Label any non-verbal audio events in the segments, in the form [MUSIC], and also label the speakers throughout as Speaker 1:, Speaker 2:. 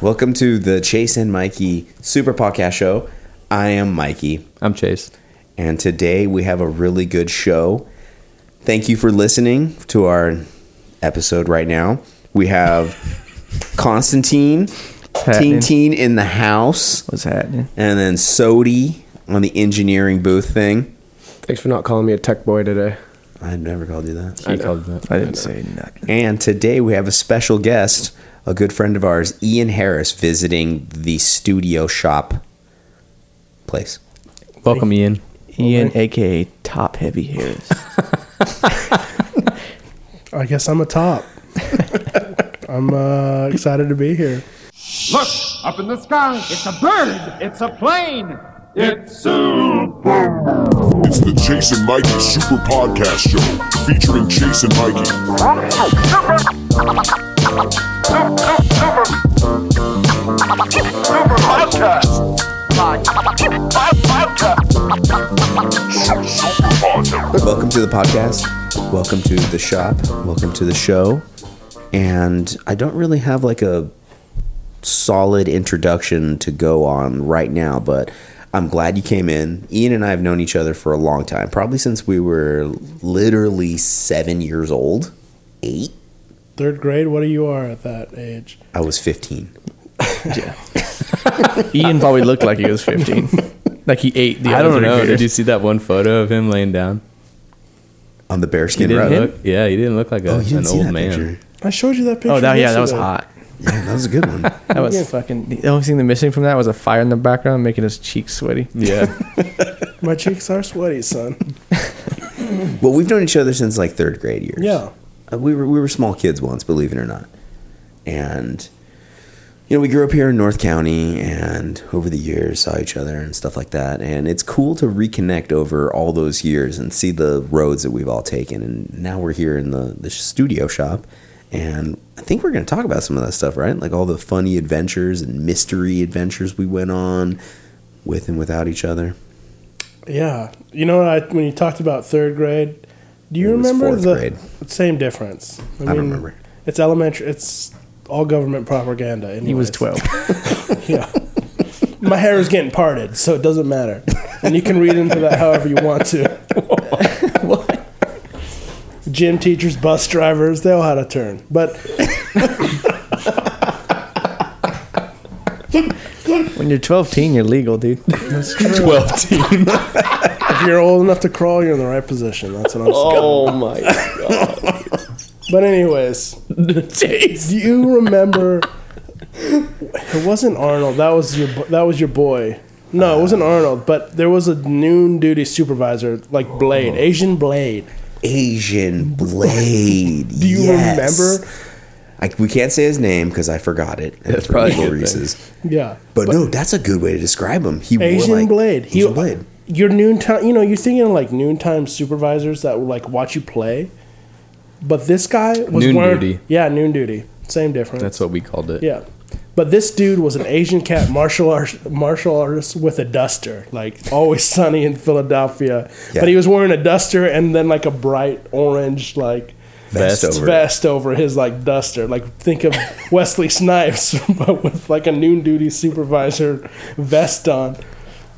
Speaker 1: Welcome to the Chase and Mikey Super Podcast Show. I am Mikey,
Speaker 2: I'm Chase.
Speaker 1: and today we have a really good show. Thank you for listening to our episode right now. We have [LAUGHS] Constantine, Teen
Speaker 2: happening?
Speaker 1: Teen in the house,
Speaker 2: What's happening?
Speaker 1: and then Sodi on the engineering booth thing.
Speaker 3: Thanks for not calling me a tech boy today.
Speaker 1: I'd never called you that.
Speaker 3: I know.
Speaker 2: I didn't say nothing.
Speaker 1: And today we have a special guest, a good friend of ours, Ian Harris, visiting the studio shop place.
Speaker 2: Welcome, Ian.
Speaker 4: Ian, aka Top Heavy Harris.
Speaker 5: I guess I'm a top. I'm uh, excited to be here.
Speaker 6: Look up in the sky. It's a bird. It's a plane. It's super.
Speaker 7: It's the Chase and Mikey Super Podcast Show featuring Chase and Mikey.
Speaker 1: Welcome to the podcast. Welcome to the shop. Welcome to the show. And I don't really have like a solid introduction to go on right now, but I'm glad you came in. Ian and I have known each other for a long time, probably since we were literally seven years old, eight.
Speaker 5: Third grade, what do you are at that age?
Speaker 1: I was 15.
Speaker 4: [LAUGHS] Ian probably looked like he was 15. [LAUGHS] like he ate the
Speaker 2: I
Speaker 4: other
Speaker 2: don't
Speaker 4: three
Speaker 2: know.
Speaker 4: beers.
Speaker 2: Did you see that one photo of him laying down?
Speaker 1: on the
Speaker 2: He
Speaker 1: bearskin rug.
Speaker 2: didn't look. Yeah, he didn't look like a,
Speaker 1: Oh, you didn't
Speaker 2: an
Speaker 1: see
Speaker 2: old
Speaker 1: that
Speaker 2: man.
Speaker 1: picture.
Speaker 5: I showed you that picture.
Speaker 4: Oh, that, yeah, that was
Speaker 5: yesterday.
Speaker 4: hot.
Speaker 1: Yeah, that was a good one.
Speaker 2: [LAUGHS]
Speaker 4: That was fucking. The only thing missing from that was a fire in the background making his cheeks sweaty.
Speaker 2: [LAUGHS] Yeah,
Speaker 5: My cheeks are sweaty, son.
Speaker 1: well, we've known each other since like third grade years.
Speaker 5: Yeah.
Speaker 1: Uh, we were we were small kids once, believe it or not, and you know we grew up here in North County, and over the years saw each other and stuff like that, and it's cool to reconnect over all those years and see the roads that we've all taken, and now we're here in the the studio shop. And I think we're going to talk about some of that stuff, right? Like all the funny adventures and mystery adventures we went on with and without each other.
Speaker 5: [LAUGHS] Yeah. You know, I, when you talked about third grade, do you
Speaker 1: It was
Speaker 5: remember
Speaker 1: fourth
Speaker 5: the
Speaker 1: grade.
Speaker 5: same difference?
Speaker 1: I don't remember.
Speaker 5: It's elementary. It's all government propaganda. Anyways.
Speaker 4: He was [LAUGHS] 12.
Speaker 5: [LAUGHS] Yeah. My hair is getting parted, so it doesn't matter. And you can read into that however you want to. Gym teachers, bus drivers, they all had a turn. But
Speaker 4: when you're 12, teen, you're legal, dude.
Speaker 2: twelve team.
Speaker 5: if you're old enough to crawl, you're in the right position. That's what I'm saying.
Speaker 3: [LAUGHS] Oh my!
Speaker 5: But anyways, do you remember? It wasn't Arnold. That was your. bo- That was your boy. No, it wasn't Arnold. But there was a noon duty supervisor, like Blade, Asian Blade.
Speaker 1: Asian
Speaker 5: [LAUGHS]
Speaker 1: Blade.
Speaker 5: Do you
Speaker 1: Yes.
Speaker 5: remember?
Speaker 1: I, we can't say his name because I forgot it. That's
Speaker 2: probably a good thing.
Speaker 5: Yeah.
Speaker 1: But, no, that's a good way to describe him. He
Speaker 5: Asian
Speaker 1: wore like
Speaker 5: Blade. He-
Speaker 1: Asian Blade.
Speaker 5: your noontime you know you're thinking like noontime supervisors that would like watch you play but this guy was
Speaker 2: Noon
Speaker 5: wearing,
Speaker 2: duty.
Speaker 5: yeah noon duty same difference
Speaker 2: That's what we called it.
Speaker 5: yeah but this dude was an asian cat martial art martial artist with a duster like always sunny in philadelphia
Speaker 1: Yeah.
Speaker 5: but he was wearing a duster and then like a bright orange like
Speaker 1: Vest
Speaker 2: Vest.
Speaker 1: over. it.
Speaker 5: vest over his like duster like think
Speaker 1: [LAUGHS]
Speaker 5: of wesley snipes [LAUGHS] but with like a noon duty supervisor vest on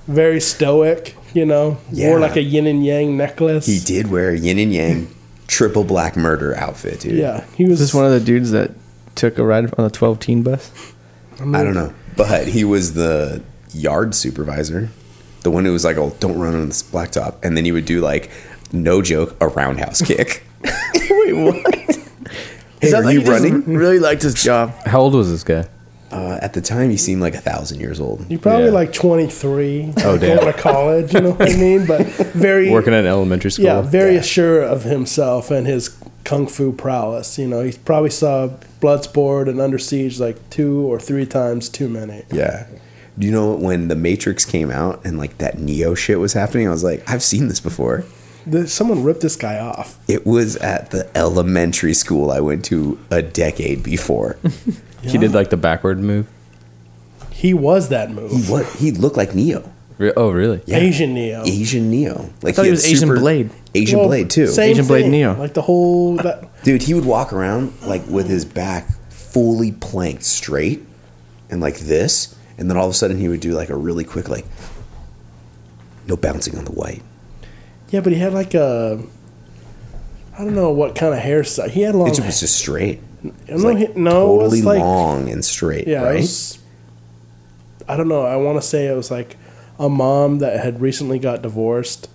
Speaker 5: very stoic you know
Speaker 1: Yeah.
Speaker 5: wore like a yin and yang necklace
Speaker 1: He did wear a yin and yang triple black murder outfit, dude.
Speaker 5: yeah he
Speaker 4: Was
Speaker 5: was
Speaker 4: this one of the dudes that took a ride on the 12 teen [LAUGHS] bus?
Speaker 1: I don't know. But he was the yard supervisor. The one who was like, oh, don't run on this blacktop. And then he would do like, no joke, a roundhouse [LAUGHS] kick.
Speaker 4: Wait, what?
Speaker 1: hey, are you running?
Speaker 4: Really liked his job.
Speaker 2: How old was this guy?
Speaker 1: Uh, at the time, he seemed like a thousand years old.
Speaker 5: you probably
Speaker 2: yeah.
Speaker 5: like 23
Speaker 2: Oh,
Speaker 5: like,
Speaker 2: damn.
Speaker 5: going to college you know what i mean but
Speaker 1: [LAUGHS]
Speaker 5: very
Speaker 2: Working at an elementary school.
Speaker 5: yeah very sure of himself and his kung fu prowess you know he probably saw bloodsport and under siege like two or three times too many
Speaker 1: Yeah. Do you know when the Matrix came out and like that Neo shit was happening? I was like, I've seen this before.
Speaker 5: The- someone ripped this guy off
Speaker 1: It was at the elementary school I went to a decade before.
Speaker 4: [LAUGHS]
Speaker 2: He did like the backward move.
Speaker 5: He was that move.
Speaker 1: he what he looked like Neo.
Speaker 2: Re- oh, really?
Speaker 1: Yeah.
Speaker 5: Asian Neo.
Speaker 1: Asian Neo. Like
Speaker 4: Oh. thought he
Speaker 1: had
Speaker 4: was Asian Blade.
Speaker 1: Asian
Speaker 5: Well,
Speaker 1: Blade too.
Speaker 5: same
Speaker 4: Asian Blade
Speaker 5: thing.
Speaker 4: Neo.
Speaker 5: Like the whole that
Speaker 1: Dude, he would walk around like with his back fully planked straight and like this, and then all of a sudden he would do like a really quick like no bouncing on the white.
Speaker 5: Yeah, but he had like a. I don't know what kind of hairstyle. He had long.
Speaker 1: It
Speaker 4: Oh.
Speaker 5: hair.
Speaker 1: was just straight.
Speaker 5: I
Speaker 1: It was
Speaker 5: don't know,
Speaker 1: like
Speaker 5: he- no, it
Speaker 1: totally
Speaker 5: was like
Speaker 1: long and straight,
Speaker 5: yeah, it
Speaker 1: right?
Speaker 5: was- I don't know. I want to say it was like a mom that had recently got divorced.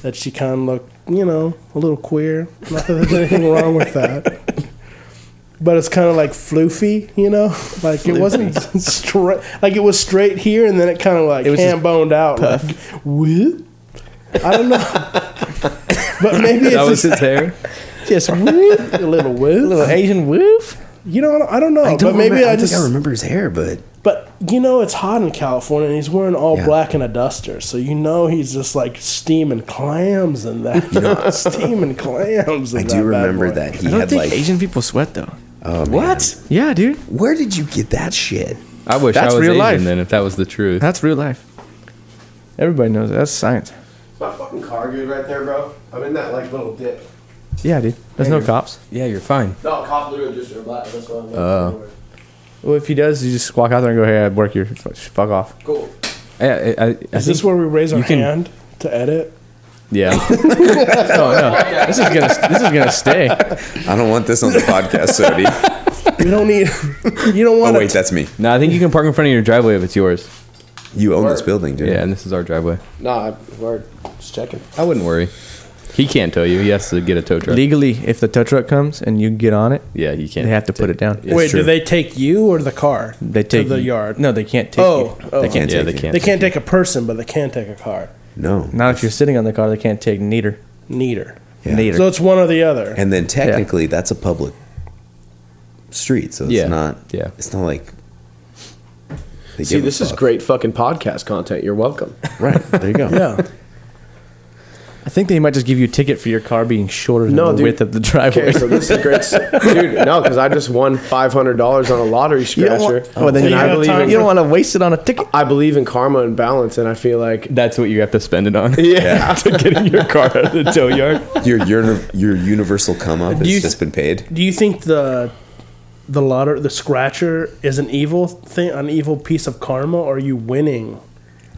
Speaker 5: That she kind of looked, you know, a little queer. Not that there's anything wrong with that. But it's kind of like floofy, you know? Like it wasn't straight. Like it was straight here and then it kind of like
Speaker 4: It was just
Speaker 5: hand boned out. Like, what? I don't know. but maybe it's
Speaker 2: That was his
Speaker 5: just
Speaker 2: hair.
Speaker 4: Just woof,
Speaker 5: a little
Speaker 4: [LAUGHS]
Speaker 5: woof.
Speaker 4: little Asian woof.
Speaker 5: You know, I don't know.
Speaker 1: I
Speaker 5: oh, but
Speaker 1: don't
Speaker 5: maybe
Speaker 1: remember,
Speaker 5: I
Speaker 1: don't
Speaker 5: just.
Speaker 1: think I remember his hair, but
Speaker 5: But you know it's hot in California, and he's wearing all
Speaker 1: Yeah.
Speaker 5: black and a duster, so you know he's just like steaming clams and
Speaker 1: [LAUGHS]
Speaker 5: that. [LAUGHS] steaming clams. In
Speaker 1: I
Speaker 5: that
Speaker 1: do
Speaker 5: bad
Speaker 1: remember
Speaker 5: boy.
Speaker 1: that he
Speaker 4: I don't
Speaker 1: had
Speaker 4: think
Speaker 1: like
Speaker 4: Asian people sweat though.
Speaker 1: oh, man.
Speaker 4: Yeah, dude,
Speaker 1: Where did you get that shit?
Speaker 2: I wish
Speaker 4: That's
Speaker 2: I was
Speaker 4: real
Speaker 2: Asian
Speaker 4: life.
Speaker 2: then, if that was the truth.
Speaker 4: that's real life. Everybody knows that. That's science.
Speaker 3: My fucking car good right there, bro. I'm in that like little dip.
Speaker 4: Yeah, dude. There's no cops.
Speaker 2: Yeah, you're fine.
Speaker 3: No, cop literally just or black. That's what I'm.
Speaker 2: Oh.
Speaker 4: Well, if he does, you just walk out there and go, "Hey, I work here. Fuck fuck off."
Speaker 3: Cool.
Speaker 2: Yeah, I, I, I
Speaker 5: Is this
Speaker 2: think-
Speaker 5: where we raise our
Speaker 2: can-
Speaker 5: hand to edit?
Speaker 2: Yeah. oh no, this is gonna this is gonna stay.
Speaker 1: I don't want this on the podcast, [LAUGHS] Sody.
Speaker 5: We don't need. [LAUGHS] you don't want.
Speaker 1: Oh
Speaker 5: to
Speaker 1: wait, that's me.
Speaker 2: No, I think you can park in front of your driveway if it's yours.
Speaker 1: You own this building, dude.
Speaker 2: Yeah, and this is our driveway.
Speaker 3: Nah, I- word. Just checking.
Speaker 2: I wouldn't worry. He can't tow you. He has to get a tow truck.
Speaker 4: Legally, if the tow truck comes and you get on it,
Speaker 2: Yeah, he can't.
Speaker 4: they have to put it down.
Speaker 2: It's
Speaker 5: wait,
Speaker 2: true.
Speaker 5: do they take you or the car?
Speaker 4: They take
Speaker 5: the yard.
Speaker 4: No, they can't take.
Speaker 5: Oh,
Speaker 4: you.
Speaker 5: oh.
Speaker 1: They can't
Speaker 2: Yeah,
Speaker 1: take
Speaker 2: they
Speaker 1: it.
Speaker 2: can't.
Speaker 5: They can't take a person, but they can take a car.
Speaker 1: No.
Speaker 4: not if you're sitting on the car. They can't take neither.
Speaker 5: Neither.
Speaker 1: Yeah.
Speaker 4: Neither.
Speaker 5: So it's one or the other.
Speaker 1: And then technically that's a public street, so it's
Speaker 2: Yeah.
Speaker 1: not
Speaker 2: Yeah.
Speaker 1: It's not like they
Speaker 3: See,
Speaker 1: give a
Speaker 3: this is
Speaker 1: fuck.
Speaker 3: great fucking podcast content. You're welcome.
Speaker 1: Right. There you go.
Speaker 5: yeah.
Speaker 4: I think they might just give you a ticket for your car being shorter than
Speaker 3: No,
Speaker 4: the
Speaker 3: dude.
Speaker 4: width of the driveway. [LAUGHS]
Speaker 3: Okay, so this is great, [LAUGHS] dude. No, because I just won five hundred dollars on a lottery
Speaker 4: You don't
Speaker 3: scratcher.
Speaker 4: want, oh, then
Speaker 5: So
Speaker 4: you,
Speaker 5: you
Speaker 4: I
Speaker 5: have
Speaker 4: believe
Speaker 5: time-
Speaker 4: in- you don't want to waste it on a ticket.
Speaker 3: I believe in karma and balance, and I feel like
Speaker 2: That's what you have to spend it on. [LAUGHS]
Speaker 3: yeah,
Speaker 2: to getting your car out of the tow yard.
Speaker 1: Your your your universal come up has
Speaker 5: you-
Speaker 1: just been paid.
Speaker 5: Do you think the the lotter the scratcher is an evil thing, an evil piece of karma, or are you winning?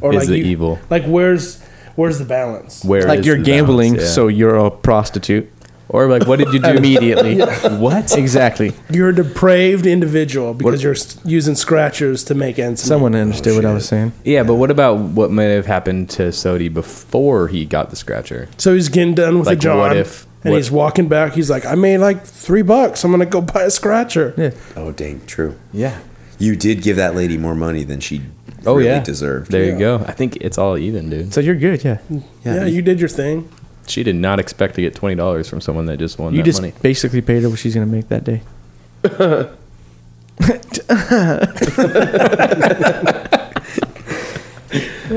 Speaker 5: Or
Speaker 2: Is it
Speaker 5: you-
Speaker 2: evil?
Speaker 5: Like where's where's the balance?
Speaker 2: Where
Speaker 4: Like
Speaker 2: is
Speaker 4: you're
Speaker 2: the
Speaker 4: gambling,
Speaker 2: balance? Yeah.
Speaker 4: so you're a prostitute.
Speaker 2: or like what did
Speaker 4: [LAUGHS]
Speaker 2: you do
Speaker 4: Immediately. what? Exactly.
Speaker 5: You're a depraved individual because you're s- using scratchers to make ends. meet.
Speaker 4: Someone understood what I was saying.
Speaker 2: Yeah, but what about what might have happened to Sodi before he got the scratcher?
Speaker 5: So he's getting done with
Speaker 2: Like,
Speaker 5: a John,
Speaker 2: what if-
Speaker 5: and
Speaker 2: what-
Speaker 5: he's walking back. He's like, I made like three bucks. I'm gonna go buy a scratcher.
Speaker 4: Yeah.
Speaker 1: Oh dang, true.
Speaker 2: Yeah.
Speaker 1: You did give that lady more money than she
Speaker 2: Oh
Speaker 1: really
Speaker 2: yeah.
Speaker 1: deserved.
Speaker 2: There you go. I think it's all even, dude.
Speaker 4: So you're good, yeah.
Speaker 5: Yeah, you did your thing.
Speaker 2: She did not expect to get twenty dollars from someone that just won
Speaker 4: You
Speaker 2: that
Speaker 4: just
Speaker 2: money.
Speaker 4: basically paid her what she's gonna make that day.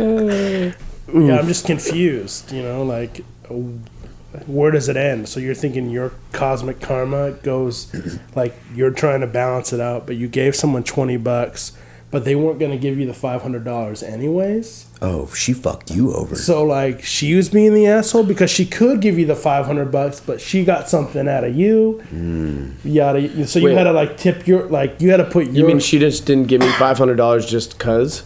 Speaker 5: Yeah, I'm just confused. You know, like w- where does it end? So you're thinking your cosmic karma goes like you're trying to balance it out, but you gave someone twenty bucks, but they weren't going to give you the five hundred dollars anyways.
Speaker 1: Oh, she fucked you over.
Speaker 5: So like she was being the asshole because she could give you the five hundred bucks, but she got something out of you. Yada. So you
Speaker 3: Wait.
Speaker 5: had to like tip your like you had to put your
Speaker 3: you mean she just didn't give me five hundred dollars just cause?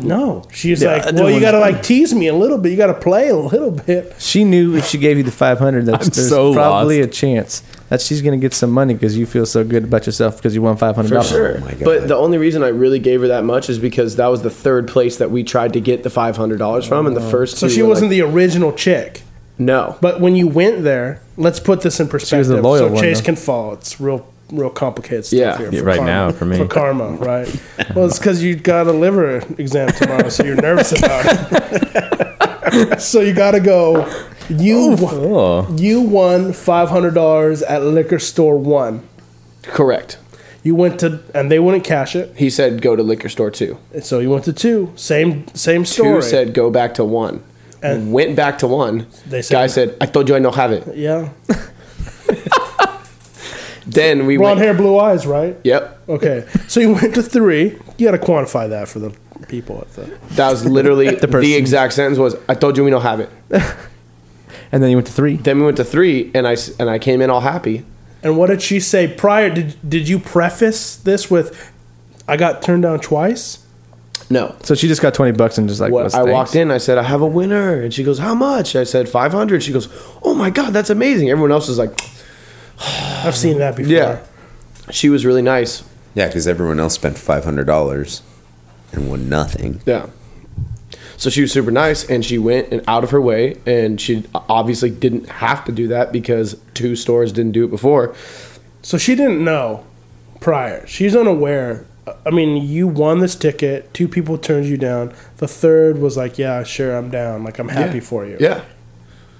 Speaker 5: no. She's
Speaker 4: Yeah, I
Speaker 5: like,
Speaker 4: didn't
Speaker 5: well, you
Speaker 4: wanna-
Speaker 5: got to like tease me a little bit. You got to play a little bit.
Speaker 4: She knew if she gave you the 500, that
Speaker 2: I'm
Speaker 4: there's
Speaker 2: so
Speaker 4: probably a chance that she's going to get some money because you feel so good about yourself because you won $500.
Speaker 3: For sure.
Speaker 1: my God.
Speaker 3: But the only reason I really gave her that much is because that was the third place that we tried to get the five hundred dollars from, and the first.
Speaker 5: Oh. So
Speaker 3: two
Speaker 5: she
Speaker 3: were
Speaker 5: wasn't
Speaker 3: like,
Speaker 5: the original chick.
Speaker 3: no.
Speaker 5: But when you went there, let's put this in perspective.
Speaker 4: was the loyal
Speaker 5: so
Speaker 4: one,
Speaker 5: Chase
Speaker 4: though.
Speaker 5: can fall. It's real, real complicated stuff
Speaker 3: Yeah.
Speaker 5: here.
Speaker 2: Yeah, right now, for me.
Speaker 5: for karma, right? well, it's because you got a liver exam tomorrow, so you're nervous about it. [LAUGHS] so you got to go. You won,
Speaker 2: Oh.
Speaker 5: you won five hundred dollars at liquor store one.
Speaker 3: Correct.
Speaker 5: You went to and they wouldn't cash it,
Speaker 3: He said go to liquor store two.
Speaker 5: and so you went to two. Same same
Speaker 3: Two
Speaker 5: story.
Speaker 3: said go back to one.
Speaker 5: And-
Speaker 3: Went back to one.
Speaker 5: They said-
Speaker 3: Guy said, "I told you I don't have it."
Speaker 5: yeah,
Speaker 3: Then we
Speaker 5: blonde
Speaker 3: went.
Speaker 5: hair, blue eyes, right?
Speaker 3: Yep,
Speaker 5: Okay, so you went to three. You got to quantify that for the people at the.
Speaker 3: that
Speaker 5: [LAUGHS]
Speaker 3: was literally the,
Speaker 4: person.
Speaker 3: exact sentence was, "I told you we don't have it."
Speaker 4: And then you went to three.
Speaker 3: Then we went to three, and I s- and I came in all happy.
Speaker 5: And what did she say prior? Did did you preface this with, I got turned down twice.
Speaker 8: No.
Speaker 4: So she just got twenty bucks and just like
Speaker 8: What
Speaker 4: was
Speaker 8: I
Speaker 4: thanks.
Speaker 8: walked in, I said, I have a winner. And she goes, How much? I said, 500. She goes, Oh my God, that's amazing. Everyone else was like,
Speaker 5: I've seen that before.
Speaker 8: Yeah. She was really nice.
Speaker 1: Yeah, because everyone else spent five hundred dollars and won nothing.
Speaker 8: Yeah. So she was super nice, and she went and out of her way, and she obviously didn't have to do that because two stores didn't do it before.
Speaker 5: So she didn't know prior. She's unaware. I mean, you won this ticket. Two people turned you down. The third was like, "Yeah, sure, I'm down. Like, I'm happy
Speaker 8: Yeah.
Speaker 5: for you."
Speaker 8: Yeah.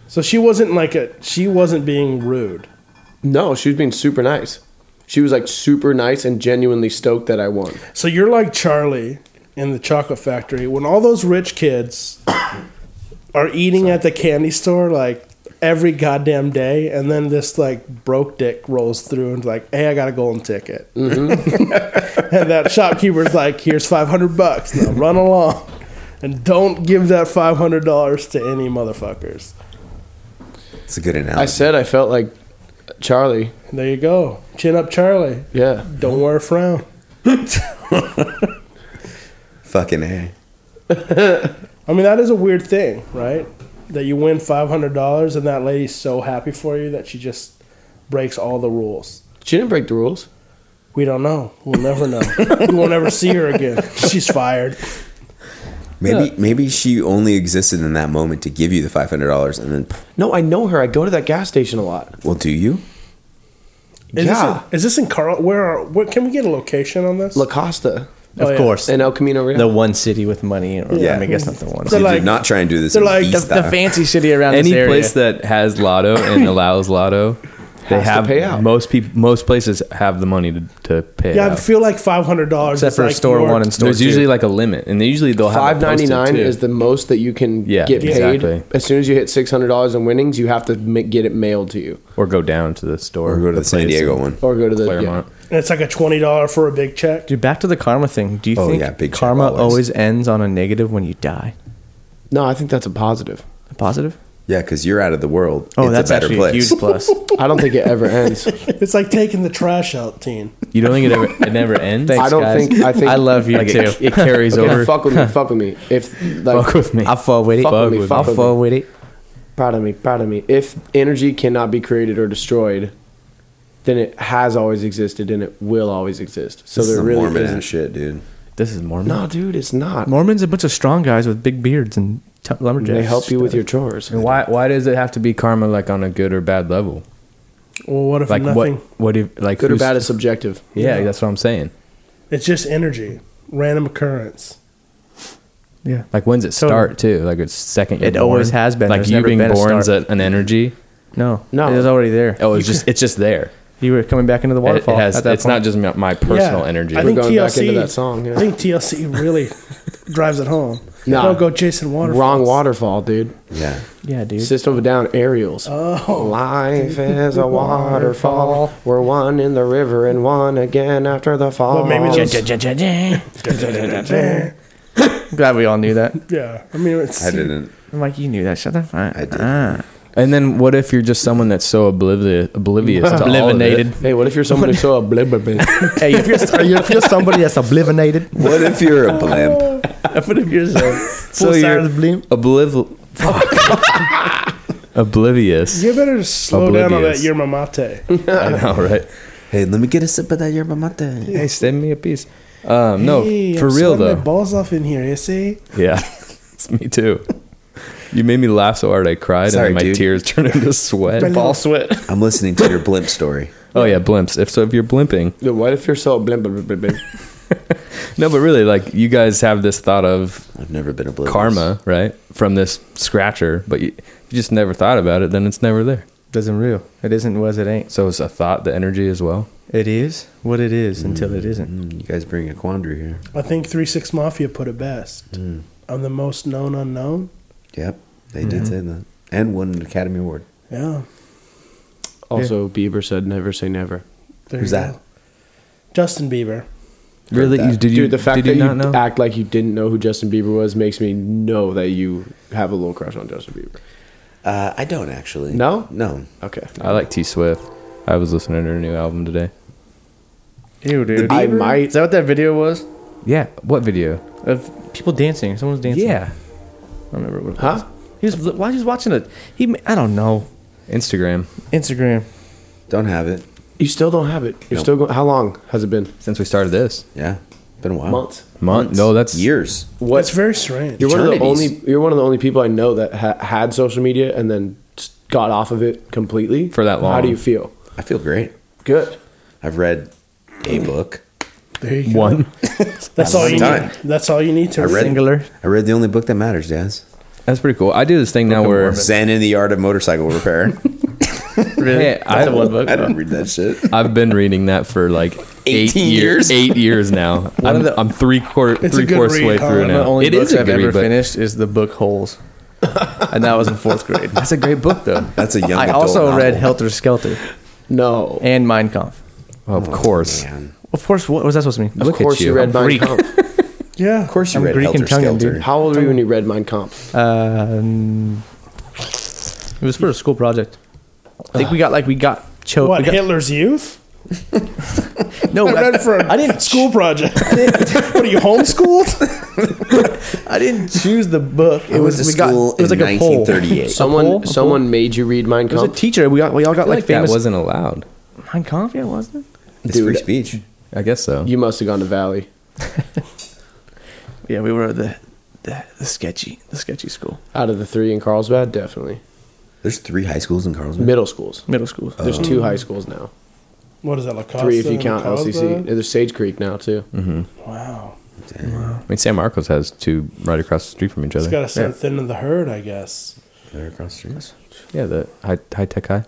Speaker 5: So she wasn't like a. She wasn't being rude.
Speaker 8: No, she was being super nice. She was like super nice and genuinely stoked that I won.
Speaker 5: So you're like Charlie in the chocolate factory when all those rich kids [COUGHS] are eating at the candy store like every goddamn day, and then this like broke dick rolls through and's like, "Hey, I got a golden ticket," [LAUGHS] and that shopkeeper's like, "Here's five hundred bucks. Now run along." And don't give that five hundred dollars to any motherfuckers.
Speaker 1: It's a good analogy.
Speaker 8: I said I felt like Charlie.
Speaker 5: There you go, chin up, Charlie.
Speaker 8: Yeah.
Speaker 5: Don't wear a frown.
Speaker 1: Fucking a.
Speaker 5: I mean, that is a weird thing, right? That you win five hundred dollars, and that lady's so happy for you that she just breaks all the rules.
Speaker 8: She didn't break the rules.
Speaker 5: We don't know. We'll never know. [LAUGHS] we won't ever see her again. She's fired.
Speaker 1: Maybe maybe she only existed in that moment to give you the five hundred dollars, and then pff,
Speaker 8: No, I know her. I go to that gas station a lot.
Speaker 1: well, do you?
Speaker 5: Is
Speaker 8: Yeah.
Speaker 5: This in, is this in Carl? Where are? Where, can we get a location on this?
Speaker 8: La Costa
Speaker 5: Oh,
Speaker 4: Of
Speaker 5: yeah.
Speaker 4: course.
Speaker 8: and uh, El Camino Real.
Speaker 4: the one city with money, or
Speaker 1: Yeah.
Speaker 4: I, mean, I guess not the one.
Speaker 5: They're
Speaker 1: Did
Speaker 5: like-
Speaker 1: you not try and do this?
Speaker 5: they're
Speaker 1: in
Speaker 5: like
Speaker 1: V
Speaker 5: the-
Speaker 4: the
Speaker 1: style?
Speaker 4: fancy city around
Speaker 2: Any
Speaker 4: this area.
Speaker 2: place that has lotto [COUGHS] and allows lotto, they
Speaker 8: Has to
Speaker 2: have
Speaker 8: pay out.
Speaker 2: most people. Most places have the money to, to pay.
Speaker 5: yeah, I
Speaker 2: out.
Speaker 5: feel like five hundred dollars.
Speaker 4: except for
Speaker 5: like
Speaker 4: store
Speaker 5: your-
Speaker 4: one and store
Speaker 2: There's
Speaker 4: two.
Speaker 2: usually like a limit, and they usually they'll have
Speaker 8: Five
Speaker 2: it
Speaker 8: ninety
Speaker 2: posted,
Speaker 8: nine
Speaker 2: too.
Speaker 8: is the most that you can
Speaker 2: Yeah,
Speaker 8: get paid.
Speaker 2: exactly.
Speaker 8: As soon as you hit six hundred dollars in winnings, you have to ma- get it mailed to you
Speaker 2: or go down to the store
Speaker 1: or go to the, San
Speaker 2: place
Speaker 1: Diego
Speaker 2: in
Speaker 1: one.
Speaker 8: or go to the yeah.
Speaker 2: Claremont.
Speaker 5: and it's like a twenty dollar for a big check.
Speaker 4: Dude, back to the karma thing. Do you
Speaker 1: Oh,
Speaker 4: think
Speaker 1: yeah, big check
Speaker 4: karma
Speaker 1: always.
Speaker 4: always. ends on a negative when you die?
Speaker 8: No, I think that's a positive.
Speaker 4: A positive?
Speaker 1: Yeah, because you're out of the world.
Speaker 4: Oh,
Speaker 1: it's
Speaker 4: that's
Speaker 1: a better
Speaker 4: actually
Speaker 1: place.
Speaker 4: a huge plus.
Speaker 8: I don't think
Speaker 2: [LAUGHS]
Speaker 8: it ever ends.
Speaker 5: [LAUGHS] It's like taking the trash out, teen.
Speaker 2: You don't think it ever it never ends?
Speaker 4: Thanks,
Speaker 8: I don't
Speaker 4: guys.
Speaker 8: think- I think-
Speaker 4: I love you
Speaker 2: Like
Speaker 4: too.
Speaker 2: it, it
Speaker 4: [LAUGHS]
Speaker 2: carries
Speaker 8: Okay,
Speaker 2: over.
Speaker 8: fuck with me, fuck with me. If
Speaker 2: [LAUGHS]
Speaker 8: like,
Speaker 2: Fuck with me.
Speaker 4: I fall with it.
Speaker 8: Fuck with me, fuck
Speaker 4: I
Speaker 8: with
Speaker 4: fall with it.
Speaker 8: proud of me, proud of me. If energy cannot be created or destroyed, then it has always existed and it will always exist. So
Speaker 1: This is
Speaker 8: there
Speaker 1: some
Speaker 8: really
Speaker 1: Mormon
Speaker 8: isn't.
Speaker 1: ass shit, dude.
Speaker 2: This is Mormon.
Speaker 8: No, dude, it's not.
Speaker 4: Mormons are a bunch of strong guys with big beards and t- lumberjacks.
Speaker 8: They help you with your chores.
Speaker 2: uh, And why why does it have to be karma like on a good or bad level?
Speaker 5: Well, what if
Speaker 2: Like
Speaker 5: nothing?
Speaker 2: what what if like
Speaker 8: Good or
Speaker 2: who's-
Speaker 8: bad is subjective.
Speaker 2: Yeah, that's what I'm saying.
Speaker 5: It's just energy, random occurrence.
Speaker 4: yeah.
Speaker 2: Like when's it start too? Like it's second. You're
Speaker 4: It always
Speaker 2: born?
Speaker 4: has been.
Speaker 2: Like
Speaker 4: There's
Speaker 2: you
Speaker 4: never
Speaker 2: being
Speaker 4: been a
Speaker 2: born is
Speaker 4: start.
Speaker 2: a- an energy.
Speaker 4: No,
Speaker 8: No.
Speaker 4: it was already there.
Speaker 2: Oh, it's just it's just there.
Speaker 4: You were coming back into the
Speaker 2: It- It
Speaker 4: waterfall.
Speaker 2: has.
Speaker 4: at that
Speaker 2: It's
Speaker 4: point.
Speaker 2: not just my, my personal
Speaker 5: Yeah,
Speaker 2: energy.
Speaker 5: I think
Speaker 8: going back
Speaker 5: TLC
Speaker 8: into that song, yeah.
Speaker 5: I think TLC really drives it home.
Speaker 8: Nah.
Speaker 5: Don't go chasing water.
Speaker 8: Wrong waterfall, dude.
Speaker 1: Yeah,
Speaker 4: Yeah, dude.
Speaker 8: System of a Down aerials.
Speaker 5: Oh,
Speaker 8: [LAUGHS] Life is a waterfall. We're one in the river and one again after the fall.
Speaker 5: but maybe those,
Speaker 4: I'm [LAUGHS] glad we all knew that.
Speaker 5: yeah. I mean, it's,
Speaker 1: I
Speaker 5: [LAUGHS]
Speaker 1: didn't.
Speaker 4: I'm like, you knew that. Shut the fuck.
Speaker 1: I did.
Speaker 4: Ah.
Speaker 2: and then what if you're just someone that's so oblivious, oblivious to all of it?
Speaker 4: Oblivinated.
Speaker 8: Hey, what if you're someone who's so oblivious?
Speaker 4: hey, if you're, if you're somebody that's oblivinated,
Speaker 1: What if you're a blimp?
Speaker 4: what if
Speaker 2: [LAUGHS]
Speaker 4: you're so,
Speaker 2: So
Speaker 5: [LAUGHS]
Speaker 2: you're obliv- [LAUGHS]
Speaker 5: [LAUGHS]
Speaker 2: oblivious.
Speaker 5: You better slow down on that
Speaker 2: Oblivious.
Speaker 5: yerba mate.
Speaker 2: I know, right?
Speaker 1: hey, let me get a sip of that yerba mate.
Speaker 2: Hey, send me a piece. Um, [LAUGHS] no,
Speaker 5: Hey,
Speaker 2: for
Speaker 5: I'm
Speaker 2: real
Speaker 5: sweating my
Speaker 2: though.
Speaker 5: balls off in here. You see?
Speaker 2: Yeah, [LAUGHS] it's me too. You made me laugh so hard I cried,
Speaker 1: Sorry,
Speaker 2: and then my
Speaker 1: dude.
Speaker 2: tears turned
Speaker 5: [LAUGHS]
Speaker 2: into sweat.
Speaker 4: ball sweat.
Speaker 1: I'm listening to your blimp story.
Speaker 2: Oh yeah, blimps. If so, if you're blimping,
Speaker 8: Dude, what if you're so oblivious?
Speaker 2: [LAUGHS] no, but really, like you guys have this thought of
Speaker 1: I've never been a blimp.
Speaker 2: karma, right, from this scratcher, but you, you just never thought about it. Then it's never there.
Speaker 4: Doesn't real. It isn't was it ain't.
Speaker 2: So it's a thought, the energy as well.
Speaker 4: It is what it is until it isn't.
Speaker 1: You guys bring a quandary here.
Speaker 5: I think Three Six Mafia put it best.
Speaker 2: Hmm.
Speaker 5: I'm the most known unknown.
Speaker 1: Yep, they did say that, and won an Academy Award.
Speaker 5: Yeah.
Speaker 8: Also, Bieber said never say never.
Speaker 5: There
Speaker 1: Who's
Speaker 5: you
Speaker 1: that?
Speaker 5: go. Justin Bieber.
Speaker 2: Really,
Speaker 1: that.
Speaker 2: you, did you?
Speaker 8: Dude, the fact
Speaker 2: did
Speaker 8: that
Speaker 2: you
Speaker 8: you,
Speaker 2: not know?
Speaker 8: act like you didn't know who Justin Bieber was makes me know that you have a little crush on Justin Bieber.
Speaker 1: Uh, I don't actually.
Speaker 8: No?
Speaker 1: no.
Speaker 8: Okay.
Speaker 2: I like T Swift. I was listening to her new album today.
Speaker 4: Ew, dude.
Speaker 3: I
Speaker 1: Bieber?
Speaker 3: might.
Speaker 4: Is that what that video was?
Speaker 2: Yeah. What video?
Speaker 4: Of people dancing. Someone's dancing.
Speaker 2: Yeah.
Speaker 4: I don't remember what it was.
Speaker 3: Huh?
Speaker 4: He was, why he was watching it. He, ma- I don't know.
Speaker 2: Instagram.
Speaker 4: Instagram.
Speaker 1: Don't have it.
Speaker 3: You still don't have it. You're
Speaker 1: Nope.
Speaker 3: still going. How long has it been?
Speaker 2: Since we started this
Speaker 1: Yeah, been a while.
Speaker 3: Months.
Speaker 2: month. No, that's
Speaker 1: years.
Speaker 3: What?
Speaker 5: It's very strange.
Speaker 3: you're one of the only.
Speaker 1: eternities.
Speaker 3: You're one of the only people I know that ha- had social media and then s- got off of it completely
Speaker 2: For that
Speaker 3: How
Speaker 2: long.
Speaker 3: do you feel?
Speaker 1: I feel great.
Speaker 3: Good.
Speaker 1: I've read a book.
Speaker 5: There you go.
Speaker 2: one. [LAUGHS]
Speaker 5: That's all you
Speaker 1: Time.
Speaker 5: need. That's all you need to
Speaker 1: I read
Speaker 4: Singular.
Speaker 1: I read the only book that matters, Jazz.
Speaker 2: That's pretty cool. I do this thing now where
Speaker 1: Zen in the Art of Motorcycle Repair.
Speaker 4: Really?
Speaker 2: Hey, I-
Speaker 4: That's the one book.
Speaker 1: [LAUGHS] I didn't read that shit.
Speaker 2: I've been reading that for like [LAUGHS] eight
Speaker 1: 18 years?
Speaker 2: years. Eight years [LAUGHS] now. I'm, I'm three quarter,
Speaker 5: It's a
Speaker 2: three
Speaker 5: good
Speaker 2: fourths
Speaker 5: read,
Speaker 2: way through
Speaker 5: Colin. One
Speaker 4: One of
Speaker 2: now.
Speaker 4: the only
Speaker 2: It
Speaker 4: books
Speaker 2: is a
Speaker 4: I've
Speaker 2: good
Speaker 4: ever
Speaker 2: read, but
Speaker 4: finished is the book
Speaker 2: [LAUGHS]
Speaker 4: Holes. and that was in fourth grade.
Speaker 2: That's a great book, though.
Speaker 1: That's a young.
Speaker 4: I
Speaker 1: adult
Speaker 4: also
Speaker 1: novel.
Speaker 4: read Helter Skelter
Speaker 3: No.
Speaker 4: and Mein Kampf.
Speaker 2: of course.
Speaker 1: Man.
Speaker 4: Of course, what was that supposed to mean?
Speaker 2: Look
Speaker 3: of course
Speaker 2: at you.
Speaker 3: you read
Speaker 2: I'm
Speaker 3: Mein
Speaker 2: Greek.
Speaker 3: Kampf.
Speaker 5: Yeah.
Speaker 1: Of course, you
Speaker 4: I'm
Speaker 1: read
Speaker 4: Greek
Speaker 1: Helter
Speaker 4: and Italian,
Speaker 1: Skelter.
Speaker 4: dude.
Speaker 3: How old were you when you read Mein Kampf?
Speaker 4: Um, it was for a school project. I think we got like we got choked.
Speaker 5: What
Speaker 4: we got-
Speaker 5: Hitler's youth?
Speaker 2: [LAUGHS]
Speaker 4: no,
Speaker 5: I read for a
Speaker 4: I didn't
Speaker 5: [LAUGHS] school project. [LAUGHS] what are you homeschooled?
Speaker 4: I didn't choose the book.
Speaker 1: It was, a
Speaker 4: we got-
Speaker 1: school
Speaker 4: it was
Speaker 1: in
Speaker 4: like a poll. It
Speaker 1: 1938.
Speaker 3: Someone
Speaker 4: poll? A
Speaker 3: someone made you read Mein
Speaker 4: was a
Speaker 3: Kampf.
Speaker 4: teacher. We got we all got
Speaker 2: I feel
Speaker 4: like,
Speaker 2: like that
Speaker 4: famous.
Speaker 2: wasn't allowed.
Speaker 4: Mein Kampf, yeah, wasn't
Speaker 1: It's
Speaker 3: Dude.
Speaker 1: free speech.
Speaker 2: I guess so.
Speaker 3: you must have gone to Valley.
Speaker 4: it? Yeah, we were the the, the sketchy the sketchy school,
Speaker 3: Out of the three in Carlsbad, definitely
Speaker 1: There's three high schools in Carlsbad.
Speaker 3: middle schools.
Speaker 4: middle school.
Speaker 3: There's
Speaker 5: Um,
Speaker 3: two high schools now.
Speaker 5: What is that? La Costa
Speaker 3: Three if you
Speaker 5: and
Speaker 3: count
Speaker 5: La
Speaker 3: LCC.
Speaker 5: Costa?
Speaker 3: There's Sage Creek now too.
Speaker 5: Wow.
Speaker 2: I mean, San Marcos has two right across the street from each
Speaker 5: It's
Speaker 2: other.
Speaker 5: got to start thinning the herd, I guess.
Speaker 1: They're across the streets.
Speaker 2: yeah, the high, high tech high.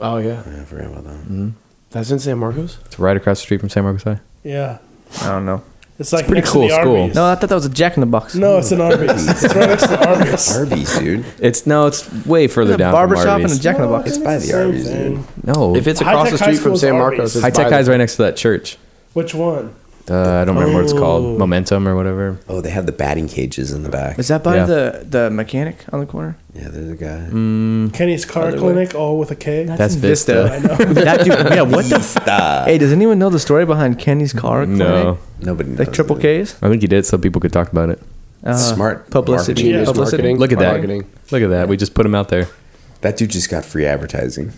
Speaker 3: Oh yeah,
Speaker 1: Yeah, I forgot about that.
Speaker 3: that's in San Marcos.
Speaker 2: It's right across the street from San Marcos High.
Speaker 5: Yeah.
Speaker 4: I don't know.
Speaker 5: It's like
Speaker 2: pretty
Speaker 5: next
Speaker 2: cool
Speaker 5: to the
Speaker 2: school.
Speaker 5: Arby's.
Speaker 4: No, I thought that was a Jack in the Box.
Speaker 5: No, it's an
Speaker 4: [LAUGHS]
Speaker 5: Arby's. it's right next to the Arby's.
Speaker 1: Arby's, dude.
Speaker 2: It's no, it's way
Speaker 4: There's
Speaker 2: further
Speaker 4: a
Speaker 2: down.
Speaker 4: barber
Speaker 2: from
Speaker 4: shop and a
Speaker 2: Arby's.
Speaker 4: Jack in the
Speaker 5: No,
Speaker 4: Box.
Speaker 5: I think
Speaker 1: by
Speaker 5: it's
Speaker 1: the
Speaker 5: same
Speaker 1: Arby's,
Speaker 5: thing.
Speaker 2: No,
Speaker 3: If it's
Speaker 5: High
Speaker 3: across
Speaker 5: Tech
Speaker 3: the
Speaker 5: High
Speaker 3: street from
Speaker 5: School's
Speaker 3: San
Speaker 5: Arby's.
Speaker 3: Marcos, it's
Speaker 2: high tech
Speaker 3: by the-
Speaker 2: high's right next to that church.
Speaker 5: Which one?
Speaker 2: Uh, I don't remember what it's
Speaker 5: Oh.
Speaker 2: called. Momentum or whatever.
Speaker 1: Oh, they have the batting cages in the back.
Speaker 4: Is that by
Speaker 2: Yeah.
Speaker 4: the the mechanic on the corner?
Speaker 1: Yeah, there's a guy.
Speaker 5: Mm.
Speaker 4: Hmm.
Speaker 5: Kenny's Car Clinic, all with a K.
Speaker 2: That's
Speaker 4: in
Speaker 2: Vista.
Speaker 5: I know.
Speaker 4: [LAUGHS] that dude, yeah, what
Speaker 1: [LAUGHS]
Speaker 5: [LAUGHS]
Speaker 4: the? F-
Speaker 1: Stop.
Speaker 4: hey, does anyone know the story behind Kenny's car?
Speaker 2: No,
Speaker 1: Nobody knows.
Speaker 4: Like triple
Speaker 1: dude.
Speaker 4: K's?
Speaker 2: I think he did so people could talk about it.
Speaker 4: Uh,
Speaker 1: Smart
Speaker 4: publicity.
Speaker 5: marketing. Yeah.
Speaker 4: publicity.
Speaker 3: Marketing.
Speaker 2: Look at that.
Speaker 3: Marketing.
Speaker 2: Look at that. We just put him out there.
Speaker 1: That dude just got free advertising.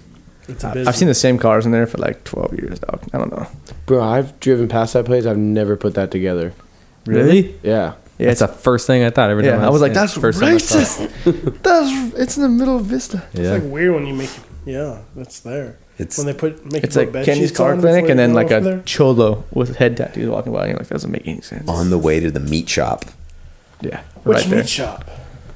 Speaker 5: It's a
Speaker 4: I've seen the same cars in there for like 12 years, dog. I don't know.
Speaker 3: Bro, I've driven past that place. I've never put that together.
Speaker 4: Really?
Speaker 3: Yeah.
Speaker 4: Yeah,
Speaker 2: That's
Speaker 4: it's
Speaker 2: the first thing I thought every time.
Speaker 4: Yeah, I was like,
Speaker 2: yeah,
Speaker 4: that's
Speaker 2: first time I saw it.
Speaker 4: that's it's in the middle of Vista.
Speaker 2: Yeah.
Speaker 5: It's like weird when you make it. Yeah, that's there.
Speaker 1: It's-
Speaker 5: when they put make
Speaker 4: It's
Speaker 5: you put
Speaker 4: like
Speaker 5: bed
Speaker 4: Kenny's
Speaker 5: sheets
Speaker 4: car
Speaker 5: on before
Speaker 4: clinic,
Speaker 5: you
Speaker 4: and then
Speaker 5: go
Speaker 4: like
Speaker 5: over
Speaker 4: a
Speaker 5: there.
Speaker 4: cholo with head tattoos walking by. And you're like, that doesn't make any sense.
Speaker 1: On the way to the meat shop,
Speaker 4: yeah,
Speaker 5: which
Speaker 4: right
Speaker 5: meat
Speaker 4: there.
Speaker 5: shop?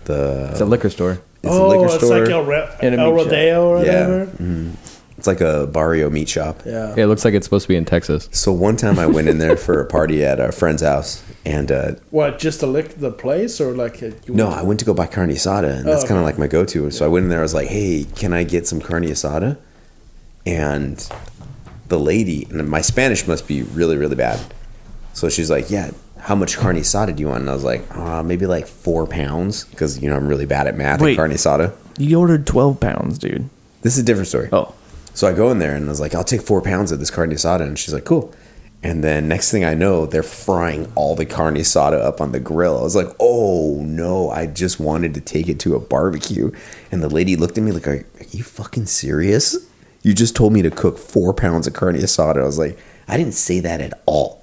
Speaker 1: the
Speaker 2: it's a liquor store.
Speaker 1: it's
Speaker 5: oh,
Speaker 1: a liquor
Speaker 5: it's
Speaker 1: store.
Speaker 5: like El, Re-
Speaker 4: And a
Speaker 5: El
Speaker 4: meat shop.
Speaker 5: Rodeo or
Speaker 1: Yeah. Mm-hmm.
Speaker 5: whatever.
Speaker 1: it's like a barrio meat shop.
Speaker 5: Yeah.
Speaker 2: Yeah, it looks like it's supposed to be in Texas.
Speaker 1: So one time I went in there for a party at a friend's house, and uh,
Speaker 5: What? Just to lick the place, or like a, you
Speaker 1: no, I went to go buy carne asada, and that's
Speaker 5: Oh,
Speaker 1: kind of like my go-to. So I went in there. I was like, "Hey, can I get some carne asada?" And the lady, and my Spanish must be really, really bad. So she's like, "Yeah, how much carne asada do you want?" And I was like, uh, "Maybe like four pounds," because you know I'm really bad at math
Speaker 4: Wait.
Speaker 1: at carne asada.
Speaker 4: You ordered 12 pounds, dude.
Speaker 1: This is a different story.
Speaker 4: Oh,
Speaker 1: So I go in there and I was like, I'll take four pounds of this carne asada. And she's like, cool. And then next thing I know, they're frying all the carne asada up on the grill. I was like, oh no, I just wanted to take it to a barbecue. And the lady looked at me like, are, are you fucking serious? You just told me to cook four pounds of carne asada. I was like, I didn't say that at all.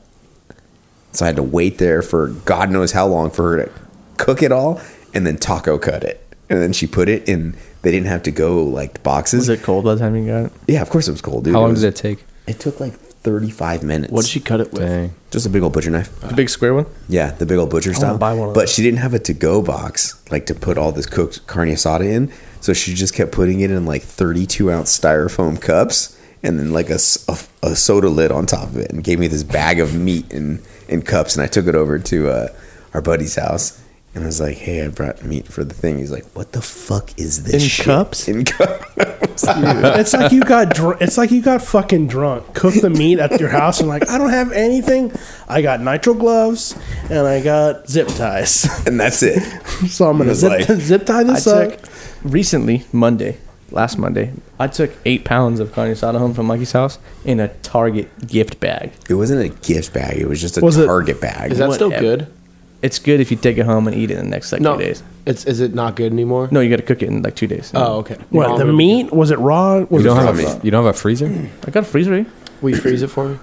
Speaker 1: So I had to wait there for God knows how long for her to cook it all and then taco cut it. And then she put it in, they didn't have to go like boxes.
Speaker 4: was it cold by the time you got it?
Speaker 1: Yeah, of course it was cold, dude.
Speaker 2: How long
Speaker 1: was,
Speaker 2: did it take?
Speaker 1: It took like 35 minutes.
Speaker 3: What did she cut it with?
Speaker 2: Dang.
Speaker 1: Just a big old butcher knife.
Speaker 4: The big square one.
Speaker 1: Yeah, the big old butcher style.
Speaker 4: buy one of
Speaker 1: but she didn't have a to-go box like to put all this cooked carne asada in, so she just kept putting it in like 32 ounce styrofoam cups and then like a, s- a- a soda lid on top of it, and gave me this bag of meat and and cups, and I took it over to uh, our buddy's house. And I was like, "Hey, I brought meat for the thing." He's like, "What the fuck is this?"
Speaker 4: In
Speaker 1: shit?"
Speaker 4: cups?
Speaker 1: In cups.
Speaker 5: [LAUGHS] it's like you got dr- it's like you got fucking drunk. Cook the meat at your house and like I don't have anything. I got nitrile gloves and I got zip ties, [LAUGHS]
Speaker 1: and that's it.
Speaker 5: so I'm gonna
Speaker 1: It's
Speaker 5: [LAUGHS] zip,
Speaker 1: like-
Speaker 5: zip tie
Speaker 4: I
Speaker 5: this up.
Speaker 4: took recently Monday. last Monday. I took eight pounds of carne asada home from Mikey's house in a Target gift bag.
Speaker 1: It wasn't a gift bag. It was just a
Speaker 5: Was it-
Speaker 1: Target bag.
Speaker 3: Is that still
Speaker 4: Whatever.
Speaker 3: good?
Speaker 4: It's good if you take it home and eat it in the next like
Speaker 3: No,
Speaker 4: two days.
Speaker 3: it's is it not good anymore?
Speaker 4: No, you got to cook it in like two days.
Speaker 3: Oh, okay.
Speaker 5: What
Speaker 3: Mom,
Speaker 5: the meat? Was it raw? Was
Speaker 2: You don't
Speaker 5: it
Speaker 1: Just
Speaker 2: have
Speaker 1: drop
Speaker 2: a,
Speaker 1: it.
Speaker 2: you don't have a freezer?
Speaker 4: I got a freezer. eh?
Speaker 3: Will you freeze it for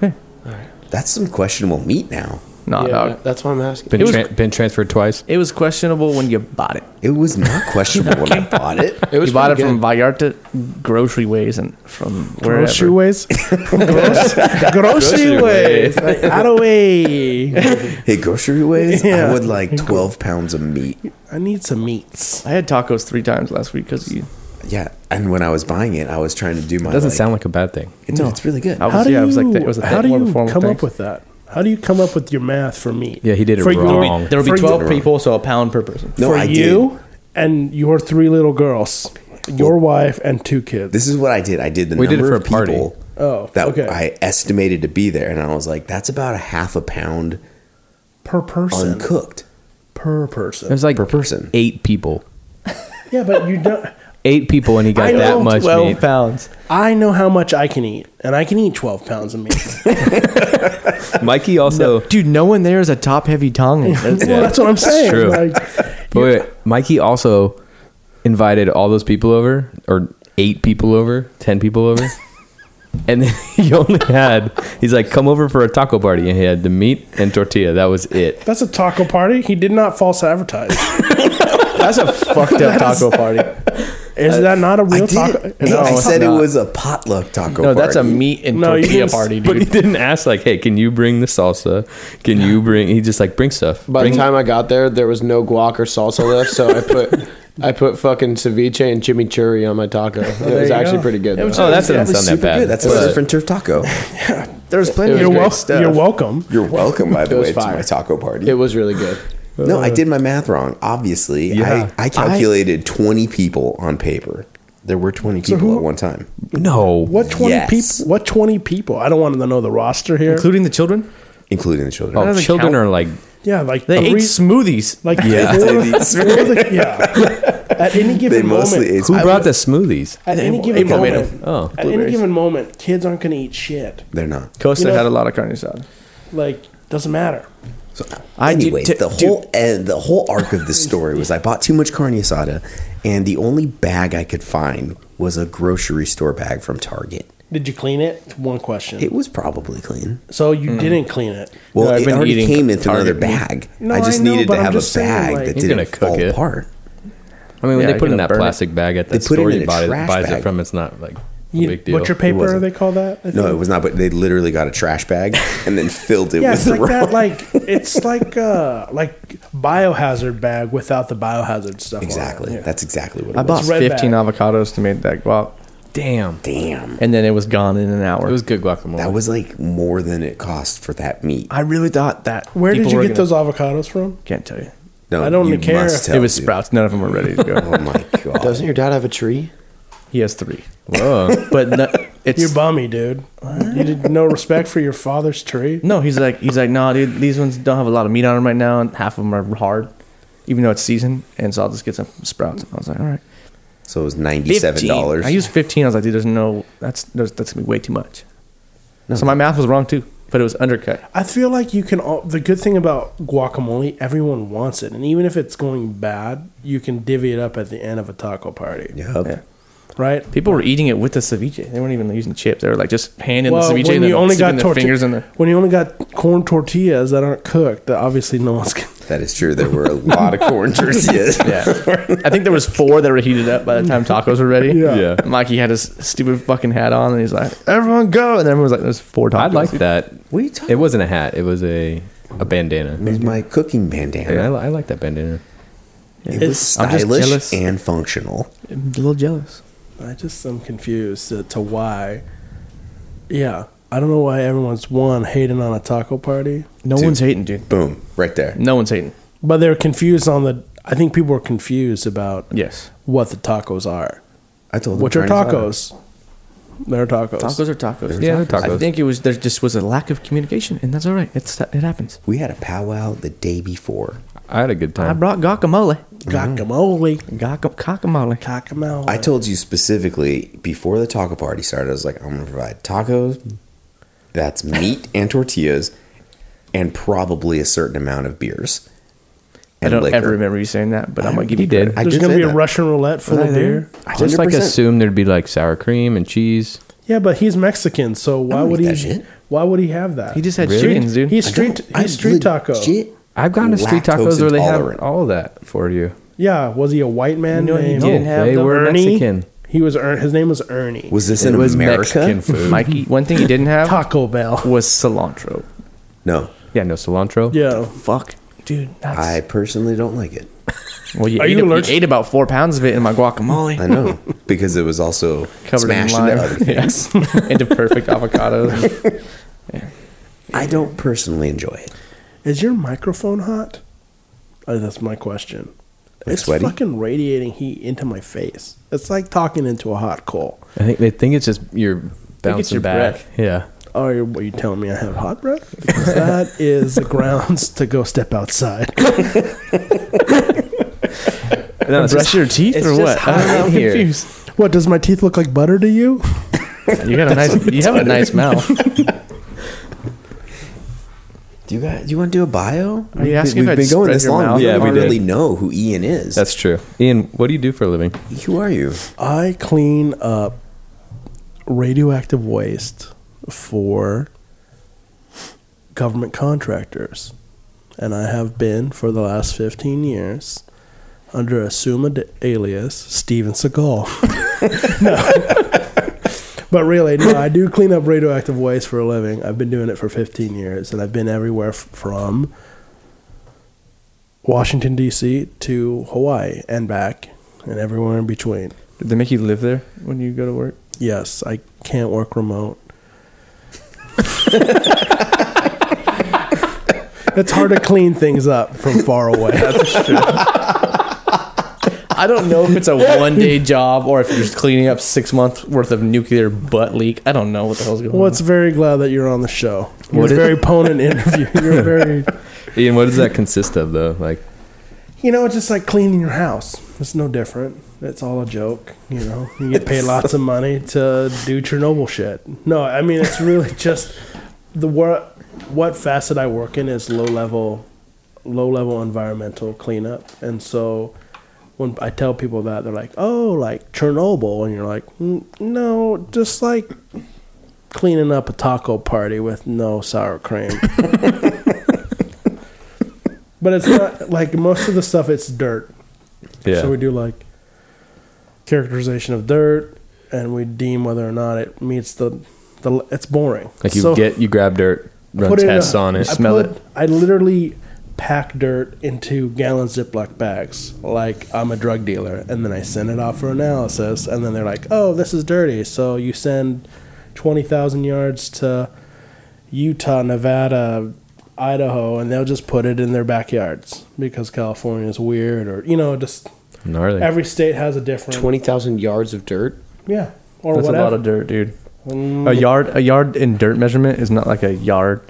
Speaker 3: me?
Speaker 1: That's some questionable meat now.
Speaker 4: Nah,
Speaker 3: yeah,
Speaker 4: Oh, dog.
Speaker 3: that's why I'm asking.
Speaker 2: Been
Speaker 4: It was-
Speaker 2: tra- been transferred twice.
Speaker 4: It was questionable when you bought it.
Speaker 1: It was not questionable when I bought it.
Speaker 3: It was
Speaker 4: you bought it
Speaker 3: pretty
Speaker 4: from
Speaker 3: good.
Speaker 4: Vallarta Grocery Ways and from wherever.
Speaker 5: grocery ways?
Speaker 3: [LAUGHS]
Speaker 5: grocery, grocery ways. Like, out of
Speaker 4: [LAUGHS]
Speaker 5: way.
Speaker 1: Hey, grocery ways,
Speaker 5: Yeah.
Speaker 1: I would like 12 pounds of meat.
Speaker 5: I need some meats.
Speaker 4: I had tacos three times last week because you.
Speaker 1: Yeah. And when I was buying it, I was trying to do my.
Speaker 2: It doesn't
Speaker 1: like-
Speaker 2: sound like a bad thing.
Speaker 1: It's, it's really good.
Speaker 4: I was,
Speaker 5: How do
Speaker 4: yeah,
Speaker 5: you?
Speaker 4: it was like that. It was a
Speaker 5: how
Speaker 4: thing,
Speaker 5: do
Speaker 4: more of
Speaker 5: you
Speaker 4: a
Speaker 5: come
Speaker 4: formal
Speaker 5: up with that? How do you come up with your math for meat?
Speaker 2: Yeah, he did it
Speaker 5: for
Speaker 2: wrong.
Speaker 5: Your,
Speaker 4: There will
Speaker 5: for
Speaker 4: be twelve
Speaker 5: you,
Speaker 4: people, so a pound per person.
Speaker 1: No,
Speaker 5: for
Speaker 1: I did.
Speaker 5: you and your three little girls, your wife and two kids.
Speaker 1: This is what I did. I did the
Speaker 2: We did it
Speaker 1: number
Speaker 2: for
Speaker 1: of
Speaker 2: a party.
Speaker 1: people
Speaker 5: Oh,
Speaker 1: that
Speaker 5: okay.
Speaker 1: I estimated to be there, and I was like, "That's about a half a pound
Speaker 5: per person.
Speaker 1: uncooked
Speaker 5: per
Speaker 2: It
Speaker 5: person.
Speaker 2: was like
Speaker 1: per person."
Speaker 2: eight people.
Speaker 5: Yeah, but you don't.
Speaker 2: Eight people, and he got
Speaker 5: I
Speaker 2: that
Speaker 5: know,
Speaker 2: much
Speaker 4: Twelve [LAUGHS]
Speaker 2: meat.
Speaker 4: pounds.
Speaker 5: I know how much I can eat, and I can eat twelve pounds of meat.
Speaker 2: Mikey also.
Speaker 4: Dude, no one there is a top heavy tongue.
Speaker 5: well, that's what I'm saying.
Speaker 2: true.
Speaker 5: Like,
Speaker 2: But wait, wait, Mikey also invited all those people over, or eight people over, ten people
Speaker 4: [LAUGHS]
Speaker 2: over, and then [LAUGHS] he only had. He's like, "Come over for a taco party," and he had the meat and tortilla. That was it.
Speaker 5: that's a taco party. He did not
Speaker 1: [LAUGHS]
Speaker 5: false advertise.
Speaker 4: [LAUGHS] [LAUGHS] That's a fucked up taco party.
Speaker 5: Is that not a
Speaker 1: I
Speaker 5: real
Speaker 1: did.
Speaker 5: taco?
Speaker 1: Hey,
Speaker 5: No,
Speaker 1: I
Speaker 4: it's
Speaker 1: said
Speaker 4: not.
Speaker 1: it was a potluck taco.
Speaker 4: No, that's a
Speaker 1: party.
Speaker 4: meat and
Speaker 5: No, you
Speaker 4: tortilla
Speaker 5: didn't s-
Speaker 4: party,
Speaker 2: But he
Speaker 4: dude.
Speaker 2: didn't ask like, "Hey, can you bring the salsa? Can you bring?" He just like bring stuff.
Speaker 3: By
Speaker 2: Bring-
Speaker 3: the time I got there, there was no guac or salsa left, so I [LAUGHS] put I put fucking ceviche and chimichurri on my taco. it was
Speaker 5: you
Speaker 3: actually
Speaker 5: go.
Speaker 3: pretty good.
Speaker 5: It was
Speaker 3: though.
Speaker 2: oh, that
Speaker 1: That
Speaker 2: doesn't
Speaker 1: was
Speaker 2: sound that
Speaker 1: super
Speaker 2: bad.
Speaker 1: good. That's
Speaker 2: But-
Speaker 1: a different turf taco.
Speaker 4: There's plenty.
Speaker 3: It was
Speaker 5: you're,
Speaker 3: great
Speaker 5: wel-
Speaker 3: stuff.
Speaker 5: you're welcome.
Speaker 1: You're welcome, by the
Speaker 3: It was
Speaker 1: way, to
Speaker 3: fire.
Speaker 1: my taco party.
Speaker 3: It was really good.
Speaker 1: no,
Speaker 5: Uh,
Speaker 1: I did my math wrong. Obviously,
Speaker 2: Yeah.
Speaker 1: I, I calculated 20 people on paper. There were 20 people
Speaker 5: who-
Speaker 1: at one time.
Speaker 2: no.
Speaker 5: What twenty
Speaker 1: Yes.
Speaker 5: people? What twenty people? I don't want to know the roster here.
Speaker 4: Including the children?
Speaker 1: including the children.
Speaker 2: Oh,
Speaker 4: doesn't
Speaker 2: children
Speaker 4: count.
Speaker 2: are like
Speaker 5: yeah, like
Speaker 4: They ate
Speaker 5: three-
Speaker 4: smoothies.
Speaker 5: like
Speaker 2: Yeah.
Speaker 1: [LAUGHS]
Speaker 5: four, four of the- yeah. At any given
Speaker 1: they mostly
Speaker 5: moment,
Speaker 1: ate.
Speaker 2: who brought the smoothies?
Speaker 5: at any given
Speaker 4: April made
Speaker 5: moment,
Speaker 2: Oh.
Speaker 5: at any given moment, kids aren't going to eat shit.
Speaker 1: They're not.
Speaker 4: Costa
Speaker 5: You know-
Speaker 4: had a lot of carne asada.
Speaker 5: Like, doesn't matter.
Speaker 1: So,
Speaker 4: I did-
Speaker 1: anyway,
Speaker 4: t-
Speaker 1: the
Speaker 4: dude.
Speaker 1: whole and the whole arc of
Speaker 5: [LAUGHS]
Speaker 1: this story was I bought too much carne asada, and the only bag I could find was a grocery store bag from Target.
Speaker 5: Did you clean it? Mm-hmm. One question.
Speaker 1: It was probably clean.
Speaker 5: so you didn't clean it.
Speaker 1: Well,
Speaker 4: I've
Speaker 1: it
Speaker 4: been
Speaker 1: already
Speaker 4: eating
Speaker 1: came into another
Speaker 4: Target
Speaker 1: bag.
Speaker 5: No,
Speaker 1: I
Speaker 5: I
Speaker 1: just
Speaker 5: know,
Speaker 1: needed
Speaker 5: but
Speaker 1: to
Speaker 5: I'm
Speaker 1: have a bag
Speaker 5: just saying, like-
Speaker 1: that
Speaker 2: You're gonna
Speaker 1: didn't
Speaker 2: cook
Speaker 1: fall
Speaker 2: it.
Speaker 1: apart.
Speaker 2: I mean, when
Speaker 4: Yeah,
Speaker 2: they put it in
Speaker 4: you're
Speaker 2: that
Speaker 4: gonna burn
Speaker 2: plastic bag at the
Speaker 1: They put it
Speaker 2: store
Speaker 1: in
Speaker 2: you
Speaker 1: a
Speaker 2: buy it,
Speaker 1: trash
Speaker 2: buys it
Speaker 1: bag.
Speaker 2: from, it's not like a
Speaker 5: You-
Speaker 2: big deal.
Speaker 5: Butcher paper,
Speaker 1: wasn't.
Speaker 5: they call that? I
Speaker 1: No,
Speaker 5: think?
Speaker 1: it was not. But they literally got a trash
Speaker 5: [LAUGHS]
Speaker 1: bag and then filled it
Speaker 5: Yeah,
Speaker 1: with
Speaker 5: it's
Speaker 1: the
Speaker 5: like that.
Speaker 1: raw.
Speaker 5: [LAUGHS] Like it's like uh like biohazard bag without the biohazard stuff. on it.
Speaker 1: exactly.
Speaker 5: Yeah.
Speaker 1: That's exactly what it
Speaker 4: I
Speaker 1: was.
Speaker 4: bought
Speaker 5: red
Speaker 4: 15 avocados to make that guac,
Speaker 2: Damn,
Speaker 1: Damn,
Speaker 4: and then it was gone in an hour.
Speaker 2: it was good guacamole.
Speaker 1: that was like more than it cost for that meat.
Speaker 4: I really thought that.
Speaker 5: Where
Speaker 4: people
Speaker 5: did you
Speaker 4: were
Speaker 5: get
Speaker 4: gonna-
Speaker 5: those avocados from?
Speaker 4: Can't tell you.
Speaker 1: No,
Speaker 5: I don't
Speaker 1: you
Speaker 5: care
Speaker 1: must
Speaker 5: if-
Speaker 1: tell
Speaker 4: it was
Speaker 1: me.
Speaker 4: Sprouts. None of them were ready to go.
Speaker 1: Oh my god!
Speaker 3: Doesn't your dad have a tree?
Speaker 4: [LAUGHS] he has three,
Speaker 2: [LAUGHS] Whoa.
Speaker 4: but [LAUGHS] no, it's
Speaker 5: You're bummy, dude. You did [LAUGHS] no respect for your father's tree.
Speaker 4: no. He's like he's like no, dude. These ones don't have a lot of meat on them right now, and half of them are hard, even though it's seasoned. And so I'll just get some Sprouts. And I was like, all right,
Speaker 1: So it was ninety-seven dollars.
Speaker 4: I used fifteen. I was like, dude, there's no that's there's, that's gonna be way too much. So my math was wrong too, but it was undercut.
Speaker 5: I feel like you can. All, the good thing about guacamole, everyone wants it, and even if it's going bad, you can divvy it up at the end of a taco party,
Speaker 1: Yep.
Speaker 4: Yeah.
Speaker 5: right?
Speaker 4: People were eating it with the ceviche. They weren't even using chips. They were like just handing
Speaker 5: Well,
Speaker 4: the ceviche
Speaker 5: when
Speaker 4: and then
Speaker 5: you only got
Speaker 4: their
Speaker 5: torti-
Speaker 4: fingers in there.
Speaker 5: when you only got corn tortillas that aren't cooked, that obviously no one's. Gonna, [LAUGHS]
Speaker 1: That is true. There
Speaker 4: [LAUGHS]
Speaker 1: were a lot of corn tortillas. [LAUGHS]
Speaker 4: Yeah. I think there was four that were heated up by the time tacos were ready.
Speaker 5: Yeah.
Speaker 2: Yeah.
Speaker 4: Mikey had his stupid fucking hat on and he's like, everyone go. And everyone was like, there's four tacos.
Speaker 2: I like that.
Speaker 1: What are you talking?
Speaker 2: It wasn't a hat. It was a a bandana.
Speaker 1: It was my cooking bandana.
Speaker 2: And I, li- I like that bandana.
Speaker 1: It was
Speaker 4: I'm just jealous.
Speaker 1: stylish and functional.
Speaker 4: I'm a little jealous.
Speaker 5: I just am confused to, to why. Yeah, I don't know why everyone's one hating on a taco party,
Speaker 4: No
Speaker 1: Dude.
Speaker 4: one's hating, dude.
Speaker 1: Boom, right there.
Speaker 4: No one's hating.
Speaker 5: but they're confused on the. I think people are confused about
Speaker 4: Yes.
Speaker 5: what the tacos are.
Speaker 1: I told them
Speaker 5: Which are
Speaker 1: carne asada.
Speaker 5: tacos? They're tacos.
Speaker 4: Tacos are tacos.
Speaker 2: Yeah, they're tacos.
Speaker 4: I think it was there just was a lack of communication, and that's all right. It's it happens.
Speaker 1: We had a powwow the day before.
Speaker 2: I had a good
Speaker 4: I
Speaker 2: time.
Speaker 4: brought guacamole.
Speaker 5: Guacamole.
Speaker 4: Guaca- guacamole.
Speaker 5: Guacamole.
Speaker 1: Mm-hmm. I told you specifically before the taco party started, I was like, I'm going to provide tacos, that's meat and tortillas, and probably a certain amount of beers.
Speaker 4: I
Speaker 1: and
Speaker 4: don't
Speaker 1: liquor.
Speaker 4: ever remember you saying that, but I'm gonna give
Speaker 2: He
Speaker 4: you
Speaker 2: did.
Speaker 4: credit.
Speaker 1: I
Speaker 5: There's
Speaker 1: did
Speaker 5: gonna
Speaker 1: say
Speaker 5: be a
Speaker 1: that.
Speaker 5: Russian roulette full of beer.
Speaker 2: I just like
Speaker 1: 100%.
Speaker 2: assumed there'd be like sour cream and cheese.
Speaker 5: Yeah, but he's Mexican, so why
Speaker 1: don't
Speaker 5: would
Speaker 1: eat
Speaker 5: he?
Speaker 1: Oh, that shit.
Speaker 5: Why would he have that?
Speaker 4: He just had
Speaker 2: Really?
Speaker 4: chickens, dude.
Speaker 5: He's
Speaker 1: I
Speaker 5: street.
Speaker 1: don't- I'm
Speaker 5: He's street taco.
Speaker 1: legit
Speaker 2: I've gone to street tacos
Speaker 1: lactose
Speaker 2: where they have
Speaker 1: intolerant.
Speaker 2: all of that for you.
Speaker 5: Yeah, was he a white man?
Speaker 4: No, he
Speaker 5: named
Speaker 4: didn't
Speaker 2: No,
Speaker 4: have
Speaker 2: they
Speaker 4: the
Speaker 2: were
Speaker 5: Ernie?
Speaker 2: Mexican.
Speaker 5: He was Ern- his name was Ernie.
Speaker 1: Was this
Speaker 2: It
Speaker 1: in
Speaker 2: was
Speaker 1: America?
Speaker 2: Mexican food.
Speaker 4: Mikey. One thing he didn't have
Speaker 5: Taco Bell?
Speaker 4: was cilantro.
Speaker 1: No,
Speaker 2: Yeah, no cilantro.
Speaker 5: [LAUGHS] Yeah,
Speaker 4: Fuck, dude. That's,
Speaker 1: I personally don't like it.
Speaker 4: well, you,
Speaker 5: Are
Speaker 4: ate,
Speaker 5: you
Speaker 4: you
Speaker 5: allergic-
Speaker 4: ate about four pounds of it in my guacamole.
Speaker 1: I know because it was also
Speaker 4: covered
Speaker 1: smashed
Speaker 4: in lime.
Speaker 1: into other things.
Speaker 4: [LAUGHS] Yeah. into perfect avocados.
Speaker 1: I don't personally enjoy it.
Speaker 5: is your microphone hot? Oh, that's my question.
Speaker 1: Like
Speaker 5: it's
Speaker 1: sweaty?
Speaker 5: fucking radiating heat into my face. It's like talking into a hot coal.
Speaker 2: I think they think it's just you're bouncing
Speaker 4: your
Speaker 2: back.
Speaker 4: breath.
Speaker 2: Yeah.
Speaker 5: Oh, you're, what, you telling me I have hot breath?
Speaker 4: [LAUGHS]
Speaker 5: that is the grounds to go step outside.
Speaker 2: [LAUGHS] No,
Speaker 4: Brush your teeth
Speaker 2: it's
Speaker 4: or
Speaker 2: just
Speaker 4: what?
Speaker 2: hot
Speaker 4: I don't
Speaker 2: in
Speaker 4: know.
Speaker 2: here.
Speaker 4: Confused.
Speaker 5: What does my teeth look like butter to you?
Speaker 4: You got a nice. You have a nice mouth.
Speaker 2: [LAUGHS]
Speaker 1: Do you guys? Do you want to do a bio?
Speaker 4: Are you asking
Speaker 1: we've
Speaker 4: if I'd
Speaker 1: been going
Speaker 4: spread
Speaker 1: this
Speaker 4: your
Speaker 1: long.
Speaker 4: mouth
Speaker 1: We
Speaker 2: Yeah,
Speaker 1: don't
Speaker 2: we did.
Speaker 1: really know who Ian is.
Speaker 2: That's true. Ian, what do you do for a living?
Speaker 1: who are you?
Speaker 5: I clean up radioactive waste for government contractors. And I have been for the last 15 years under assumed alias Steven Seagal. [LAUGHS] no. But really, no, I do clean up radioactive waste for a living. I've been doing it for 15 years, and I've been everywhere f- from Washington, D.C. to Hawaii and back, and everywhere in between.
Speaker 4: Did they make you live there when you go to work?
Speaker 5: Yes, I can't work remote. it's hard to clean things up from far away.
Speaker 4: I don't know if it's a one day job or if you're just cleaning up six months worth of nuclear butt leak. I don't know what the hell's going
Speaker 5: well, it's very glad that you're on the show. You're
Speaker 2: What
Speaker 5: a
Speaker 2: is-
Speaker 5: very potent interview. You're a very,
Speaker 2: Ian, what does that consist of though? Like
Speaker 5: you know, it's just like cleaning your house. It's no different. It's all a joke. You know, you get paid lots of money to do Chernobyl shit. No, I mean it's really [LAUGHS] just the what what facet I work in is low level low level environmental cleanup, and so when I tell people that, they're like, "Oh, like Chernobyl," and you're like, "Mm, "No, just like cleaning up a taco party with no sour cream." but it's not like most of the stuff. It's dirt.
Speaker 2: yeah.
Speaker 5: So we do like characterization of dirt, and we deem whether or not it meets the the. It's boring.
Speaker 2: like you
Speaker 5: So-
Speaker 2: get you grab dirt, run
Speaker 5: put in
Speaker 2: tests
Speaker 5: a-
Speaker 2: on it.
Speaker 5: I
Speaker 4: Smell
Speaker 5: put-
Speaker 4: it.
Speaker 5: I literally pack dirt into gallon Ziploc bags like I'm a drug dealer, and then I send it off for analysis, and then they're like, "Oh, this is dirty," so you send twenty thousand yards to Utah, Nevada, Idaho, and they'll just put it in their backyards because California's weird, or you know, just
Speaker 2: Gnarly.
Speaker 5: every state has a different
Speaker 3: Twenty thousand yards of dirt.
Speaker 5: yeah or
Speaker 4: That's
Speaker 5: whatever.
Speaker 4: a lot of dirt, dude. A yard, a yard in dirt measurement is not like a yard.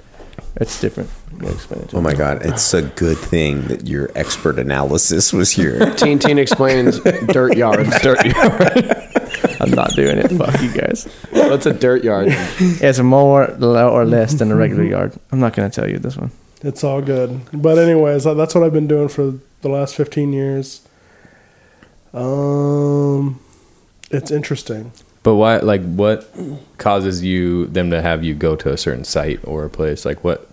Speaker 4: It's different. You gotta explain it to
Speaker 1: Oh
Speaker 4: him.
Speaker 1: my god! It's a good thing that your expert analysis was [LAUGHS] here.
Speaker 3: Teen Teen [LAUGHS] explains dirt yards. Dirt yard.
Speaker 4: I'm not doing it. Fuck you guys.
Speaker 3: What's a dirt yard?
Speaker 4: [LAUGHS] It's more lo- or less than a regular yard. I'm not gonna tell you this one.
Speaker 5: It's all good. But anyways, uh, that's what I've been doing for the last 15 years. Um it's interesting.
Speaker 2: But why? Like, what causes you them to have you go to a certain site or a place? Like, what?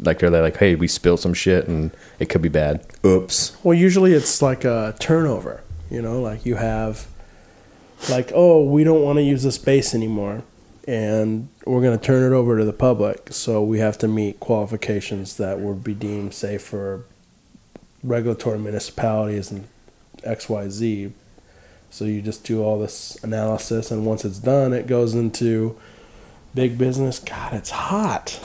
Speaker 2: Like, are they like, hey, we spilled some shit and it could be bad?
Speaker 1: Oops.
Speaker 5: Well, usually it's like a turnover, you know, like you have like oh, we don't want to use this space anymore and we're going to turn it over to the public, so we have to meet qualifications that would be deemed safe for regulatory municipalities and XYZ. So you just do all this analysis, and once it's done, it goes into big business. God, it's hot.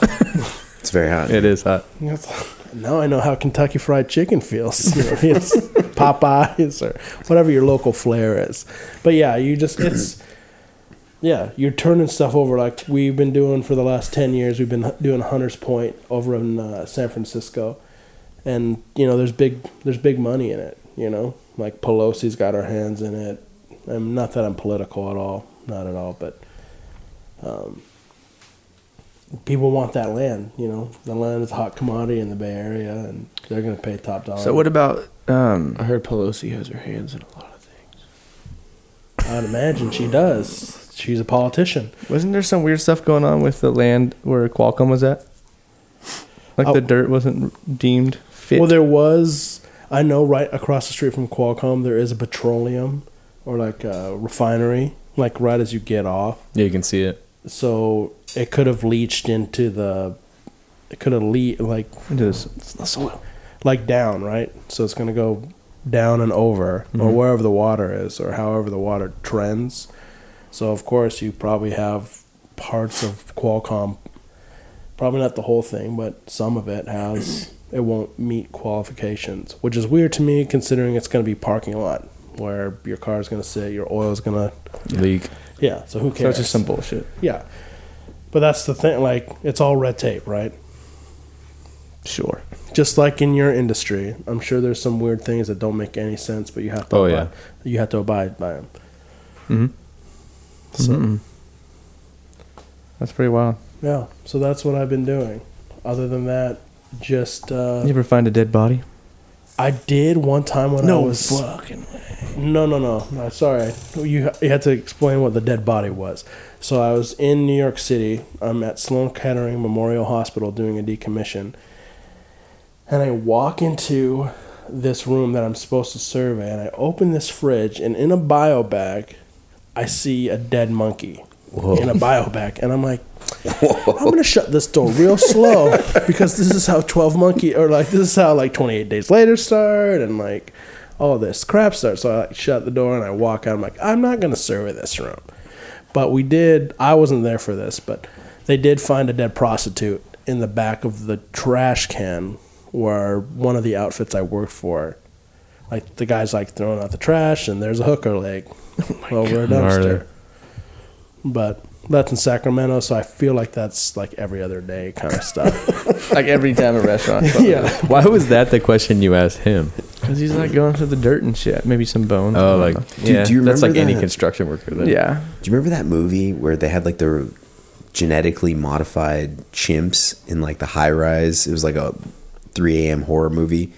Speaker 1: It's very hot.
Speaker 2: It is hot.
Speaker 5: It's- now I know how Kentucky Fried Chicken feels. [LAUGHS] You know, it's Popeyes or whatever your local flair is. But yeah, you just it's Yeah, you're turning stuff over like we've been doing for the last 10 years. We've been hu- doing Hunter's Point over in uh, San Francisco. And, you know, there's big there's big money in it, you know? Like Pelosi's got her hands in it. I'm not that I'm political at all, not at all, but um, people want that land, you know? The land is a hot commodity in the Bay Area and they're going to pay top dollar.
Speaker 4: So what about um,
Speaker 3: I heard Pelosi has her hands in a lot of things.
Speaker 5: I'd imagine she does. She's a politician.
Speaker 4: wasn't there some weird stuff going on with the land where Qualcomm was at? Like
Speaker 5: Oh.
Speaker 4: the dirt wasn't deemed fit.
Speaker 5: Well, there was. I know right across the street from Qualcomm, there is a petroleum or like a refinery, like right as you get off.
Speaker 2: Yeah, you can see it.
Speaker 5: So it could have leached into the. It could have leached like
Speaker 4: Into this-
Speaker 5: like down, right? So it's gonna go down and over, or
Speaker 4: Mm-hmm.
Speaker 5: wherever the water is, or however the water trends. So of course you probably have parts of Qualcomm, probably not the whole thing, but some of it has it won't meet qualifications, which is weird to me considering it's gonna be parking lot where your car is gonna sit, your oil is gonna
Speaker 2: Leak.
Speaker 5: yeah. So who cares?
Speaker 4: so it's just some bullshit.
Speaker 5: yeah. But that's the thing, like it's all red tape, right?
Speaker 4: Sure.
Speaker 5: just like in your industry, I'm sure there's some weird things that don't make any sense, but you have to
Speaker 2: Oh,
Speaker 5: abide,
Speaker 2: yeah.
Speaker 5: you have to abide by them.
Speaker 4: That's pretty wild.
Speaker 5: Yeah, so that's what I've been doing. Other than that, just uh,
Speaker 4: You ever find a dead body?
Speaker 5: I did one time when I was
Speaker 4: fucking way.
Speaker 5: no no no no sorry you you had to explain what the dead body was. So I was in New York City. I'm at Sloan Kettering Memorial Hospital doing a decommission, and I walk into this room that I'm supposed to survey, and I open this fridge, and in a bio bag, I see a dead monkey in a bio bag, and I'm like, I'm gonna shut this door real slow because this is how 12 monkey or like this is how like 28 days later start and like all this crap starts. So I like shut the door and I walk out. I'm like, I'm not gonna survey this room, but we did. I wasn't there for this, but they did find a dead prostitute in the back of the trash can where one of the outfits I worked for. Like the guy's like throwing out the trash, and there's a hooker leg over a dumpster
Speaker 2: Gnarly.
Speaker 5: but that's in Sacramento, so I feel like that's like every other day kind of stuff.
Speaker 4: like every time a [LAUGHS] restaurant.
Speaker 5: yeah,
Speaker 2: Why was that the question you asked him?
Speaker 4: Because he's like going through the dirt and shit. Maybe some bones.
Speaker 2: Oh, like yeah,
Speaker 1: do you
Speaker 2: that's like
Speaker 1: remember
Speaker 2: any
Speaker 1: that?
Speaker 2: construction worker. Then.
Speaker 4: yeah.
Speaker 1: Do you remember that movie where they had like the genetically modified chimps in like the high rise? It was like a 3 a.m. horror movie.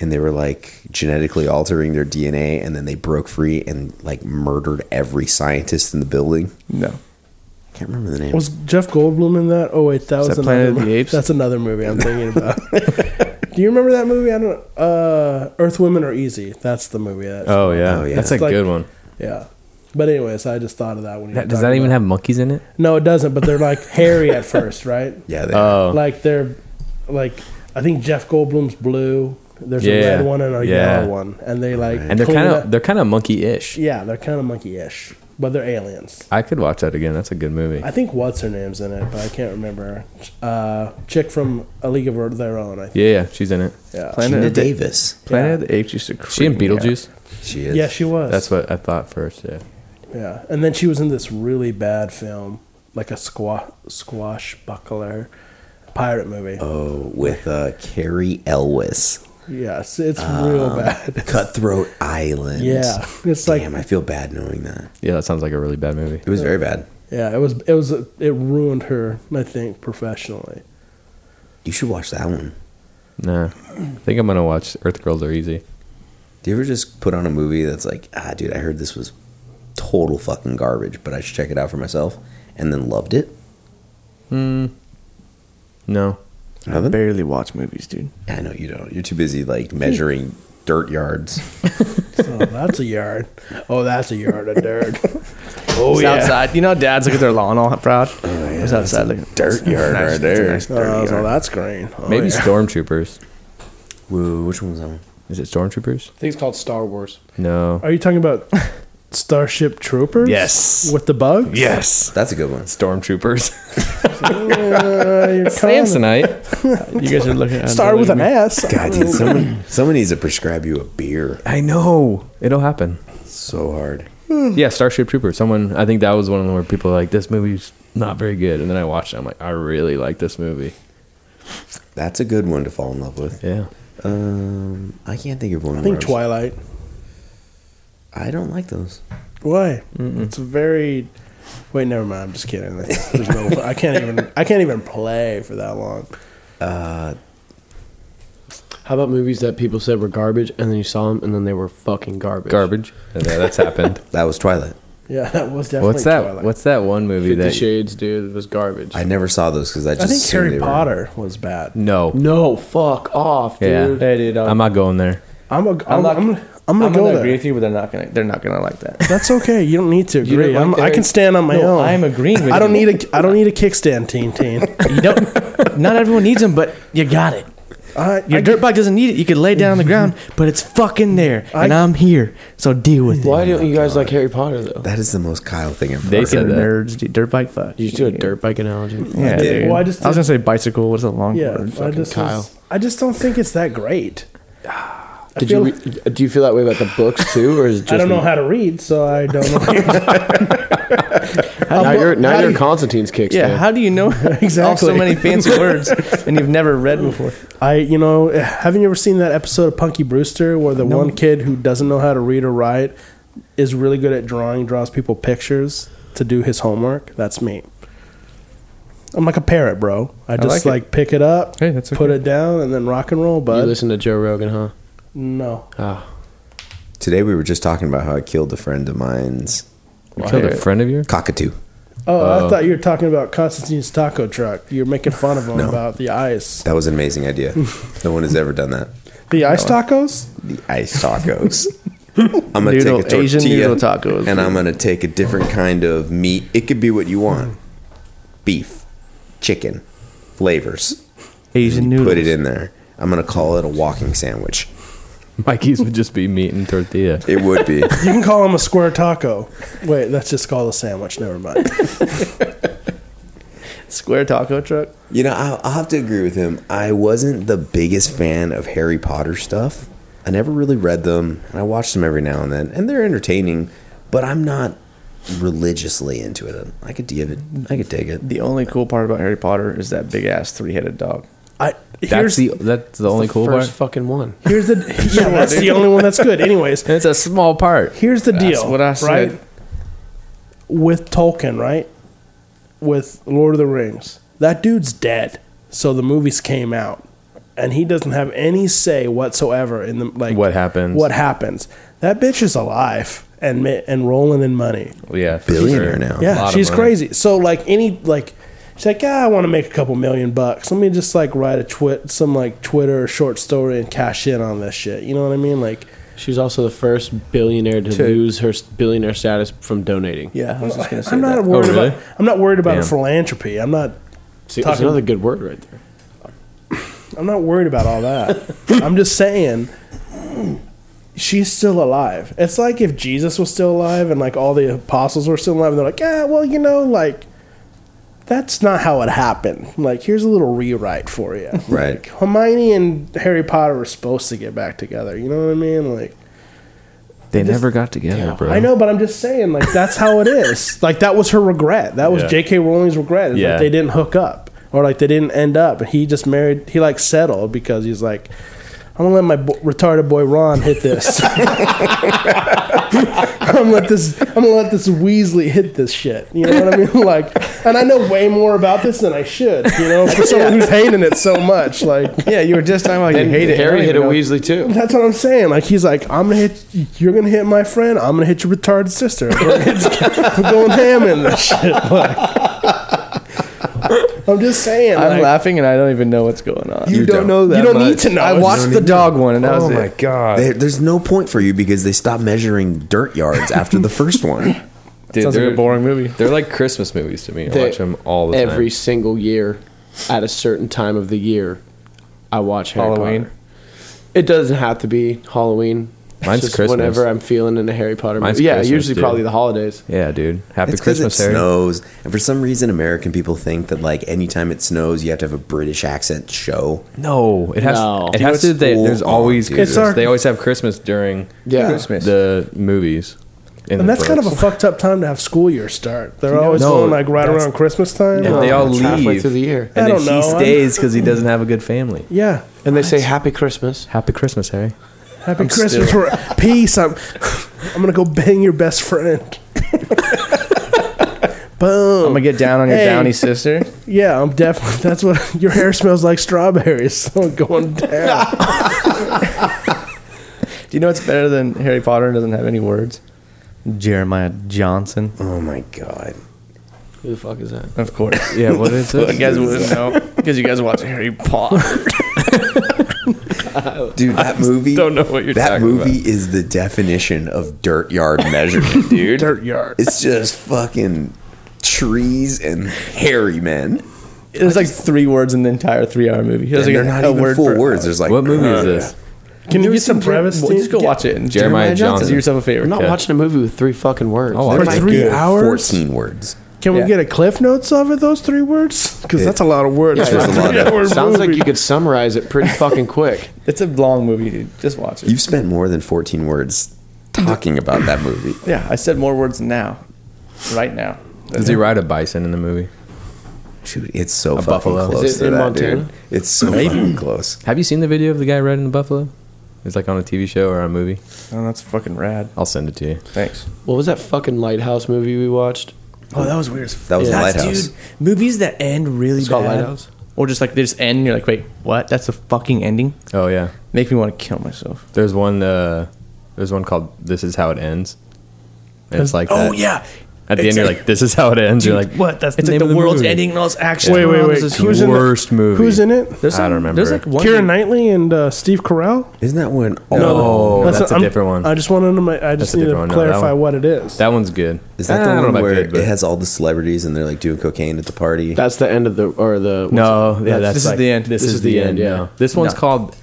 Speaker 1: And they were like genetically altering their DNA and then they broke free and like murdered every scientist in the building.
Speaker 4: No.
Speaker 1: Can't remember the name.
Speaker 5: [LAUGHS] was Jeff Goldblum in that? Oh wait, that was
Speaker 4: that
Speaker 5: another.
Speaker 4: Planet of the Apes?
Speaker 5: That's another movie I'm
Speaker 2: [LAUGHS]
Speaker 5: thinking about. Do you remember that movie? I don't. Uh, Earth Women Are Easy. That's the movie. That's,
Speaker 2: Oh yeah.
Speaker 1: Oh, yeah.
Speaker 2: That's a
Speaker 5: It's like-
Speaker 2: good one.
Speaker 5: Yeah. But anyways, I just thought of that when you were
Speaker 2: That, does
Speaker 5: talking
Speaker 2: that even
Speaker 5: about
Speaker 2: have monkeys in it?
Speaker 5: it. No, it doesn't. But they're like hairy at
Speaker 2: [LAUGHS]
Speaker 5: first, right?
Speaker 1: yeah, they,
Speaker 2: Oh,
Speaker 5: Like they're like I think Jeff Goldblum's blue. There's a
Speaker 2: Yeah.
Speaker 5: red one and a
Speaker 2: Yeah.
Speaker 5: yellow one, and they like
Speaker 2: and they're
Speaker 5: clean
Speaker 2: kind
Speaker 5: up-
Speaker 2: of they're kind of monkey-ish.
Speaker 5: yeah, they're kind of monkey-ish, but they're aliens.
Speaker 2: I could watch that again. That's a good movie.
Speaker 5: I think what's her name's in it, but I can't remember. Uh, chick from A League of Their Own. I think.
Speaker 2: yeah, yeah, she's in it.
Speaker 5: Yeah.
Speaker 4: Planet
Speaker 1: Gina
Speaker 4: of, the,
Speaker 1: Davis.
Speaker 4: Planet of the Apes used to creep
Speaker 2: She in
Speaker 4: me out.
Speaker 2: Beetlejuice.
Speaker 1: She is.
Speaker 5: Yeah, she was.
Speaker 2: That's what I thought first. Yeah.
Speaker 5: Yeah, and then she was in this really bad film, like a squash squash buckler pirate movie.
Speaker 1: Oh, with uh, Carrie Elwes.
Speaker 5: Yes, it's
Speaker 2: Ah, [LAUGHS]
Speaker 5: real bad.
Speaker 1: Cutthroat Island.
Speaker 5: Yeah, it's like
Speaker 1: Damn, I feel bad knowing that.
Speaker 2: Yeah, that sounds like a really bad movie.
Speaker 1: It was very bad.
Speaker 5: yeah, it was it was it ruined her, I
Speaker 2: [LAUGHS]
Speaker 5: think, professionally.
Speaker 1: You should watch that one.
Speaker 2: Nah. I think I'm gonna watch Earth Girls Are Easy.
Speaker 1: Do you ever just put on a movie that's like, ah, dude, I heard this was total fucking garbage, but I should check it out for myself, and then loved it?
Speaker 2: Hmm. No.
Speaker 4: I barely watch movies, dude.
Speaker 1: Yeah, I know you don't. You're too busy like measuring dirt yards.
Speaker 5: Oh, that's a yard. Oh, that's a yard of dirt.
Speaker 2: [LAUGHS]
Speaker 4: Oh, it's outside. You know, how dads look at their lawn all proud. it's outside looking.
Speaker 1: Dirt yard right there.
Speaker 5: Oh, so that's green. Oh,
Speaker 2: Maybe
Speaker 5: yeah.
Speaker 2: Stormtroopers.
Speaker 1: Whoa, which one was that one?
Speaker 2: Is it Stormtroopers?
Speaker 3: I think it's called Star Wars.
Speaker 2: No.
Speaker 5: Are you talking about
Speaker 2: [LAUGHS]
Speaker 5: Starship Troopers?
Speaker 2: Yes.
Speaker 5: With the bugs?
Speaker 2: Yes.
Speaker 1: That's a good one.
Speaker 2: Stormtroopers.
Speaker 5: Uh, you're calling
Speaker 2: [LAUGHS]
Speaker 5: it-
Speaker 2: Samsonite.
Speaker 4: You guys are looking.
Speaker 5: Start with an S. [LAUGHS]
Speaker 1: God, [LAUGHS] dude, someone someone needs to prescribe you a beer.
Speaker 2: I know. It'll happen.
Speaker 1: So hard.
Speaker 2: yeah, Starship Trooper. Someone, I think that was one of the where people were like this movie's not very good, and then I watched it. I'm like, I really like this movie.
Speaker 1: That's a good one to fall in love with.
Speaker 2: Yeah,
Speaker 1: Um, I can't think of one.
Speaker 5: I think Twilight.
Speaker 1: I don't like those.
Speaker 5: Why? It's a very. Wait, never mind. I'm just kidding. That's- there's no- [LAUGHS] I can't even. I can't even play for that long.
Speaker 3: How about movies that people said were garbage and then you saw them and then they were fucking garbage?
Speaker 2: garbage. Yeah, [LAUGHS] that's happened.
Speaker 1: That was Twilight.
Speaker 5: Yeah, that was definitely.
Speaker 2: What's that?
Speaker 5: Twilight.
Speaker 2: What's that one movie
Speaker 3: Fifty
Speaker 2: that?
Speaker 3: Shades, dude, was garbage.
Speaker 1: I never saw those because I just
Speaker 5: I think
Speaker 1: assumed
Speaker 5: Harry
Speaker 1: they were-
Speaker 5: Potter was bad.
Speaker 2: no.
Speaker 3: no, fuck off,
Speaker 2: Yeah.
Speaker 3: dude.
Speaker 4: Hey, dude, um,
Speaker 2: I'm not going there.
Speaker 5: I'm a. I'm, I'm,
Speaker 4: not-
Speaker 5: gonna- I'm gonna
Speaker 4: I'm
Speaker 5: go
Speaker 4: gonna
Speaker 5: there.
Speaker 4: agree with you, but they're not gonna. They're not gonna like that.
Speaker 5: That's okay. You don't need to
Speaker 3: You
Speaker 5: agree.
Speaker 3: don't like
Speaker 5: I'm, I
Speaker 3: their-
Speaker 5: can stand on my
Speaker 4: No,
Speaker 5: own.
Speaker 4: I'm agreeing with
Speaker 5: I don't
Speaker 4: you.
Speaker 5: need a. I don't need a kickstand, teen teen.
Speaker 4: You don't. not everyone needs them, but you got it.
Speaker 5: I,
Speaker 4: Your
Speaker 5: I-
Speaker 4: dirt bike doesn't need it. You could lay it down on the ground, but it's fucking there, and I'm here, so deal with it.
Speaker 3: Why don't you guys like Harry Potter though?
Speaker 1: That is the most Kyle thing I've
Speaker 2: They
Speaker 1: heard.
Speaker 2: said that.
Speaker 4: Nerds, dude, dirt bike, fuck.
Speaker 3: You just do a dirt bike analogy.
Speaker 4: Yeah,
Speaker 5: I did.
Speaker 4: dude.
Speaker 5: Well,
Speaker 4: I,
Speaker 5: I just
Speaker 4: was
Speaker 5: did-
Speaker 4: gonna say bicycle. What's a long
Speaker 5: yeah.
Speaker 4: word?
Speaker 5: I
Speaker 4: Fucking
Speaker 5: just.
Speaker 3: Kyle.
Speaker 5: I just don't think it's that great.
Speaker 3: Did
Speaker 5: feel-
Speaker 3: you re- do you feel that way about the books too, or is it
Speaker 5: [LAUGHS]
Speaker 3: just
Speaker 5: I don't know
Speaker 3: me?
Speaker 5: how to read, so I don't know.
Speaker 3: now you're now
Speaker 5: how do
Speaker 3: you're
Speaker 5: you-
Speaker 3: Constantine's kickstand.
Speaker 4: Yeah, how do you know all so
Speaker 5: Exactly.
Speaker 4: many fancy words and you've never read before?
Speaker 5: I, you know, haven't you ever seen that episode of Punky Brewster where the one kid who doesn't know how to read or write is really good at drawing, draws people pictures to do his homework? That's me. I'm like a parrot, bro. I
Speaker 4: like
Speaker 5: just
Speaker 4: it.
Speaker 5: like, pick it up,
Speaker 4: Hey, that's
Speaker 5: put
Speaker 4: okay.
Speaker 5: it down, and then rock and roll.
Speaker 3: you
Speaker 5: But
Speaker 3: listen to Joe Rogan, huh?
Speaker 5: no,
Speaker 3: Oh.
Speaker 1: Today we were just talking about how I killed a friend of mine's
Speaker 2: You killed a friend of yours.
Speaker 1: cockatoo.
Speaker 5: oh, I thought you were talking about Constantine's taco truck. You're making fun of him
Speaker 1: No.
Speaker 5: about the ice,
Speaker 1: That was an amazing
Speaker 5: [LAUGHS]
Speaker 1: idea. no one has ever done that.
Speaker 5: the ice tacos.
Speaker 1: The ice
Speaker 5: [LAUGHS]
Speaker 1: tacos. I'm gonna
Speaker 4: Noodle-
Speaker 1: take a tortilla
Speaker 4: Asian noodle tacos.
Speaker 1: and I'm gonna take a different kind of meat. It could be what you want: beef, chicken, flavors.
Speaker 4: Asian noodles.
Speaker 1: Put it in there. I'm gonna call it a walking sandwich.
Speaker 2: Mikey's would just be meat and tortilla.
Speaker 1: It would be.
Speaker 5: You can call him a square taco. Wait, that's just called a sandwich. Never mind.
Speaker 4: Square taco truck.
Speaker 1: You know, I'll, I'll have to agree with him. I wasn't the biggest fan of Harry Potter stuff. I never really read them, and I watched them every now and then, and they're entertaining. But I'm not religiously into it. I could give it. I could take it.
Speaker 4: The only cool part about Harry Potter is that big ass three headed dog.
Speaker 5: I,
Speaker 2: That's
Speaker 5: here's
Speaker 2: the that's the only cool part.
Speaker 3: First fucking one.
Speaker 5: Here's the [LAUGHS] yeah, that's the only one that's good. Anyways,
Speaker 2: And it's a small part.
Speaker 5: here's the deal.
Speaker 4: what I said.
Speaker 5: Right? With Tolkien, right? With Lord of the Rings, that dude's dead. So the movies came out, and he doesn't have any say whatsoever in the like
Speaker 2: What happens.
Speaker 5: What happens? That bitch is alive and ma- and rolling in money.
Speaker 2: Yeah, for
Speaker 1: Billionaire now.
Speaker 2: A lot
Speaker 5: Yeah,
Speaker 2: of
Speaker 5: she's
Speaker 2: money.
Speaker 5: crazy. So like any like. She's like, yeah, I want to make a couple million bucks. Let me just like write a twit, some like Twitter short story and cash in on this shit. You know what I mean? Like,
Speaker 3: [LAUGHS] She's also the first billionaire to lose her s- billionaire status from donating.
Speaker 4: Yeah, I was just gonna say
Speaker 5: I'm
Speaker 4: that.
Speaker 5: not worried
Speaker 2: Oh, really?
Speaker 5: about. I'm not worried about
Speaker 2: Damn.
Speaker 5: philanthropy. I'm not.
Speaker 3: See, that's
Speaker 5: Talking-
Speaker 3: another good word right there.
Speaker 5: I'm not worried about
Speaker 2: [LAUGHS]
Speaker 5: all that. I'm just saying, she's still alive. It's like if Jesus was still alive and like all the apostles were still alive. And they're like, yeah, well, you know, like that's not how it happened. Like, here's a little rewrite for you.
Speaker 1: Right.
Speaker 5: Like, Hermione and Harry Potter were supposed to get back together. You know what I mean? Like.
Speaker 2: They never got together, bro.
Speaker 5: I know, but I'm just saying, like that's how
Speaker 2: [LAUGHS]
Speaker 5: it is. Like that was her regret. That was
Speaker 2: Yeah.
Speaker 5: J.K. Rowling's regret. Is
Speaker 2: Yeah.
Speaker 5: Like they didn't hook up, or like they didn't end up. He just married. He like settled because he's like, I'm gonna let my bo- retarded boy Ron hit this. [LAUGHS] I'm gonna let this. I'm gonna let this Weasley hit this shit. You know what I mean? [LAUGHS] Like, and I know way more about this than I should. You know, for someone who's hating it so much, like.
Speaker 4: Yeah, you were just talking about you
Speaker 3: And
Speaker 4: hate it.
Speaker 3: Harry
Speaker 4: I don't
Speaker 3: hit a
Speaker 4: even know.
Speaker 3: Weasley too.
Speaker 5: That's what I'm saying. Like he's like, I'm gonna hit. You're gonna hit my friend. I'm gonna hit your retarded sister. [LAUGHS] We're going ham in this shit. Like, I'm just saying.
Speaker 4: I'm
Speaker 5: like,
Speaker 4: laughing and I don't even know what's going on.
Speaker 1: You don't know
Speaker 5: You don't need to know.
Speaker 4: I watched the dog one and that was it.
Speaker 2: god.
Speaker 1: There, there's no point for you because they stopped measuring dirt yards after the first one.
Speaker 2: Dude,
Speaker 4: Sounds
Speaker 2: they're,
Speaker 4: like a boring movie.
Speaker 2: they're like Christmas movies to me. I watch them all the
Speaker 3: Every
Speaker 2: time.
Speaker 3: single year, at a certain time of the year, I watch Harry
Speaker 4: Halloween.
Speaker 3: Potter. It doesn't have to be Halloween. It's
Speaker 2: Mine's
Speaker 3: just
Speaker 2: Christmas.
Speaker 3: Whenever I'm feeling in a Harry Potter movie.
Speaker 2: Mine's
Speaker 3: yeah,
Speaker 2: Christmas,
Speaker 3: usually
Speaker 2: dude.
Speaker 3: probably the holidays.
Speaker 2: Yeah, dude. Happy
Speaker 1: It's because it
Speaker 2: Christmas, Harry.
Speaker 1: snows, and for some reason, American people think that like anytime it snows, you have to have a British accent show.
Speaker 2: No, it has.
Speaker 3: No.
Speaker 2: It has to.
Speaker 1: It's
Speaker 2: They, there's
Speaker 1: full
Speaker 2: always
Speaker 1: on, dude.
Speaker 2: Christmas.
Speaker 5: It's our-
Speaker 2: they always have Christmas during
Speaker 3: Yeah.
Speaker 4: Christmas.
Speaker 2: the movies. in
Speaker 5: And
Speaker 2: the
Speaker 5: that's kind of a
Speaker 2: Bronx.
Speaker 5: fucked up time to have school year start. They're always
Speaker 2: No,
Speaker 5: going like right
Speaker 2: that's-
Speaker 5: around Christmas time.
Speaker 2: And they all
Speaker 3: It's halfway
Speaker 2: leave.
Speaker 3: through the year.
Speaker 5: I
Speaker 2: and then
Speaker 5: don't
Speaker 2: he
Speaker 5: know.
Speaker 2: stays because he doesn't have a good family.
Speaker 5: yeah.
Speaker 3: And they say Happy Christmas.
Speaker 2: Happy Christmas, Harry.
Speaker 5: Happy Christmas. We're, [LAUGHS] peace. I'm, I'm going to go bang your best friend. Boom.
Speaker 4: I'm gonna get down on your
Speaker 5: Hey.
Speaker 4: downy sister.
Speaker 5: yeah, I'm definitely. That's what [LAUGHS] your hair smells like strawberries. [LAUGHS] So I'm going down.
Speaker 4: Do you know what's better than Harry Potter and doesn't have any words? Jeremiah Johnson,
Speaker 1: Oh my god.
Speaker 3: Who the fuck is that?
Speaker 4: of course.
Speaker 2: Yeah, what
Speaker 4: [LAUGHS]
Speaker 2: is
Speaker 4: you
Speaker 2: it?
Speaker 4: guys wouldn't know because you guys watch Harry Potter.
Speaker 1: Dude, that movie
Speaker 4: don't know what you're
Speaker 1: That
Speaker 4: talking
Speaker 1: movie is the definition of dirt yard measurement,
Speaker 4: [LAUGHS]
Speaker 1: dude. dirt yard. It's just fucking trees and hairy men.
Speaker 4: There's like three words in the entire three-hour movie. There's
Speaker 1: And
Speaker 4: like
Speaker 1: they're
Speaker 4: a-
Speaker 1: not
Speaker 4: a
Speaker 1: even
Speaker 4: word
Speaker 1: full
Speaker 4: for-
Speaker 1: words. There's like
Speaker 2: What movie
Speaker 1: uh,
Speaker 2: is this?
Speaker 5: Can you get some premise?
Speaker 4: Well, just go watch it. And
Speaker 2: Jeremiah Johnson.
Speaker 4: do yourself a favor.
Speaker 3: I'm not
Speaker 2: Okay.
Speaker 3: watching a movie with three fucking words.
Speaker 1: Oh,
Speaker 2: I'll watch
Speaker 5: For
Speaker 2: it.
Speaker 5: three
Speaker 1: good
Speaker 5: hours?
Speaker 1: Fourteen words.
Speaker 5: Can we
Speaker 4: Yeah.
Speaker 5: get a cliff notes of it? Those three words, because
Speaker 1: Yeah.
Speaker 5: that's a lot of words.
Speaker 1: Yeah,
Speaker 5: for
Speaker 1: that's a
Speaker 5: [LAUGHS]
Speaker 1: lot of-
Speaker 5: three-hour
Speaker 3: Sounds like
Speaker 5: movie.
Speaker 3: you could summarize it
Speaker 2: [LAUGHS]
Speaker 3: pretty fucking quick.
Speaker 4: It's a long movie, dude. Just watch it.
Speaker 1: You've spent more than fourteen words talking about that movie.
Speaker 4: yeah, I said more words now, right now.
Speaker 2: Does he ride a bison in the movie?
Speaker 1: Dude, it's so fucking
Speaker 2: buffalo. Is
Speaker 1: close
Speaker 3: it
Speaker 1: to
Speaker 3: in
Speaker 1: that,
Speaker 3: Montana?
Speaker 1: dude. It's so fucking close.
Speaker 2: Have you seen the video of the guy riding the buffalo? It's like on a TV show or a movie.
Speaker 4: Oh, that's fucking rad.
Speaker 2: I'll send it to you.
Speaker 4: Thanks.
Speaker 3: What was that fucking lighthouse movie we watched?
Speaker 4: Oh, that was weird. as
Speaker 1: That was
Speaker 3: Yeah.
Speaker 1: the
Speaker 3: That's-
Speaker 1: lighthouse.
Speaker 4: Dude, movies that end really
Speaker 3: It's
Speaker 4: bad,
Speaker 3: called Lighthouse?
Speaker 4: or just like they just end, and you're like, wait, what? That's a fucking ending.
Speaker 2: Oh yeah,
Speaker 4: Make me want to kill myself.
Speaker 2: there's one. Uh, there's one called "This Is How It Ends." And it's like
Speaker 4: Oh
Speaker 2: that.
Speaker 4: yeah,
Speaker 2: At the end, you're like, "This is how it ends." you're like,
Speaker 4: what? That's
Speaker 2: It's the
Speaker 4: like the,
Speaker 2: name of the
Speaker 4: world's
Speaker 2: movie.
Speaker 4: ending and all this action.
Speaker 5: Wait, wait,
Speaker 4: Oh,
Speaker 5: wait.
Speaker 4: this is-
Speaker 5: Who's
Speaker 2: the
Speaker 5: in the-
Speaker 2: worst movie.
Speaker 5: Who's in it?
Speaker 4: There's
Speaker 2: I don't
Speaker 4: some-
Speaker 2: remember.
Speaker 4: There's like one.
Speaker 5: Kira Knightley and uh, Steve Carell.
Speaker 1: Isn't that when? Oh,
Speaker 2: No. that's a
Speaker 5: I'm-
Speaker 2: different one.
Speaker 5: I just wanted to. ma- I just
Speaker 2: a
Speaker 5: need to
Speaker 2: different one. No, that
Speaker 5: clarify
Speaker 2: one-
Speaker 5: what it is.
Speaker 2: That one's good.
Speaker 1: is that
Speaker 2: Ah, I
Speaker 1: the
Speaker 2: don't know
Speaker 1: one
Speaker 2: about
Speaker 1: where
Speaker 2: good, but-
Speaker 1: it has all the celebrities and they're like doing cocaine at the party?
Speaker 3: That's the end of the or the what's
Speaker 2: No, yeah,
Speaker 4: That's-
Speaker 2: that's
Speaker 4: this is
Speaker 2: like-
Speaker 4: the end.
Speaker 2: This, is the end.
Speaker 3: yeah.
Speaker 2: no. this one's
Speaker 4: No.
Speaker 2: called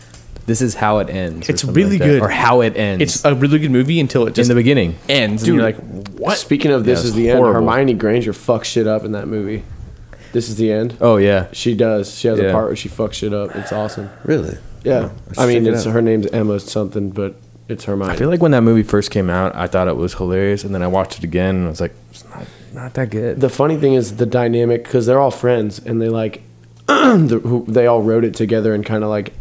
Speaker 2: "This Is How It Ends." or
Speaker 4: It's
Speaker 2: something
Speaker 4: really
Speaker 2: like that.
Speaker 4: good.
Speaker 2: or how it ends.
Speaker 4: It's a really good movie until it
Speaker 2: in
Speaker 4: just
Speaker 2: the beginning.
Speaker 4: ends, and you're like, what?
Speaker 3: Speaking of
Speaker 2: Yeah,
Speaker 3: this is
Speaker 2: it's
Speaker 3: the
Speaker 2: horrible.
Speaker 3: end. Hermione Granger fucks shit up in that movie. This is the end.
Speaker 2: Oh yeah,
Speaker 3: She does. She has
Speaker 2: Yeah.
Speaker 3: a part where she fucks shit up. It's awesome.
Speaker 1: really?
Speaker 3: Yeah.
Speaker 1: should
Speaker 3: I mean,
Speaker 1: check it
Speaker 3: it's
Speaker 1: out.
Speaker 3: her name's Emma something, but it's Hermione.
Speaker 2: I feel like when that movie first came out, I thought it was hilarious, and then I watched it again, and I was like, it's not, not that good.
Speaker 3: the funny thing is the dynamic because they're all friends and they like [CLEARS THROAT] the, who, they all wrote it together and kind of like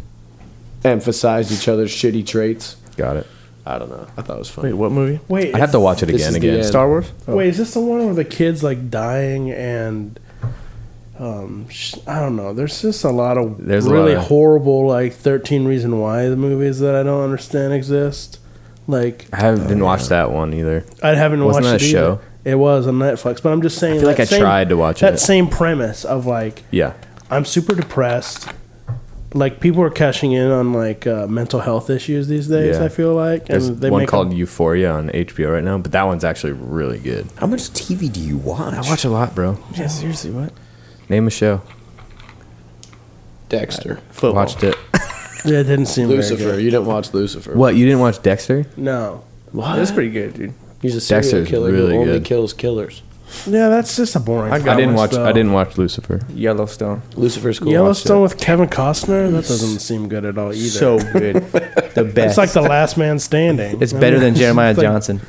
Speaker 3: emphasized each other's shitty traits.
Speaker 2: Got it.
Speaker 3: I don't know. I thought it was funny.
Speaker 4: Wait, what movie?
Speaker 5: wait,
Speaker 2: I'd have to Oh. watch it
Speaker 3: This
Speaker 2: again.
Speaker 3: is the
Speaker 2: Again,
Speaker 3: end.
Speaker 4: Star Wars.
Speaker 5: Wait, is this the one where the kids like dying and? Um, sh- I don't know. There's just a lot of
Speaker 2: There's a
Speaker 5: really
Speaker 2: lot of-
Speaker 5: horrible like 13 Reason Why the movies that I don't understand exist. Like
Speaker 2: I haven't
Speaker 4: Oh,
Speaker 2: didn't watch that one either.
Speaker 5: I haven't
Speaker 2: Wasn't
Speaker 5: watched
Speaker 2: that
Speaker 5: it
Speaker 2: a
Speaker 5: either.
Speaker 2: show?
Speaker 5: It was on Netflix, but I'm just saying.
Speaker 2: I feel like
Speaker 5: that
Speaker 2: I tried to watch
Speaker 5: that
Speaker 2: it.
Speaker 5: same premise of like
Speaker 2: Yeah,
Speaker 5: I'm super depressed. Like people are cashing in on like uh, mental health issues these days.
Speaker 2: Yeah.
Speaker 5: I feel like,
Speaker 2: there's
Speaker 5: and they
Speaker 2: one
Speaker 5: make
Speaker 2: called
Speaker 5: a,
Speaker 2: Euphoria on HBO right now, but that one's actually really good.
Speaker 1: How much TV do you watch?
Speaker 2: I watch a lot, bro.
Speaker 4: Yeah, seriously, what?
Speaker 2: Name a show.
Speaker 3: Dexter,
Speaker 4: Football.
Speaker 2: Watched it.
Speaker 5: yeah, it didn't seem Very
Speaker 3: Lucifer.
Speaker 5: good.
Speaker 3: You didn't watch Lucifer.
Speaker 2: What? You didn't watch Dexter?
Speaker 5: No,
Speaker 4: What? That's pretty good, dude.
Speaker 3: He's a serial
Speaker 2: Dexter's
Speaker 3: killer
Speaker 2: really
Speaker 3: who only
Speaker 2: good.
Speaker 3: kills killers.
Speaker 5: yeah, that's just a boring.
Speaker 4: I
Speaker 5: premise,
Speaker 4: got
Speaker 2: I didn't watch.
Speaker 5: though.
Speaker 2: I didn't watch Lucifer.
Speaker 4: Yellowstone.
Speaker 3: Lucifer's cool.
Speaker 5: Yellowstone with Kevin Costner. That doesn't seem good at all either.
Speaker 4: So good. the best.
Speaker 5: it's like the Last Man Standing.
Speaker 4: It's
Speaker 5: I
Speaker 4: better
Speaker 5: mean,
Speaker 4: than Jeremiah
Speaker 5: [LAUGHS] it's like-
Speaker 4: Johnson.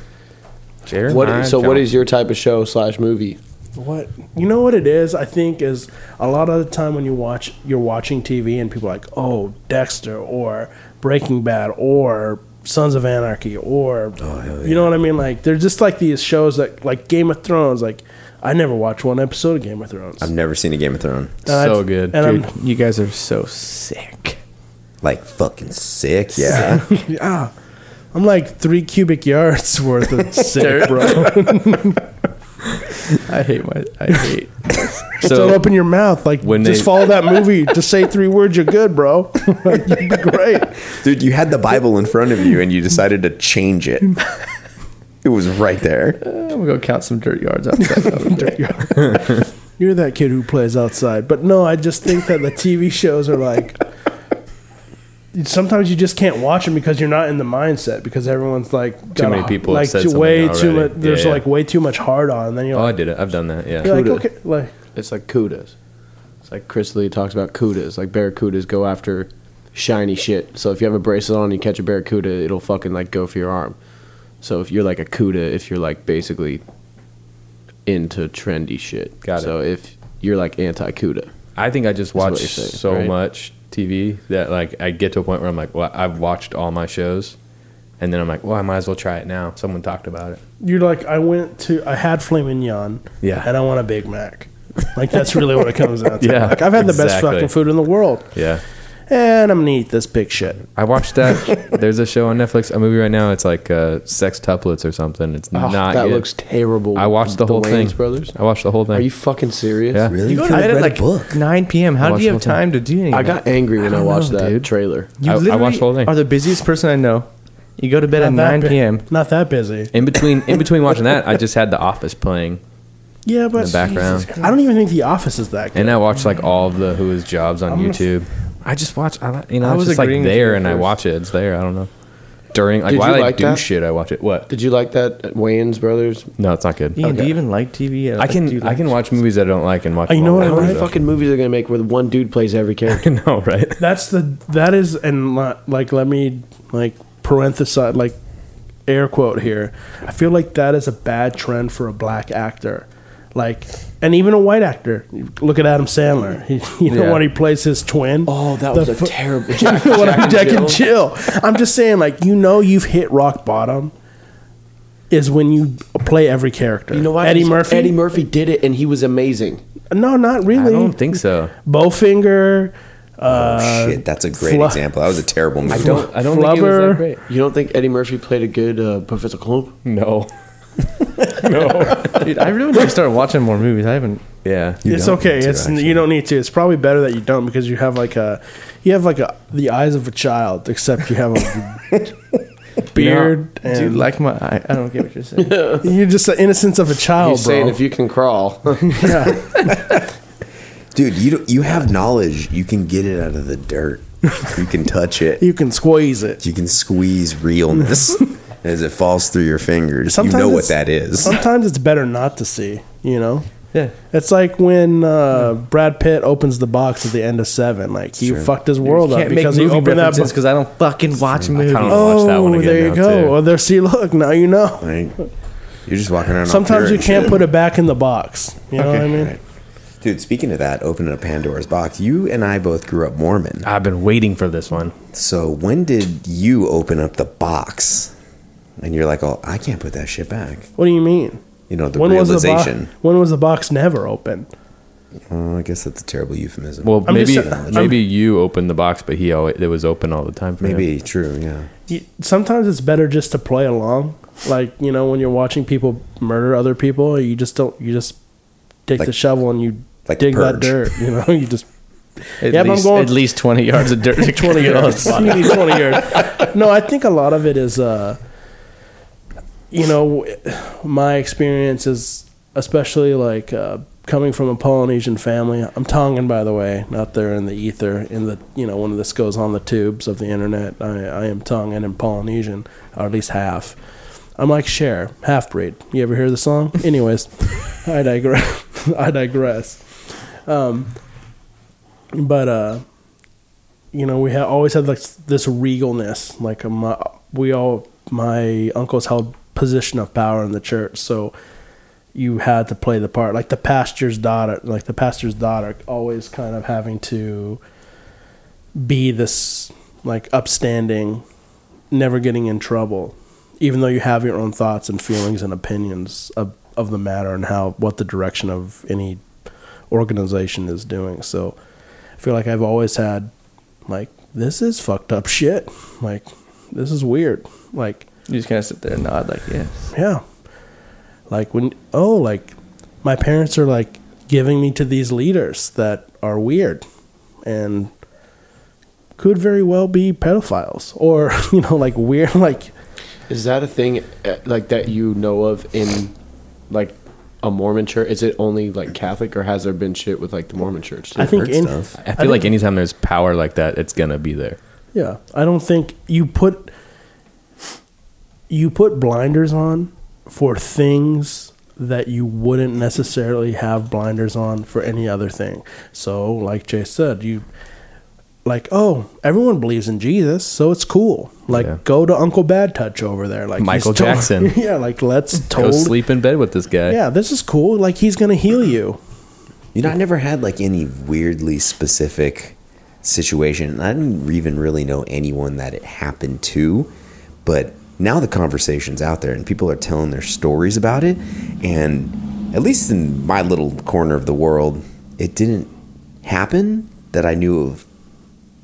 Speaker 2: Jeremiah
Speaker 3: What? so what
Speaker 2: Johnson.
Speaker 3: is your type of show slash movie?
Speaker 5: What you know? What it is, I think, is a lot of the time when you watch, you're watching TV, and people are like, "Oh, Dexter," or Breaking Bad, or Sons of Anarchy, or
Speaker 2: Oh,
Speaker 5: you know what I mean? Like they're just like these shows that, like Game of Thrones. Like I never watched one episode of Game of Thrones.
Speaker 1: I've never seen a Game of Thrones.
Speaker 5: And
Speaker 2: so
Speaker 5: I've-
Speaker 2: good,
Speaker 5: And
Speaker 4: Dude, you guys are so sick.
Speaker 1: Like fucking sick, yeah.
Speaker 5: I'm, [LAUGHS] yeah, I'm like three cubic yards [LAUGHS]
Speaker 2: [LAUGHS]
Speaker 5: worth of sick, bro.
Speaker 4: I hate my. I [LAUGHS] hate.
Speaker 5: Don't
Speaker 2: So
Speaker 5: open your mouth. Like
Speaker 2: When
Speaker 5: just
Speaker 2: they-
Speaker 5: follow that movie. just say three words. You're
Speaker 2: [LAUGHS]
Speaker 5: good, bro. like, you'd be great.
Speaker 1: [LAUGHS] Dude, you had the Bible in front of you and you decided to change it. It was right there.
Speaker 4: I'm gonna go count some dirt
Speaker 2: [LAUGHS]
Speaker 4: yards outside.
Speaker 5: You're that kid who plays outside. But no, I just think that the TV shows are like. Sometimes you just can't watch them because you're not in the mindset because everyone's like got
Speaker 2: many
Speaker 5: a-
Speaker 2: people have
Speaker 5: like
Speaker 2: said
Speaker 5: too,
Speaker 2: something
Speaker 5: way too much.
Speaker 2: already. Yeah,
Speaker 5: There's
Speaker 2: yeah.
Speaker 5: like way too much hard on. And then you're
Speaker 2: oh, I
Speaker 5: like,
Speaker 2: did it. I've done that. Yeah.
Speaker 5: you're like,
Speaker 3: Cuda.
Speaker 5: okay, like
Speaker 3: It's like kudas. It's like Chris Lee talks about kudas. Like barracudas go after shiny shit. So if you have a bracelet on and you catch a barracuda, it'll fucking like go for your arm. So if you're like a CUDA, if you're like basically into trendy shit.
Speaker 2: Got it.
Speaker 3: So if you're like anti CUDA.
Speaker 2: I think I just
Speaker 3: what
Speaker 2: watch
Speaker 3: you're saying,
Speaker 2: so
Speaker 3: right?
Speaker 2: much TV that like I get to a point where I'm like, well, I've watched all my shows, and then I'm like, well, I might as well try it now. Someone talked about it.
Speaker 5: You're like, I went to, I had filet mignon.
Speaker 2: Yeah.
Speaker 5: And I want a Big Mac. Like, that's really what it comes down to.
Speaker 2: [LAUGHS] Yeah,
Speaker 5: Like, I've had the best
Speaker 2: exactly.
Speaker 5: fucking food in the world.
Speaker 2: Yeah,
Speaker 5: And I'm going to eat this big shit.
Speaker 2: I watched
Speaker 3: [LAUGHS]
Speaker 2: that. There's a show on Netflix, a movie right now. It's like uh, Sex Tuplets or something. It's
Speaker 3: Oh,
Speaker 2: not.
Speaker 3: that
Speaker 2: good.
Speaker 3: looks terrible.
Speaker 2: I watched the, whole
Speaker 3: Wayans
Speaker 2: thing.
Speaker 3: Brothers.
Speaker 2: I watched the whole thing.
Speaker 3: Are you fucking serious?
Speaker 2: Yeah.
Speaker 1: Really?
Speaker 4: You go
Speaker 1: Could've
Speaker 4: to bed at
Speaker 1: read a
Speaker 4: like 9 p.m. How
Speaker 2: Watch
Speaker 4: do you
Speaker 2: the
Speaker 4: have
Speaker 2: whole thing.
Speaker 4: time to do anything?
Speaker 3: I got angry when I, watched that trailer.
Speaker 4: You
Speaker 2: I- I
Speaker 4: literally
Speaker 2: watched the whole thing.
Speaker 4: are the busiest person I know. You go to bed at
Speaker 5: Not that
Speaker 4: 9
Speaker 5: bu-
Speaker 4: p.m.
Speaker 5: Not that busy.
Speaker 2: in between in
Speaker 3: [LAUGHS]
Speaker 2: between watching that, I just had The Office playing
Speaker 5: Yeah,
Speaker 2: in
Speaker 5: but
Speaker 2: the background,
Speaker 5: I don't even think The Office is that good.
Speaker 2: and I watched like all of the Who Is Jobs on YouTube. I just watch. I li- you know,
Speaker 4: I
Speaker 2: I was
Speaker 4: was
Speaker 2: just like
Speaker 4: agreeing with you
Speaker 2: there,
Speaker 4: at
Speaker 2: and I
Speaker 4: first.
Speaker 2: watch it. It's there. I don't know. During like
Speaker 3: Did
Speaker 2: while
Speaker 3: you
Speaker 2: I
Speaker 3: like
Speaker 2: do
Speaker 3: that?
Speaker 2: shit, I watch it. What?
Speaker 3: Did you like that uh, Wayans Brothers?
Speaker 2: No, it's not good.
Speaker 4: Ian, do
Speaker 3: Okay.
Speaker 4: you even like TV?
Speaker 2: I can I can watch movies that I don't like and watch.
Speaker 5: Oh, you
Speaker 2: them
Speaker 5: know
Speaker 2: all
Speaker 5: what
Speaker 2: over
Speaker 5: I
Speaker 3: How many
Speaker 5: like?
Speaker 2: again.
Speaker 3: fucking movies are they gonna make where one dude plays every character?
Speaker 2: I know, [LAUGHS] right?
Speaker 5: That's the that is and li- like let me like parenthesize like air quote here. I feel like that is a bad trend for a black actor. Like and even a white actor. Look at Adam Sandler. He, [LAUGHS] you know
Speaker 2: Yeah.
Speaker 5: when he plays his twin.
Speaker 3: [LAUGHS] Oh, that
Speaker 5: The
Speaker 3: was a
Speaker 5: fu- [LAUGHS]
Speaker 3: terrible. [LAUGHS]
Speaker 5: You know what I'm Jack and chill. I'm just saying like you know you've hit rock bottom is when you play every character.
Speaker 3: You know why?
Speaker 5: Eddie
Speaker 3: Because
Speaker 5: Murphy?
Speaker 3: Eddie Murphy did it, and he was amazing.
Speaker 5: No, not really.
Speaker 2: I don't think so.
Speaker 5: Bowfinger. Uh,
Speaker 1: Oh, shit, that's a great
Speaker 5: fla-
Speaker 1: example. That was a terrible movie.
Speaker 2: I don't. I don't think it was
Speaker 5: Flubber.
Speaker 2: that great.
Speaker 3: You don't think Eddie Murphy played a good uh, Professor Clump?
Speaker 2: [LAUGHS] No.
Speaker 4: Dude, I really need to start watching more movies. I haven't.
Speaker 2: Yeah.
Speaker 5: it's okay. It's you don't need to. It's probably better that you don't because you have like a you have like a the eyes of a child, except you have a beard and
Speaker 4: Dude, like my. I, I don't get what you're saying.
Speaker 5: you're just the innocence of
Speaker 1: Oh,
Speaker 5: a child,
Speaker 3: He's
Speaker 5: bro.
Speaker 3: saying if you can crawl. [LAUGHS]
Speaker 1: Dude, you don't, you have knowledge. You can get it out of the dirt. You can touch it.
Speaker 5: [LAUGHS] you can squeeze it.
Speaker 1: You can squeeze realness as it falls through your fingers.
Speaker 5: Sometimes
Speaker 1: you know what
Speaker 5: it's-
Speaker 1: that is.
Speaker 5: Sometimes it's better not to see. You know,
Speaker 4: yeah.
Speaker 5: it's like when uh, Brad Pitt opens the box at the end of Seven. Like he fucked his world up
Speaker 4: Can't make
Speaker 5: because he
Speaker 4: movie
Speaker 5: opened that
Speaker 4: references
Speaker 5: box.
Speaker 4: because I don't fucking watch movies.
Speaker 2: kinda
Speaker 4: Oh,
Speaker 2: wanna watch
Speaker 5: Oh,
Speaker 2: that one again
Speaker 5: there you
Speaker 2: now,
Speaker 5: go.
Speaker 2: too.
Speaker 5: Well, there. See, look now you know.
Speaker 1: Like, you're just walking around. all
Speaker 5: Sometimes
Speaker 1: pure
Speaker 5: you
Speaker 1: and
Speaker 5: can't
Speaker 1: shit.
Speaker 5: put it back in the box. You know what I mean?
Speaker 1: Right. Dude, speaking of that, opening up Pandora's box, you and I both grew up Mormon.
Speaker 2: I've been waiting for this one.
Speaker 1: So when did you open up the box? And you're like, oh, I can't put that shit back.
Speaker 5: What do you mean?
Speaker 1: You know, the
Speaker 5: when was the
Speaker 1: realization.
Speaker 5: box? When was the box never open?
Speaker 1: Oh, I guess that's a terrible euphemism.
Speaker 2: Well,
Speaker 5: I'm
Speaker 2: maybe
Speaker 5: just sa- I'm-
Speaker 2: maybe you opened the box, but he always it was open all the time. For him.
Speaker 1: maybe true. Yeah.
Speaker 5: You- Sometimes it's better just to play along. Like you know, when you're watching people murder other people, you just don't. You just take
Speaker 1: Like-
Speaker 5: the shovel and you
Speaker 1: like
Speaker 5: dig that
Speaker 1: Purge.
Speaker 5: dirt. You know, [LAUGHS] you just
Speaker 4: at,
Speaker 5: Yeah, but I'm
Speaker 4: least,
Speaker 5: going-
Speaker 4: at least 20 yards [LAUGHS] of dirt. 20
Speaker 5: yards. You need 20 yards. No, I think a lot of it is, uh, you know, my experience is especially like uh, coming from a Polynesian family. I'm Tongan, by the way, not there in the ether. In the you know, when this goes on the tubes of the internet, I, I am Tongan and Polynesian, or at least half. I'm like Cher, half breed. You ever hear the song? Anyways, I digress. [LAUGHS] I digress. Um, but uh, you know, we ha- always had like this regalness. Like uh, my, we all, my uncles held position of power in the church, so you had to play the part. Like the pastor's daughter, like the pastor's daughter, always kind of having to be this like upstanding, never getting in trouble, even though you have your own thoughts and feelings and opinions of of the matter and how what the direction of any organization is doing. So I feel like I've always had like this is fucked up shit. Like this is weird. Like
Speaker 4: You just kind of sit there and nod, like, yeah.
Speaker 5: yeah. Like when oh like my parents are like giving me to these leaders that are weird and could very well be pedophiles or [LAUGHS] you know like weird [LAUGHS] like
Speaker 3: Is that a thing uh, like that you know of in like a Mormon church? Is it only like Catholic, or has there been shit with like the Mormon church? Too?
Speaker 5: I think
Speaker 1: heard
Speaker 5: in,
Speaker 1: stuff.
Speaker 2: I feel like anytime there's power like that, it's gonna be there.
Speaker 5: Yeah, I don't think you put you put blinders on for things that you wouldn't necessarily have blinders on for any other thing. So, like Jay said, you like, oh, everyone believes in Jesus, so it's cool. Like,
Speaker 2: Yeah.
Speaker 5: go to Uncle Bad Touch over there, like he's
Speaker 2: Michael
Speaker 5: to-
Speaker 2: Jackson.
Speaker 5: [LAUGHS] yeah, like let's
Speaker 2: Go
Speaker 5: totally.
Speaker 2: sleep in bed with this guy.
Speaker 5: Yeah, this is cool. Like he's gonna heal you.
Speaker 1: You know, I never had like any weirdly specific situation. I didn't even really know anyone that it happened to, but now the conversation's out there and people are telling their stories about it. And at least in my little corner of the world, it didn't happen that I knew of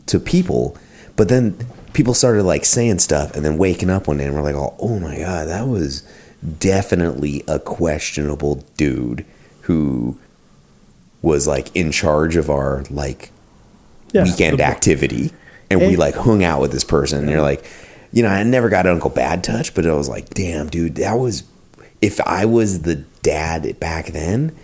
Speaker 1: to people. But then people started like saying stuff and then waking up one day and we're like, oh, oh my God, that was definitely a questionable dude who was like in charge of our like
Speaker 5: Yeah,
Speaker 1: weekend
Speaker 5: the-
Speaker 1: activity. And we
Speaker 5: And-
Speaker 1: like hung out with this person and you're like, you know, I never got Uncle Bad touch, but I was like, damn, dude, that was if I was the dad back then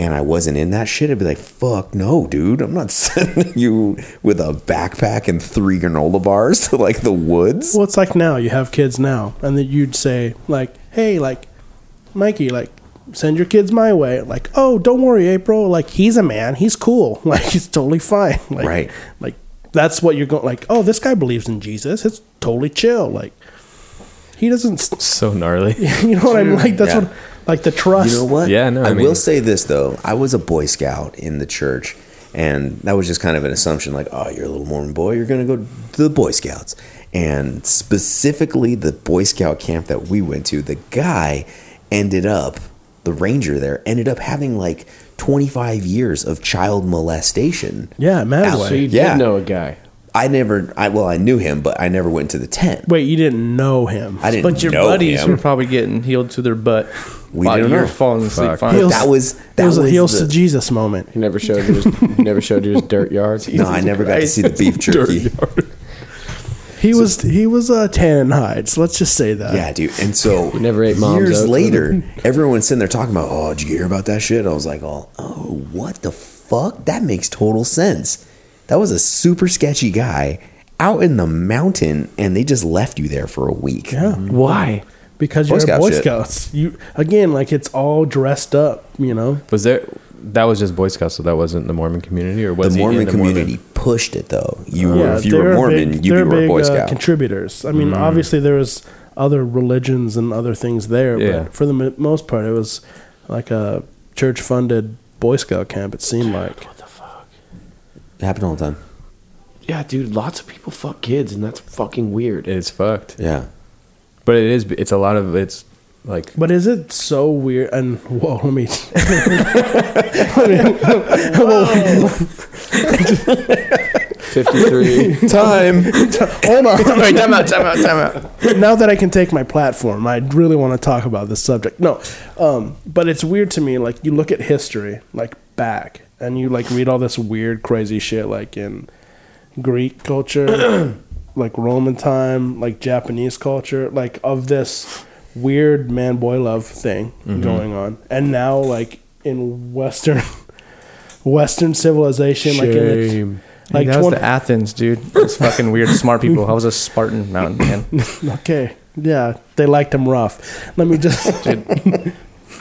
Speaker 1: and I wasn't in that shit, I'd be like, fuck no, dude. I'm not [LAUGHS] sending you with a backpack and three granola bars to like the woods.
Speaker 5: Well, it's like now you have kids now, and then you'd say like, "Hey, like, Mikey, like, send your kids my way." Like, "Oh, don't worry, April. Like, he's a man. He's cool. [LAUGHS] Like, he's totally fine." [LAUGHS] Like,
Speaker 1: Right.
Speaker 5: Like, that's what you're going. Like, oh, this guy believes in Jesus. It's totally chill. Like, he doesn't. s- [LAUGHS]
Speaker 2: So gnarly.
Speaker 5: You know what I mean? Like, that's
Speaker 1: Yeah.
Speaker 5: what. Like the trust.
Speaker 1: You know what?
Speaker 2: Yeah, no, I
Speaker 1: I,
Speaker 2: mean-
Speaker 1: will say this though. I was a Boy Scout in the church, and that was just kind of an assumption, like, oh, you're a little Mormon boy, you're gonna go to the Boy Scouts, and specifically the Boy Scout camp that we went to. The guy ended up, the ranger there ended up having like 25 years of child molestation.
Speaker 5: Yeah, mad
Speaker 1: Out-
Speaker 5: way.
Speaker 3: So you
Speaker 1: Yeah.
Speaker 3: did know a guy.
Speaker 1: I never. I well, I knew him, but I never went to the tent.
Speaker 5: Wait, you didn't know him.
Speaker 1: I didn't.
Speaker 4: But your
Speaker 1: know
Speaker 4: buddies
Speaker 1: him.
Speaker 4: were probably getting healed to their butt.
Speaker 1: We
Speaker 4: while
Speaker 1: don't
Speaker 4: you're
Speaker 1: know.
Speaker 4: falling asleep.
Speaker 2: Fuck.
Speaker 4: Fine.
Speaker 5: Heels-
Speaker 1: that was- that
Speaker 5: it was,
Speaker 1: was
Speaker 5: a heels
Speaker 1: the-
Speaker 5: to Jesus moment.
Speaker 3: He never showed you his, [LAUGHS] never showed you his dirt yard.
Speaker 1: No, I never got to see the
Speaker 4: [LAUGHS]
Speaker 1: beef jerky.
Speaker 5: He was he was uh, tan and hides. Let's just say that.
Speaker 1: Yeah, dude. And so
Speaker 3: never ate mom's
Speaker 1: years
Speaker 3: oats.
Speaker 1: later, everyone's sitting there talking about, oh, did you hear about that shit? I was like, oh, oh, what the fuck? That makes total sense. That was a super sketchy guy out in the mountain, and they just left you there for a week.
Speaker 5: Yeah.
Speaker 4: Why?
Speaker 5: because
Speaker 1: Boy
Speaker 5: you're
Speaker 1: Scout
Speaker 5: a Boy
Speaker 1: shit.
Speaker 5: Scouts. You again, like it's all dressed up, you know.
Speaker 2: Was there? That was just Boy Scouts, so that wasn't the Mormon community, or
Speaker 1: The
Speaker 2: was he in
Speaker 1: Mormon community
Speaker 2: Mormon?
Speaker 1: pushed it though. You were, Uh, if you were
Speaker 5: they're
Speaker 1: Mormon,
Speaker 5: big-
Speaker 1: you
Speaker 5: they're
Speaker 1: were a Boy
Speaker 5: big, uh,
Speaker 1: Scout. Mm.
Speaker 5: contributors. I mean, obviously there was other religions and other things there,
Speaker 2: Yeah.
Speaker 5: but for the mo- most part, it was like a church-funded Boy Scout camp. It seemed like.
Speaker 1: It happened all the time.
Speaker 3: Yeah, dude, lots of people fuck kids, and that's fucking weird.
Speaker 2: It's fucked,
Speaker 1: Yeah.
Speaker 2: but it is. It's a lot of. It's like
Speaker 5: But is it so weird? And [LAUGHS] whoa, let me. let me-
Speaker 1: [LAUGHS]
Speaker 3: Fifty three.
Speaker 1: Time.
Speaker 5: hold
Speaker 4: [LAUGHS]
Speaker 5: on.
Speaker 4: Wait, time out, time out, time out.
Speaker 5: now that I can take my platform, I really want to talk about this subject. No, um, but it's weird to me. Like you look at history, like back, and you like read all this weird, crazy shit, like in Greek
Speaker 4: [CLEARS THROAT]
Speaker 5: culture, like Roman time, like Japanese culture, like of this weird man boy love thing
Speaker 4: Mm-hmm.
Speaker 5: going on, and now like in Western [LAUGHS] Western civilization, like in
Speaker 3: Shame.
Speaker 5: the, like
Speaker 4: that was
Speaker 5: twen-
Speaker 4: the Athens, dude. It's fucking weird. Smart people. I was a Spartan mountain [LAUGHS] man.
Speaker 5: okay, yeah, they liked him rough. Let me just, [LAUGHS]
Speaker 4: Gotta do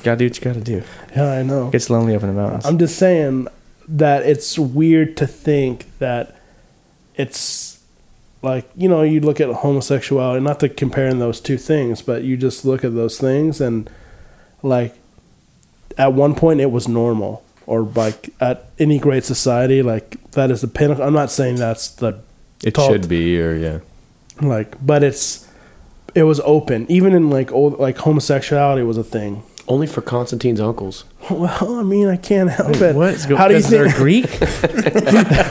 Speaker 4: what you gotta do.
Speaker 5: yeah, I know.
Speaker 4: Gets lonely up in the mountains.
Speaker 5: I'm just saying that it's weird to think that it's like you know you look at homosexuality not to comparing those two things but you just look at those things and like at one point it was normal or like at any great society like that is the pinnacle i'm not saying that's the
Speaker 2: it
Speaker 5: Cult.
Speaker 2: should be, or yeah,
Speaker 5: like but it's it was open even in like old like homosexuality was a thing
Speaker 3: Only for Constantine's uncles.
Speaker 5: [LAUGHS] well i mean i can't help it
Speaker 4: what? It's
Speaker 5: how do you
Speaker 4: because they're
Speaker 5: think
Speaker 4: Greek?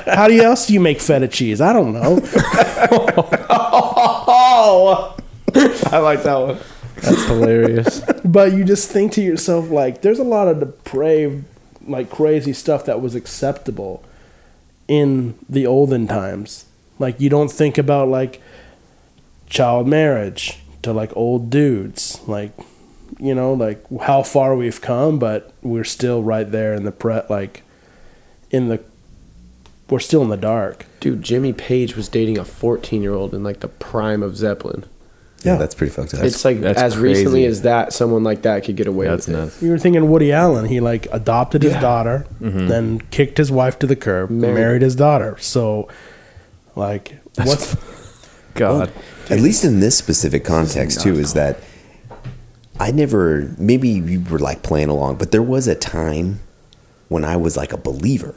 Speaker 5: [LAUGHS] How do you else do you make feta cheese? I don't know.
Speaker 4: Oh. I like that one. That's hilarious.
Speaker 5: but you just think to yourself like there's a lot of depraved like crazy stuff that was acceptable in the olden times. Like you don't think about like child marriage to like old dudes. Like you know, like how far we've come, but we're still right there in the pre like in the we're still in the dark.
Speaker 3: Dude, Jimmy Page was dating a 14 year old in like the prime of Zeppelin.
Speaker 1: Yeah,
Speaker 5: Yeah.
Speaker 1: that's pretty fucked up.
Speaker 3: it's like
Speaker 2: that's
Speaker 3: as
Speaker 2: crazy.
Speaker 3: recently as that, someone like that could get away
Speaker 2: that's
Speaker 3: with
Speaker 2: nuts.
Speaker 5: You were thinking Woody Allen. He like adopted his daughter, then kicked his wife to the curb, married,
Speaker 3: Married.
Speaker 5: his daughter. So Like, what's
Speaker 2: God.
Speaker 1: At least in this specific context, too, is that I never, maybe you were like playing along, but there was a time when I was like a believer.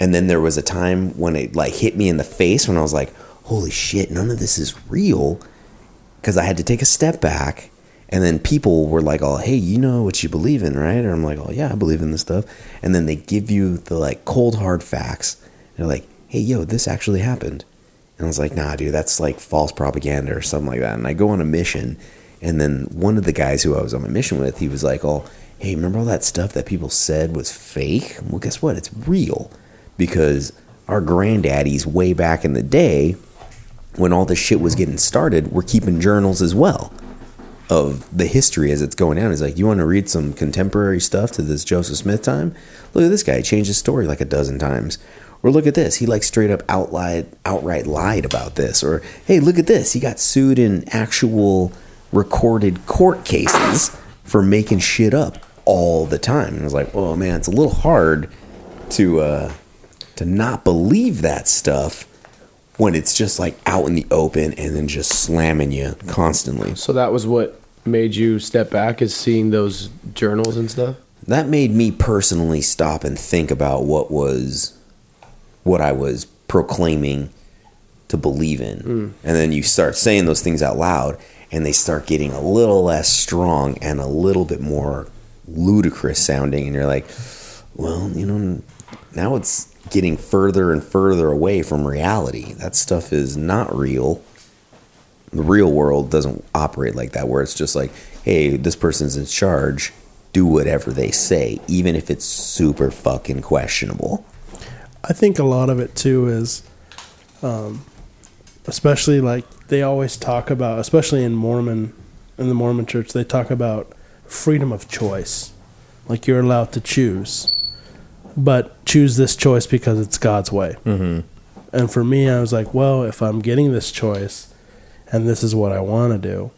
Speaker 1: And then there was a time when it like hit me in the face when I was like, holy shit, none of this is real. Because I had to take a step back. And then people were like, oh, hey, you know what you believe in, right? And I'm like, oh, yeah, I believe in this stuff. And then they give you the like cold, hard facts. And they're like, hey, yo, this actually happened. And I was like, nah, dude, that's like false propaganda or something like that. And I go on a mission. And then one of the guys who I was on my mission with, he was like, oh, hey, remember all that stuff that people said was fake? Well, guess what? It's real. Because our granddaddies way back in the day, when all this shit was getting started, were keeping journals as well of the history as it's going down. He's like, you want to read some contemporary stuff to this Joseph Smith time? Look at this guy. He changed his story like a dozen times. Or look at this. He like straight up outlied, outright lied about this. Or hey, look at this. He got sued in actual recorded court cases for making shit up all the time. And I was like, oh man, it's a little hard to uh, to not believe that stuff when it's just like out in the open and then just slamming you constantly.
Speaker 3: So that was what made you step back is seeing those journals and stuff.
Speaker 1: that made me personally stop and think about what was what I was proclaiming to believe in. And then you start saying those things out loud and they start getting a little less strong and a little bit more ludicrous sounding and you're like, well, you know, now it's getting further and further away from reality. That stuff is not real the real world doesn't operate like that where it's just like hey this person's in charge do whatever they say even if it's super fucking questionable
Speaker 5: I think a lot of it too is, um, especially like they always talk about, especially in Mormon, in the Mormon church, they talk about freedom of choice. Like you're allowed to choose, but choose this choice because it's God's way. Mm-hmm. And for me, I was like, well, if I'm getting this choice and this is what I want to do,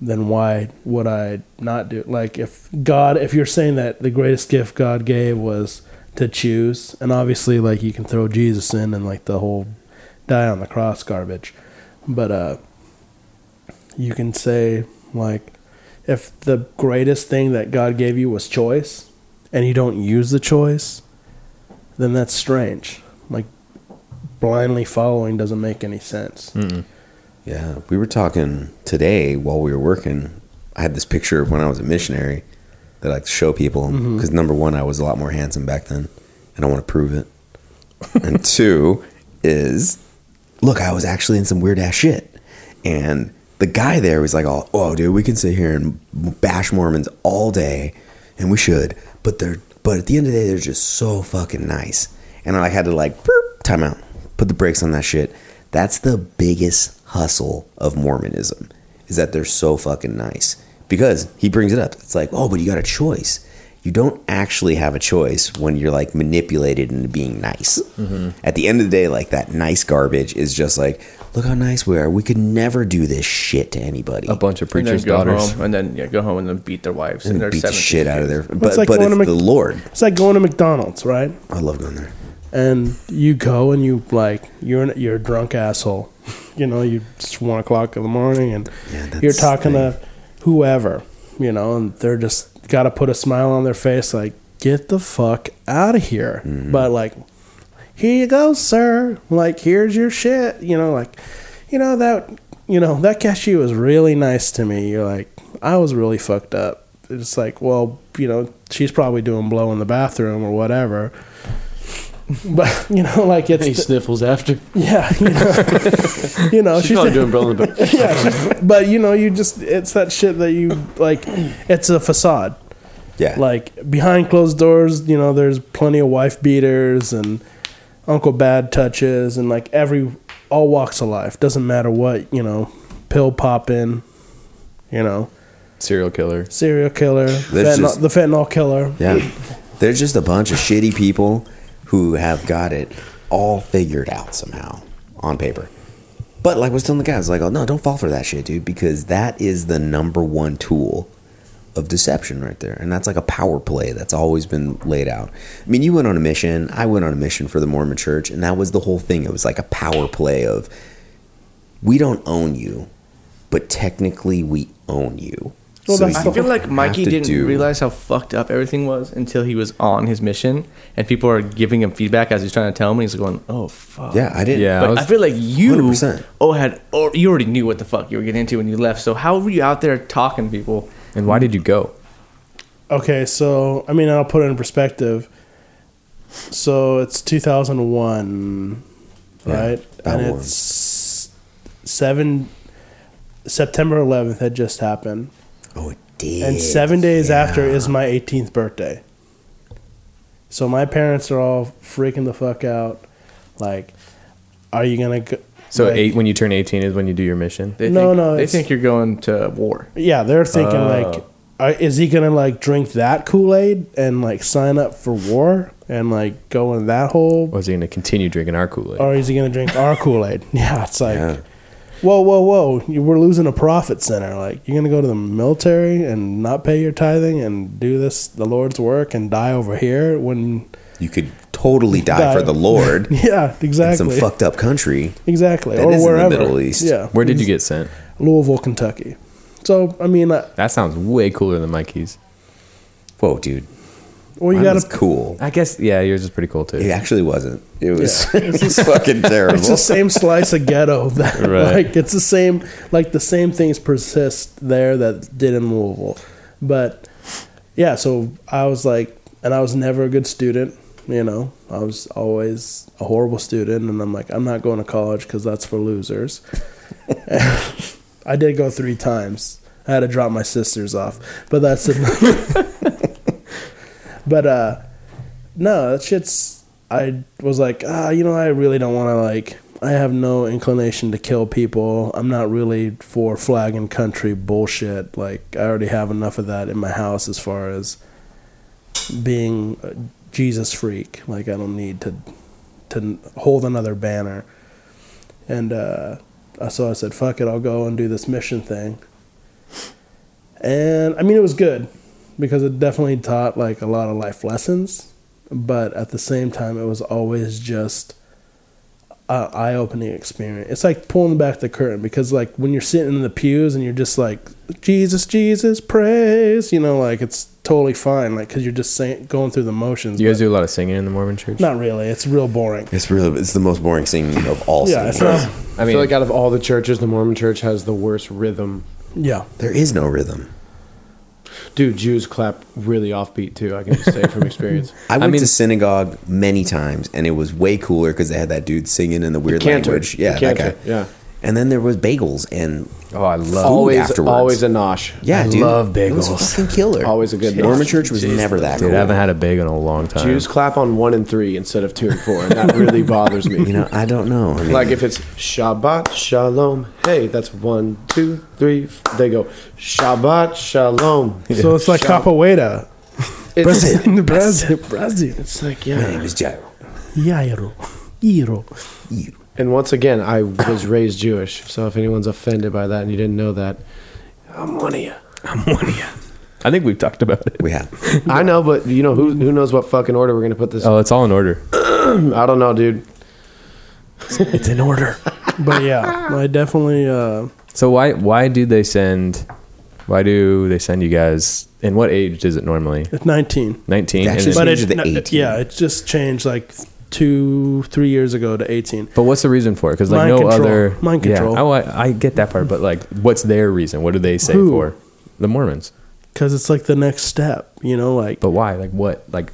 Speaker 5: then why would I not do like if God if you're saying that the greatest gift God gave was to choose and obviously like you can throw Jesus in and like the whole die on the cross garbage but uh you can say like if the greatest thing that God gave you was choice and you don't use the choice then that's strange like blindly following doesn't make any sense
Speaker 1: yeah we were talking today while we were working i had this picture of when i was a missionary that i like to show people because number one i was a lot more handsome back then and i want to prove it and [LAUGHS] two is look i was actually in some weird ass shit and the guy there was like all, oh dude we can sit here and bash mormons all day and we should but they're but at the end of the day they're just so fucking nice and i like had to like "Boop, time out put the brakes on that shit that's the biggest hustle of mormonism is that they're so fucking nice because he brings it up it's like oh but you got a choice you don't actually have a choice when you're like manipulated into being nice.
Speaker 2: Mm-hmm.
Speaker 1: At the end of the day, like that nice garbage is just like, look how nice we are. We could never do this shit to anybody.
Speaker 2: A bunch of
Speaker 4: And then
Speaker 2: preachers'
Speaker 4: go
Speaker 2: daughters.
Speaker 4: home, [LAUGHS] and then yeah, go home and then beat their wives and,
Speaker 1: and
Speaker 4: their
Speaker 1: beat the
Speaker 4: 17
Speaker 1: shit out of there. But
Speaker 5: like
Speaker 1: but
Speaker 5: going
Speaker 1: it's
Speaker 5: to
Speaker 1: the
Speaker 5: Mc-
Speaker 1: Lord.
Speaker 5: it's like going to McDonald's right
Speaker 1: I love going there.
Speaker 5: and you go and you like you're an, you're a drunk asshole. [LAUGHS] You know, you it's one o'clock in the morning and
Speaker 1: Yeah, that's
Speaker 5: you're talking to whoever, you know, and they're just got to put a smile on their face, like get the fuck out of here.
Speaker 1: Mm-hmm.
Speaker 5: But like, here you go, sir. Like here's your shit. You know, like you know that you know that cashier was really nice to me. You're like I was really fucked up. It's like, well, you know, she's probably doing blow in the bathroom or whatever. [LAUGHS] But you know, like it's
Speaker 3: He sniffles after.
Speaker 5: [LAUGHS] yeah, you know, you know, [LAUGHS]
Speaker 3: She's
Speaker 5: she's,
Speaker 3: probably doing Berlin, but
Speaker 5: yeah, she's, but you know, you just it's that shit that you like. It's a facade.
Speaker 1: Yeah.
Speaker 5: Like behind closed doors, you know, there's plenty of wife beaters and Uncle Bad touches and like every all walks of life. Doesn't matter what you know, pill popping, you know,
Speaker 2: Serial killer.
Speaker 5: serial killer, fentanyl,
Speaker 1: just-
Speaker 5: the fentanyl killer.
Speaker 1: Yeah. They're just a bunch of shitty people who have got it all figured out somehow on paper. But like I was telling the guys, like, oh no, don't fall for that shit, dude, because that is the number one tool of deception right there. And that's like a power play that's always been laid out. I mean, you went on a mission, I went on a mission for the Mormon church, and that was the whole thing. It was like a power play of we don't own you, but technically we own you.
Speaker 5: Well,
Speaker 1: So
Speaker 5: that's
Speaker 1: you
Speaker 5: the
Speaker 4: I feel
Speaker 1: [LAUGHS]
Speaker 4: like
Speaker 1: have
Speaker 4: Mikey
Speaker 1: to
Speaker 4: didn't
Speaker 1: do-
Speaker 4: realize how fucked up everything was until he was on his mission, and people are giving him feedback as he's trying to tell him, and he's going, "Oh fuck."
Speaker 1: Yeah, I didn't.
Speaker 2: Yeah.
Speaker 4: But I,
Speaker 2: I was-
Speaker 4: feel like you
Speaker 1: 100%.
Speaker 4: oh had or you already knew what the fuck you were getting into when you left. So how were you out there talking to people?
Speaker 2: And why did you go?
Speaker 5: Okay, so I mean, I'll put it in perspective. So it's 2001, right?
Speaker 1: about
Speaker 5: And
Speaker 1: one.
Speaker 5: it's seven September 11th had just happened,
Speaker 1: Oh, it did.
Speaker 5: and seven days
Speaker 1: Yeah.
Speaker 5: after is my 18th birthday. So my parents are all freaking the fuck out. Like, are you gonna go?
Speaker 2: So
Speaker 5: like-
Speaker 2: eight when you turn eighteen is when you do your mission.
Speaker 4: They
Speaker 5: No,
Speaker 4: think,
Speaker 5: no,
Speaker 4: they
Speaker 5: it's-
Speaker 4: think you're going to war.
Speaker 5: Yeah, they're thinking like, are, is he gonna like drink that Kool Aid and like sign up for war and like go in that hole?
Speaker 2: Or is he going to continue drinking our Kool Aid?
Speaker 5: or is he going to drink our Kool Aid? [LAUGHS] Yeah, it's like,
Speaker 1: Yeah.
Speaker 5: whoa, whoa, whoa, you- we're losing a profit center. Like, you're going to go to the military and not pay your tithing and do this, the Lord's work, and die over here when,
Speaker 1: You could totally die,
Speaker 5: Die.
Speaker 1: for the Lord
Speaker 5: yeah,
Speaker 1: in some
Speaker 5: [LAUGHS] exactly,
Speaker 1: fucked up country.
Speaker 5: exactly,
Speaker 1: that
Speaker 5: or
Speaker 1: is in the
Speaker 5: wherever,
Speaker 1: Middle East.
Speaker 5: Yeah,
Speaker 2: Where did you get sent?
Speaker 5: Louisville, Kentucky? So, I mean, uh,
Speaker 2: That sounds way cooler than Mikey's.
Speaker 1: Whoa, dude.
Speaker 5: well, you
Speaker 1: Mine
Speaker 5: got
Speaker 1: was
Speaker 5: to.
Speaker 1: cool.
Speaker 2: I guess yeah, yours is pretty cool too.
Speaker 1: It actually wasn't. It was, [LAUGHS] it was fucking terrible.
Speaker 5: [LAUGHS] It's the same slice of ghetto [LAUGHS] that,
Speaker 2: Right.
Speaker 5: like, it's the same, like, the same things persist there that did in Louisville. But, yeah, so I was like, and I was never a good student. You know, I was always a horrible student, and I'm like, I'm not going to college because that's for losers. [LAUGHS] I did go three times. I had to drop my sisters off, but that's. [LAUGHS] but uh, no, that shit's. I was like, ah, you know, I really don't want to like. I have no inclination to kill people. I'm not really for flag and country bullshit. Like, I already have enough of that in my house as far as being a Jesus freak. Like, I don't need to to hold another banner. And uh, so I said, fuck it, I'll go and do this mission thing. And I mean, it was good because it definitely taught like a lot of life lessons, but at the same time, it was always just an eye opening experience. It's like pulling back the curtain because, like, when you're sitting in the pews and you're just like, Jesus, Jesus, praise, you know, like it's totally fine, like, because you're just saying, going through the motions.
Speaker 2: You guys
Speaker 5: but
Speaker 2: do a lot of singing in the Mormon church.
Speaker 5: not really, it's real boring.
Speaker 1: It's really it's the most boring singing of all.
Speaker 5: Yeah, it's uh,
Speaker 1: singing.
Speaker 5: not.
Speaker 2: I
Speaker 3: I
Speaker 2: mean,
Speaker 3: feel like out of all the churches, the Mormon church has the worst rhythm.
Speaker 5: Yeah.
Speaker 1: there is no rhythm.
Speaker 3: Dude, Jews clap really offbeat too. I can just say from experience.
Speaker 1: I went
Speaker 2: mean-
Speaker 1: to synagogue many times, and it was way cooler because they had that dude singing in the weird
Speaker 3: cantor.
Speaker 1: language.
Speaker 3: The
Speaker 1: Yeah, that
Speaker 3: cantor,
Speaker 1: guy.
Speaker 3: yeah.
Speaker 1: And then there was bagels and
Speaker 2: oh, I love.
Speaker 3: always,
Speaker 1: afterwards.
Speaker 3: always a nosh.
Speaker 1: yeah, dude,
Speaker 2: love
Speaker 1: It was
Speaker 2: bagels.
Speaker 1: fucking killer.
Speaker 3: Always a good
Speaker 1: Mormon
Speaker 3: nosh.
Speaker 1: church was never that
Speaker 2: Dude,
Speaker 1: cool.
Speaker 2: I haven't had a bagel in a long time.
Speaker 3: Jews clap on one and three instead of two and four, and that really bothers me.
Speaker 1: you know, I don't know. I mean,
Speaker 3: like if it's Shabbat Shalom, hey, that's one, two, three. f- They go Shabbat Shalom.
Speaker 5: So it's like [LAUGHS] capoeira.
Speaker 3: It's,
Speaker 5: In [LAUGHS] Brazil. Brazil.
Speaker 3: it's like
Speaker 1: my
Speaker 3: yeah.
Speaker 1: name is Jairo.
Speaker 5: Yairo. Iro.
Speaker 1: You.
Speaker 3: And once again, I was raised Jewish, so if anyone's offended by that and you didn't know that, I'm one of you.
Speaker 2: I think we've talked about it.
Speaker 1: We have.
Speaker 3: [LAUGHS] I know, but you know who who knows what fucking order we're gonna put
Speaker 2: [LAUGHS]
Speaker 3: this.
Speaker 2: Oh, it's all in order.
Speaker 3: I don't know, dude.
Speaker 2: It's in order. [LAUGHS]
Speaker 5: But yeah, I definitely. Uh,
Speaker 2: So why why do they send? Why do they send you guys? And what age is it normally?
Speaker 5: it's 19.
Speaker 2: Nineteen.
Speaker 1: They
Speaker 2: and
Speaker 1: actually
Speaker 2: then-
Speaker 5: But
Speaker 1: changed
Speaker 5: it,
Speaker 1: it to
Speaker 5: no, it-
Speaker 1: 18.
Speaker 5: yeah, it just changed like two, three years ago to 18.
Speaker 2: But what's the reason for it? Because like
Speaker 5: Mind
Speaker 2: no
Speaker 5: control.
Speaker 2: other
Speaker 5: Mind
Speaker 2: Yeah.
Speaker 5: control.
Speaker 2: Oh, I, I get that part, but like, what's their reason? What do they say
Speaker 5: Who?
Speaker 2: for the Mormons?
Speaker 5: Because it's like the next step, you know, like.
Speaker 2: But why? Like what? Like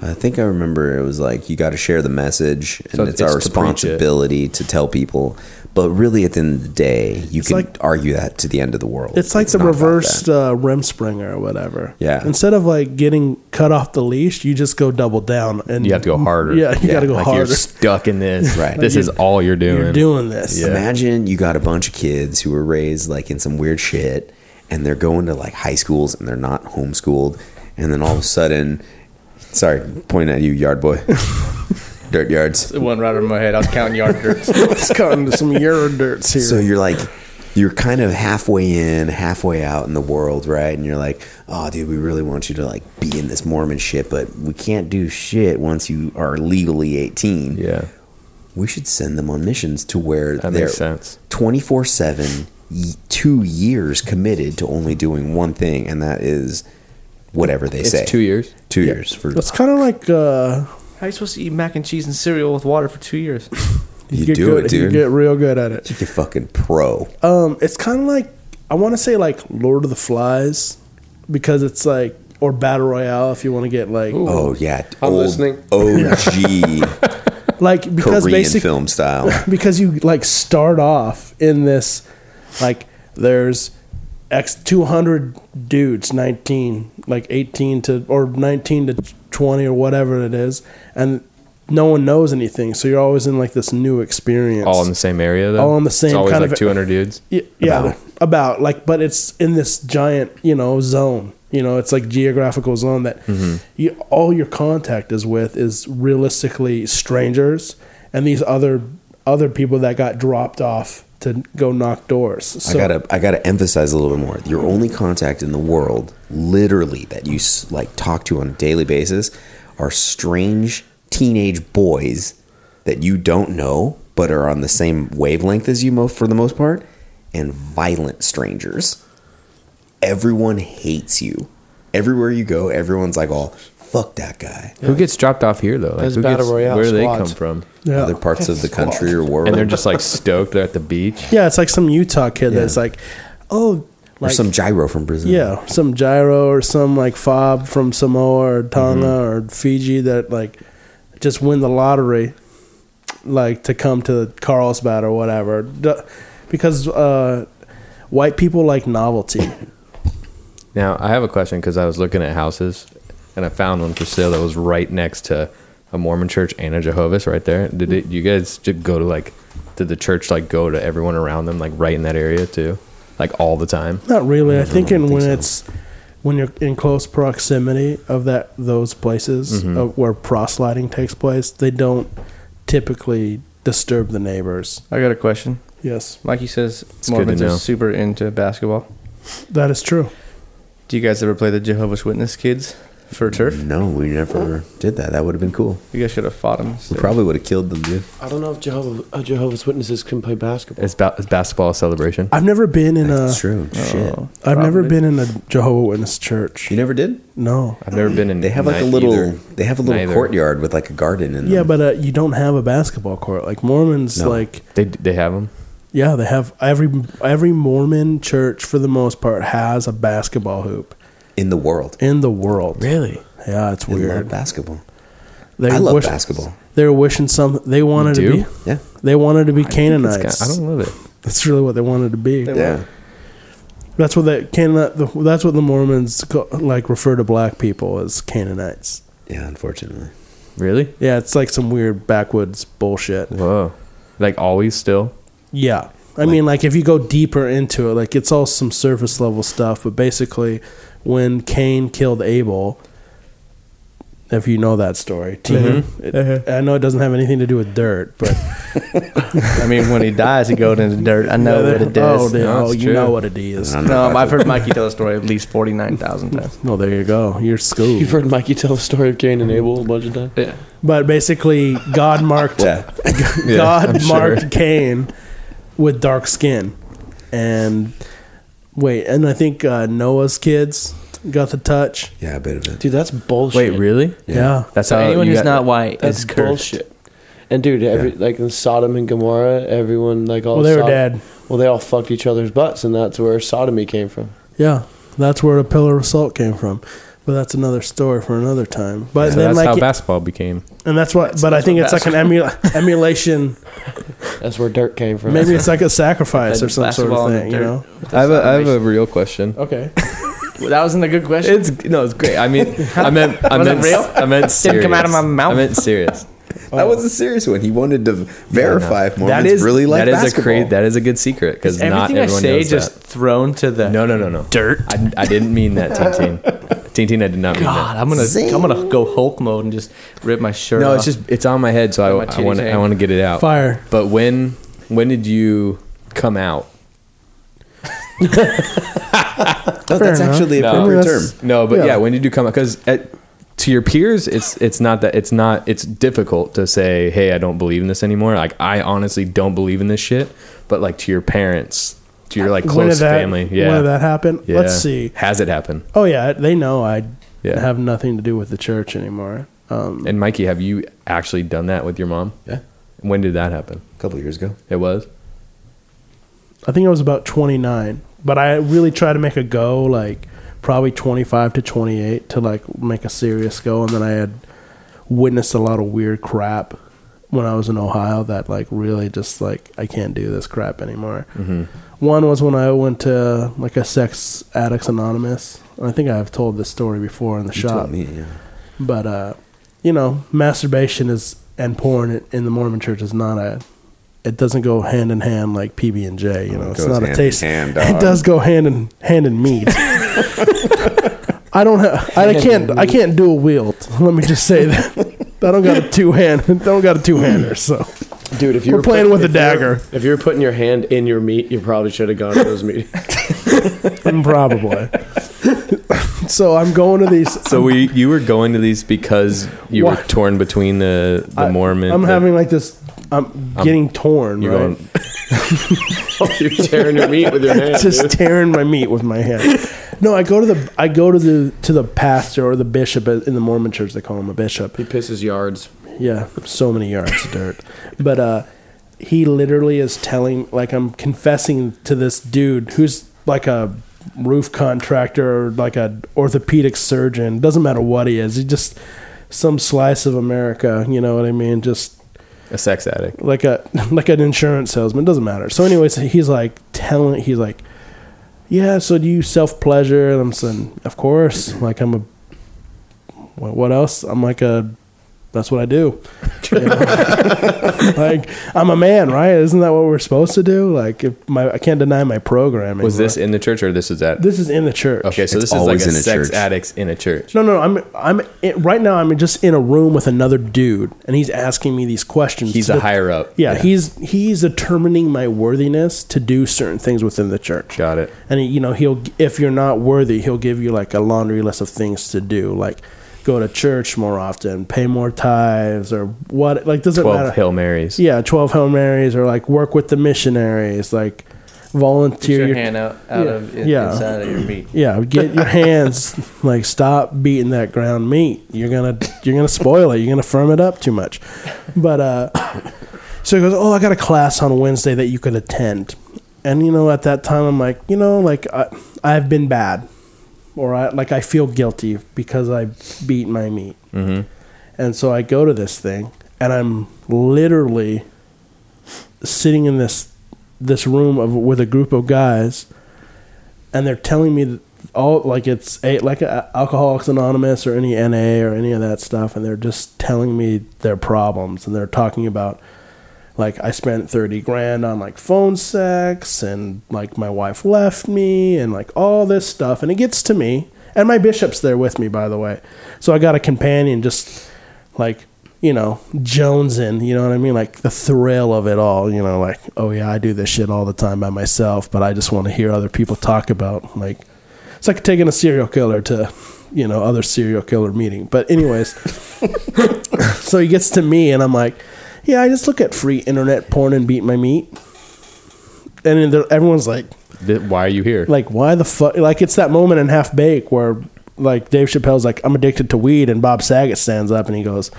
Speaker 1: I think I remember it was like you got to share the message, and
Speaker 2: So
Speaker 1: it's,
Speaker 2: it's
Speaker 1: our
Speaker 2: to preach it.
Speaker 1: responsibility to tell people. But really, at the end of the day, you can
Speaker 5: like-
Speaker 1: argue that to the end of the world.
Speaker 5: it's like the
Speaker 1: not about
Speaker 5: reverse
Speaker 1: that.
Speaker 5: uh, rim springer or whatever.
Speaker 1: Yeah.
Speaker 5: Instead of like getting cut off the leash, you just go double down and
Speaker 2: you have to go harder.
Speaker 5: Yeah, you got to go
Speaker 2: like You're
Speaker 5: harder.
Speaker 2: stuck in this.
Speaker 1: Right.
Speaker 2: This is all you're doing.
Speaker 5: You're doing this.
Speaker 2: Yeah.
Speaker 1: Imagine you got a bunch of kids who were raised like in some weird shit and they're going to like high schools and they're not homeschooled and then all of a sudden sorry, pointing at you, yard
Speaker 5: [LAUGHS]
Speaker 1: boy. Dirt yards.
Speaker 4: It went right over my head. I was counting yard dirt.
Speaker 5: Let's cut into some euro dirts here.
Speaker 1: So you're like you're kind of halfway in, halfway out in the world, right? And you're like, oh, dude, we really want you to like be in this Mormon shit, but we can't do shit once you are legally 18.
Speaker 2: Yeah.
Speaker 1: We should send them on missions to where
Speaker 2: That
Speaker 1: they're
Speaker 2: makes sense.
Speaker 1: 24 7, two years committed to only doing one thing, and that is whatever they say.
Speaker 2: It's two years.
Speaker 1: Two years for
Speaker 5: That's kind of like uh,
Speaker 4: How are you supposed to eat mac and cheese and cereal with water for two years?
Speaker 1: you,
Speaker 5: get
Speaker 1: do
Speaker 5: good,
Speaker 1: it, dude.
Speaker 5: You get real good at it.
Speaker 1: You're fucking pro.
Speaker 5: Um, it's kind of like I want to say like Lord of the Flies, because it's like or Battle Royale if you want to get like
Speaker 1: Oh yeah,
Speaker 3: I'm listening.
Speaker 1: OG
Speaker 5: like [LAUGHS] because
Speaker 1: Korean
Speaker 5: basically
Speaker 1: film style.
Speaker 5: [LAUGHS] because you like start off in this like there's x 200 dudes 19 like 18 to or 19 to 20 or whatever it is and no one knows anything so you're always in like this new experience
Speaker 2: All in the same area, though.
Speaker 5: All in the same
Speaker 2: It's always
Speaker 5: kind
Speaker 2: like
Speaker 5: of-
Speaker 2: 200 dudes.
Speaker 5: Y- yeah
Speaker 1: About.
Speaker 5: about. like but it's in this giant you know zone you know it's like geographical zone that
Speaker 1: Mm-hmm.
Speaker 5: you, all your contact is with is realistically strangers and these other other people that got dropped off to go knock doors so
Speaker 1: I gotta, I gotta emphasize a little bit more. Your only contact in the world, literally, that you s- like talk to on a daily basis, are strange teenage boys that you don't know but are on the same wavelength as you, mo- for the most part, and violent strangers. Everyone hates you. Everywhere you go, everyone's like, "All fuck that guy."
Speaker 2: Who gets dropped off here, though? Like,
Speaker 3: Those
Speaker 2: who
Speaker 3: Battle
Speaker 2: gets-
Speaker 3: Royale
Speaker 2: Where do they come
Speaker 3: squads.
Speaker 2: from?
Speaker 5: yeah.
Speaker 1: Other parts
Speaker 5: [LAUGHS]
Speaker 1: of the country or world,
Speaker 2: And they're
Speaker 1: [LAUGHS]
Speaker 2: just like stoked. They're at the beach.
Speaker 5: yeah it's like some utah kid that's like oh
Speaker 1: or
Speaker 5: like
Speaker 1: some gyro from Brazil.
Speaker 5: yeah some gyro or some like fob from samoa or tonga or fiji that like just win the lottery like to come to Carlsbad or whatever, D- because uh, white people like [LAUGHS] novelty.
Speaker 2: Now, I have a question because I was looking at houses and I found one for sale that was right next to a Mormon church and a Jehovah's right there. Did it, you guys just go to like, did the church like go to everyone around them, like right in that area too? Like all the time?
Speaker 5: Not really. I think in when it's when you're in close proximity of that those places uh, where proselyting takes place, they don't typically disturb the neighbors.
Speaker 4: I got a question.
Speaker 5: Yes,
Speaker 4: Mikey says
Speaker 2: good to
Speaker 4: Mormons
Speaker 2: know.
Speaker 4: are super into basketball.
Speaker 5: that is true.
Speaker 4: Do you guys ever play the Jehovah's Witness kids for turf?
Speaker 1: No, we never did that. That would have been cool.
Speaker 4: You guys should have fought them.
Speaker 1: We probably would have killed them, dude.
Speaker 3: I don't know if Jehovah, uh, Jehovah's Witnesses can play basketball.
Speaker 2: It's, ba- it's basketball a celebration.
Speaker 5: I've never been in a.
Speaker 2: Uh,
Speaker 1: That's true.
Speaker 2: oh.
Speaker 1: Shit.
Speaker 5: I've never been in a Jehovah Witness church.
Speaker 1: Oh, You never did?
Speaker 5: No.
Speaker 2: I've never been in.
Speaker 1: They have like a
Speaker 2: ni-
Speaker 1: little.
Speaker 2: either.
Speaker 1: They have a little
Speaker 2: Neither.
Speaker 1: courtyard with like a garden in.
Speaker 5: Yeah,
Speaker 1: them.
Speaker 5: but uh, you don't have a basketball court. Like Mormons,
Speaker 1: No.
Speaker 5: like
Speaker 2: They they have them.
Speaker 5: Yeah, they have every every Mormon church for the most part has a basketball hoop
Speaker 1: in the world,
Speaker 5: in the world.
Speaker 2: Really?
Speaker 5: Yeah, it's
Speaker 1: we love
Speaker 5: weird.
Speaker 1: basketball.
Speaker 5: They
Speaker 1: I love
Speaker 5: wish-
Speaker 1: basketball.
Speaker 5: They were wishing some. They wanted
Speaker 2: You
Speaker 5: to
Speaker 2: do?
Speaker 5: be.
Speaker 1: Yeah,
Speaker 5: They wanted to be
Speaker 2: It's
Speaker 5: Canaanites.
Speaker 2: kind I don't love it.
Speaker 5: That's really what they wanted to be.
Speaker 1: yeah.
Speaker 5: That's what they Canaanite. The, that's what the Mormons call, like refer to black people as Canaanites.
Speaker 1: Yeah, unfortunately.
Speaker 2: Really?
Speaker 5: Yeah, it's like some weird backwoods bullshit.
Speaker 2: Whoa. Like always, still.
Speaker 5: Yeah. I mean, like, if you go deeper into it, like, it's all some surface level stuff, but basically, when Cain killed Abel, if you know that story,
Speaker 4: Mm-hmm.
Speaker 5: team, it- I know it doesn't have anything to do with dirt, but
Speaker 4: I mean, when he dies, he goes into the dirt. [LAUGHS] I know what it
Speaker 5: [LAUGHS] Oh,
Speaker 4: does.
Speaker 5: dude,
Speaker 2: No,
Speaker 5: oh,
Speaker 2: it's
Speaker 5: you
Speaker 2: true.
Speaker 5: know what it is.
Speaker 4: no, um, I've heard Mikey tell the story at least 49,000 times.
Speaker 5: Well, there you go. You're schooled.
Speaker 3: [LAUGHS] You've heard Mikey tell the story of Cain and Abel a bunch of times.
Speaker 5: But basically, God
Speaker 1: [LAUGHS]
Speaker 5: marked
Speaker 1: Yeah,
Speaker 2: [LAUGHS]
Speaker 5: God marked Cain with dark skin, and wait, and I think uh, Noah's kids got the touch.
Speaker 1: yeah, a bit of it.
Speaker 3: Dude, that's
Speaker 2: Wait,
Speaker 3: bullshit.
Speaker 2: really?
Speaker 5: yeah.
Speaker 2: That's
Speaker 4: So
Speaker 2: how
Speaker 4: anyone
Speaker 2: you
Speaker 4: who's
Speaker 2: got-
Speaker 4: not white
Speaker 3: That's
Speaker 4: is cursed.
Speaker 3: bullshit. And dude, every, like in Sodom and Gomorrah, everyone like all
Speaker 5: Well, they were
Speaker 3: Sod-
Speaker 5: dead.
Speaker 3: Well, they all fucked each other's butts, and that's where sodomy came from.
Speaker 5: Yeah, that's where the pillar of salt came from. But that's another story for another time. But
Speaker 2: So
Speaker 5: then,
Speaker 2: that's
Speaker 5: like,
Speaker 2: how
Speaker 5: it-
Speaker 2: basketball became.
Speaker 5: and that's what. But I think it's like an
Speaker 2: [LAUGHS]
Speaker 5: emula- emulation.
Speaker 3: That's where dirt came from.
Speaker 5: Maybe it's like a sacrifice
Speaker 4: Then
Speaker 5: or some sort
Speaker 4: basketball
Speaker 5: of
Speaker 4: in the
Speaker 5: thing. You
Speaker 4: dirt.
Speaker 5: know?
Speaker 2: I have a I have a real question.
Speaker 5: Okay.
Speaker 4: Well, That wasn't a good question.
Speaker 2: It's no, it's great. I
Speaker 4: [LAUGHS]
Speaker 2: mean, I meant I
Speaker 4: Was it
Speaker 2: meant
Speaker 4: real?
Speaker 2: I meant serious.
Speaker 4: Didn't come out of my mouth.
Speaker 2: I meant [LAUGHS] serious.
Speaker 1: That was a serious one. He wanted to verify if Mormons
Speaker 2: Oh. that is
Speaker 1: really like
Speaker 2: that is
Speaker 1: basketball.
Speaker 2: a cra- that is a good secret because not
Speaker 4: Everything I
Speaker 2: everyone
Speaker 4: say
Speaker 2: knows
Speaker 4: just
Speaker 2: that.
Speaker 4: thrown to the
Speaker 2: No, no, no, no.
Speaker 4: dirt.
Speaker 2: I, I didn't mean that, Tintin.
Speaker 4: [LAUGHS]
Speaker 2: Tintin, I did not mean
Speaker 4: God, I'm gonna I'm gonna go Hulk mode and just rip my shirt.
Speaker 2: that. No,
Speaker 4: off.
Speaker 2: it's just it's on my head, so
Speaker 4: My
Speaker 2: I
Speaker 4: titties
Speaker 2: want I
Speaker 4: hang.
Speaker 2: want to get it out.
Speaker 5: Fire.
Speaker 2: But when when did you come out?
Speaker 1: No, that's
Speaker 4: enough.
Speaker 1: actually the
Speaker 2: No.
Speaker 1: appropriate term.
Speaker 5: That's-
Speaker 2: Uh, No, but yeah,
Speaker 5: Yeah.
Speaker 2: when you do come out, because to your peers, it's it's not that it's not it's difficult to say, hey, I don't believe in this anymore. Like I honestly don't believe in this shit. But like to your parents, to your like
Speaker 5: When did
Speaker 2: close
Speaker 5: that,
Speaker 2: family, yeah,
Speaker 5: When did that happen?
Speaker 2: yeah.
Speaker 5: Let's see.
Speaker 2: has it happened?
Speaker 5: Oh yeah, they know I
Speaker 2: Yeah.
Speaker 5: have nothing to do with the church anymore. Um,
Speaker 2: And Mikey, have you actually done that with your mom?
Speaker 1: Yeah,
Speaker 2: When did that happen?
Speaker 1: a couple years ago.
Speaker 2: It was.
Speaker 5: I think I was about 29, but I really tried to make a go like probably 25 to 28 to like make a serious go, and then I had witnessed a lot of weird crap when I was in Ohio that like really just like I can't do this crap anymore.
Speaker 1: Mm-hmm.
Speaker 5: One was when I went to like a sex addicts anonymous. I think I've told this story before in the
Speaker 1: You
Speaker 5: shop.
Speaker 1: told me. Yeah.
Speaker 5: But uh, you know, masturbation is and porn in the Mormon Church is not a. It doesn't go hand in hand like PB and J. You know, it's
Speaker 1: Oh, goes
Speaker 5: not a
Speaker 1: hand in
Speaker 5: taste.
Speaker 1: hand,
Speaker 5: it
Speaker 1: dog.
Speaker 5: does go hand in hand
Speaker 1: [LAUGHS]
Speaker 5: in meat. I don't have. I can't. I can't do a wield. Let me just say that. I don't got a two hand. [LAUGHS] I don't got a two hander. So
Speaker 3: Dude, if you
Speaker 5: We're
Speaker 3: were
Speaker 5: playing
Speaker 3: put-
Speaker 5: with a
Speaker 3: if you were-
Speaker 5: dagger.
Speaker 3: if you were putting your hand in your meat, you probably should have gone to those meetings.
Speaker 5: probably. [LAUGHS] so I'm going to these.
Speaker 2: So we you were going to these because you were
Speaker 5: What?
Speaker 2: torn between the the
Speaker 5: I-
Speaker 2: Mormon.
Speaker 5: I'm
Speaker 1: uh,
Speaker 2: the-
Speaker 5: having like this. I'm getting torn.
Speaker 2: You're
Speaker 5: right? [LAUGHS]
Speaker 2: [LAUGHS] going,
Speaker 3: You're tearing your meat with your hand.
Speaker 5: just
Speaker 3: dude.
Speaker 5: tearing my meat with my hand. No, I go to the I go to the to the pastor or the bishop in the Mormon church. They call him a bishop.
Speaker 3: he pisses yards.
Speaker 5: Yeah, so many yards of dirt. But uh, he literally is telling, like, I'm confessing to this dude who's like a roof contractor or like a orthopedic surgeon. Doesn't matter what he is. He just some slice of America. You know what I mean? Just
Speaker 2: a sex addict.
Speaker 5: like a [LAUGHS] like an insurance salesman. Doesn't matter. So, anyways, he's like telling. He's like, yeah. So do you self pleasure? And I'm saying, of course. Like I'm a. What, what else? I'm like a. That's what I do. You know?
Speaker 2: [LAUGHS]
Speaker 5: like I'm a man, right? Isn't that what we're supposed to do? Like if my I can't deny my programming.
Speaker 2: Was this in the church or this is at?
Speaker 5: This is in the church.
Speaker 2: okay, so
Speaker 1: It's
Speaker 2: this is like
Speaker 1: always
Speaker 2: a
Speaker 1: in a
Speaker 2: sex
Speaker 1: church.
Speaker 2: addicts in a church.
Speaker 5: No, no, I'm I'm it, right now. I'm just in a room with another dude, and he's asking me these questions.
Speaker 2: He's
Speaker 5: to
Speaker 2: a
Speaker 5: the-
Speaker 2: higher up.
Speaker 5: Yeah, he's he's determining my worthiness to do certain things within the church.
Speaker 2: Got it.
Speaker 5: And he, you know, he'll if you're not worthy, he'll give you like a laundry list of things to do, like go to church more often, pay more tithes, or what. Like doesn't
Speaker 2: Twelve
Speaker 5: matter.
Speaker 2: Hail Marys.
Speaker 5: Yeah, twelve Hail Marys, or like work with the missionaries, like volunteer
Speaker 4: Your,
Speaker 5: your-
Speaker 4: hand out, out
Speaker 5: Yeah.
Speaker 4: of in,
Speaker 5: Yeah.
Speaker 4: inside of your meat.
Speaker 5: yeah, get your hands [LAUGHS] like stop beating that ground meat. You're gonna you're gonna spoil it. You're gonna firm it up too much. But uh, [COUGHS] so he goes, oh, I got a class on Wednesday that you could attend. And you know, at that time, I'm like, you know, like I, I've been bad, or I like I feel guilty because I beat my meat. And so I go to this thing, and I'm literally sitting in this this room of with a group of guys, and they're telling me that all like it's a, like a, Alcoholics Anonymous or any NA or any of that stuff, and they're just telling me their problems, and they're talking about like I spent thirty grand on like phone sex, and like my wife left me, and like all this stuff, and it gets to me, and my bishop's there with me, by the way, so I got a companion just like you know jonesing you know what i mean like the thrill of it all you know like oh yeah i do this shit all the time by myself but i just want to hear other people talk about like it's like taking a serial killer to you know other serial killer meeting but anyways so he gets to me and i'm like yeah i just look at free internet porn and beat my meat and then there- everyone's like
Speaker 2: Th- why are you here?
Speaker 5: like why the fuck like it's that moment in half bake where like dave chappelle's like i'm addicted to weed and bob saget stands up and he goes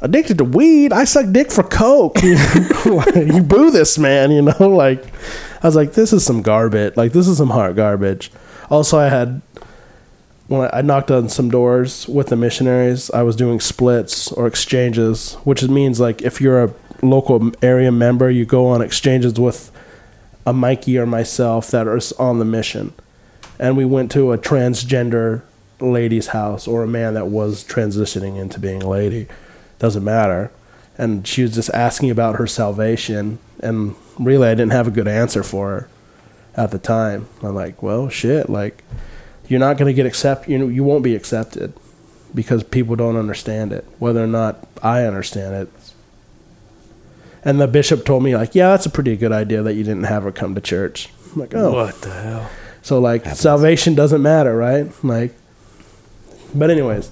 Speaker 5: addicted to weed i suck dick for coke [LAUGHS] Like, you boo this man you know [LAUGHS] like i was like this is some garbage like this is some hot garbage also i had when I, I knocked on some doors with the missionaries, I was doing splits or exchanges, which means like if you're a local area member, you go on exchanges with a Mikey or myself that are s- on the mission. And we went to a transgender lady's house or a man that was transitioning into being a lady. Doesn't matter. And she was just asking about her salvation. And really, I didn't have a good answer for her at the time. I'm like, well, shit, like, you're not going to get accept. You know, you won't be accepted because people don't understand it. Whether or not I understand it, and the bishop told me, like, yeah, that's a pretty good idea that you didn't have her come to church. I'm like, oh. What the hell? So like salvation doesn't matter, right? Like, but anyways,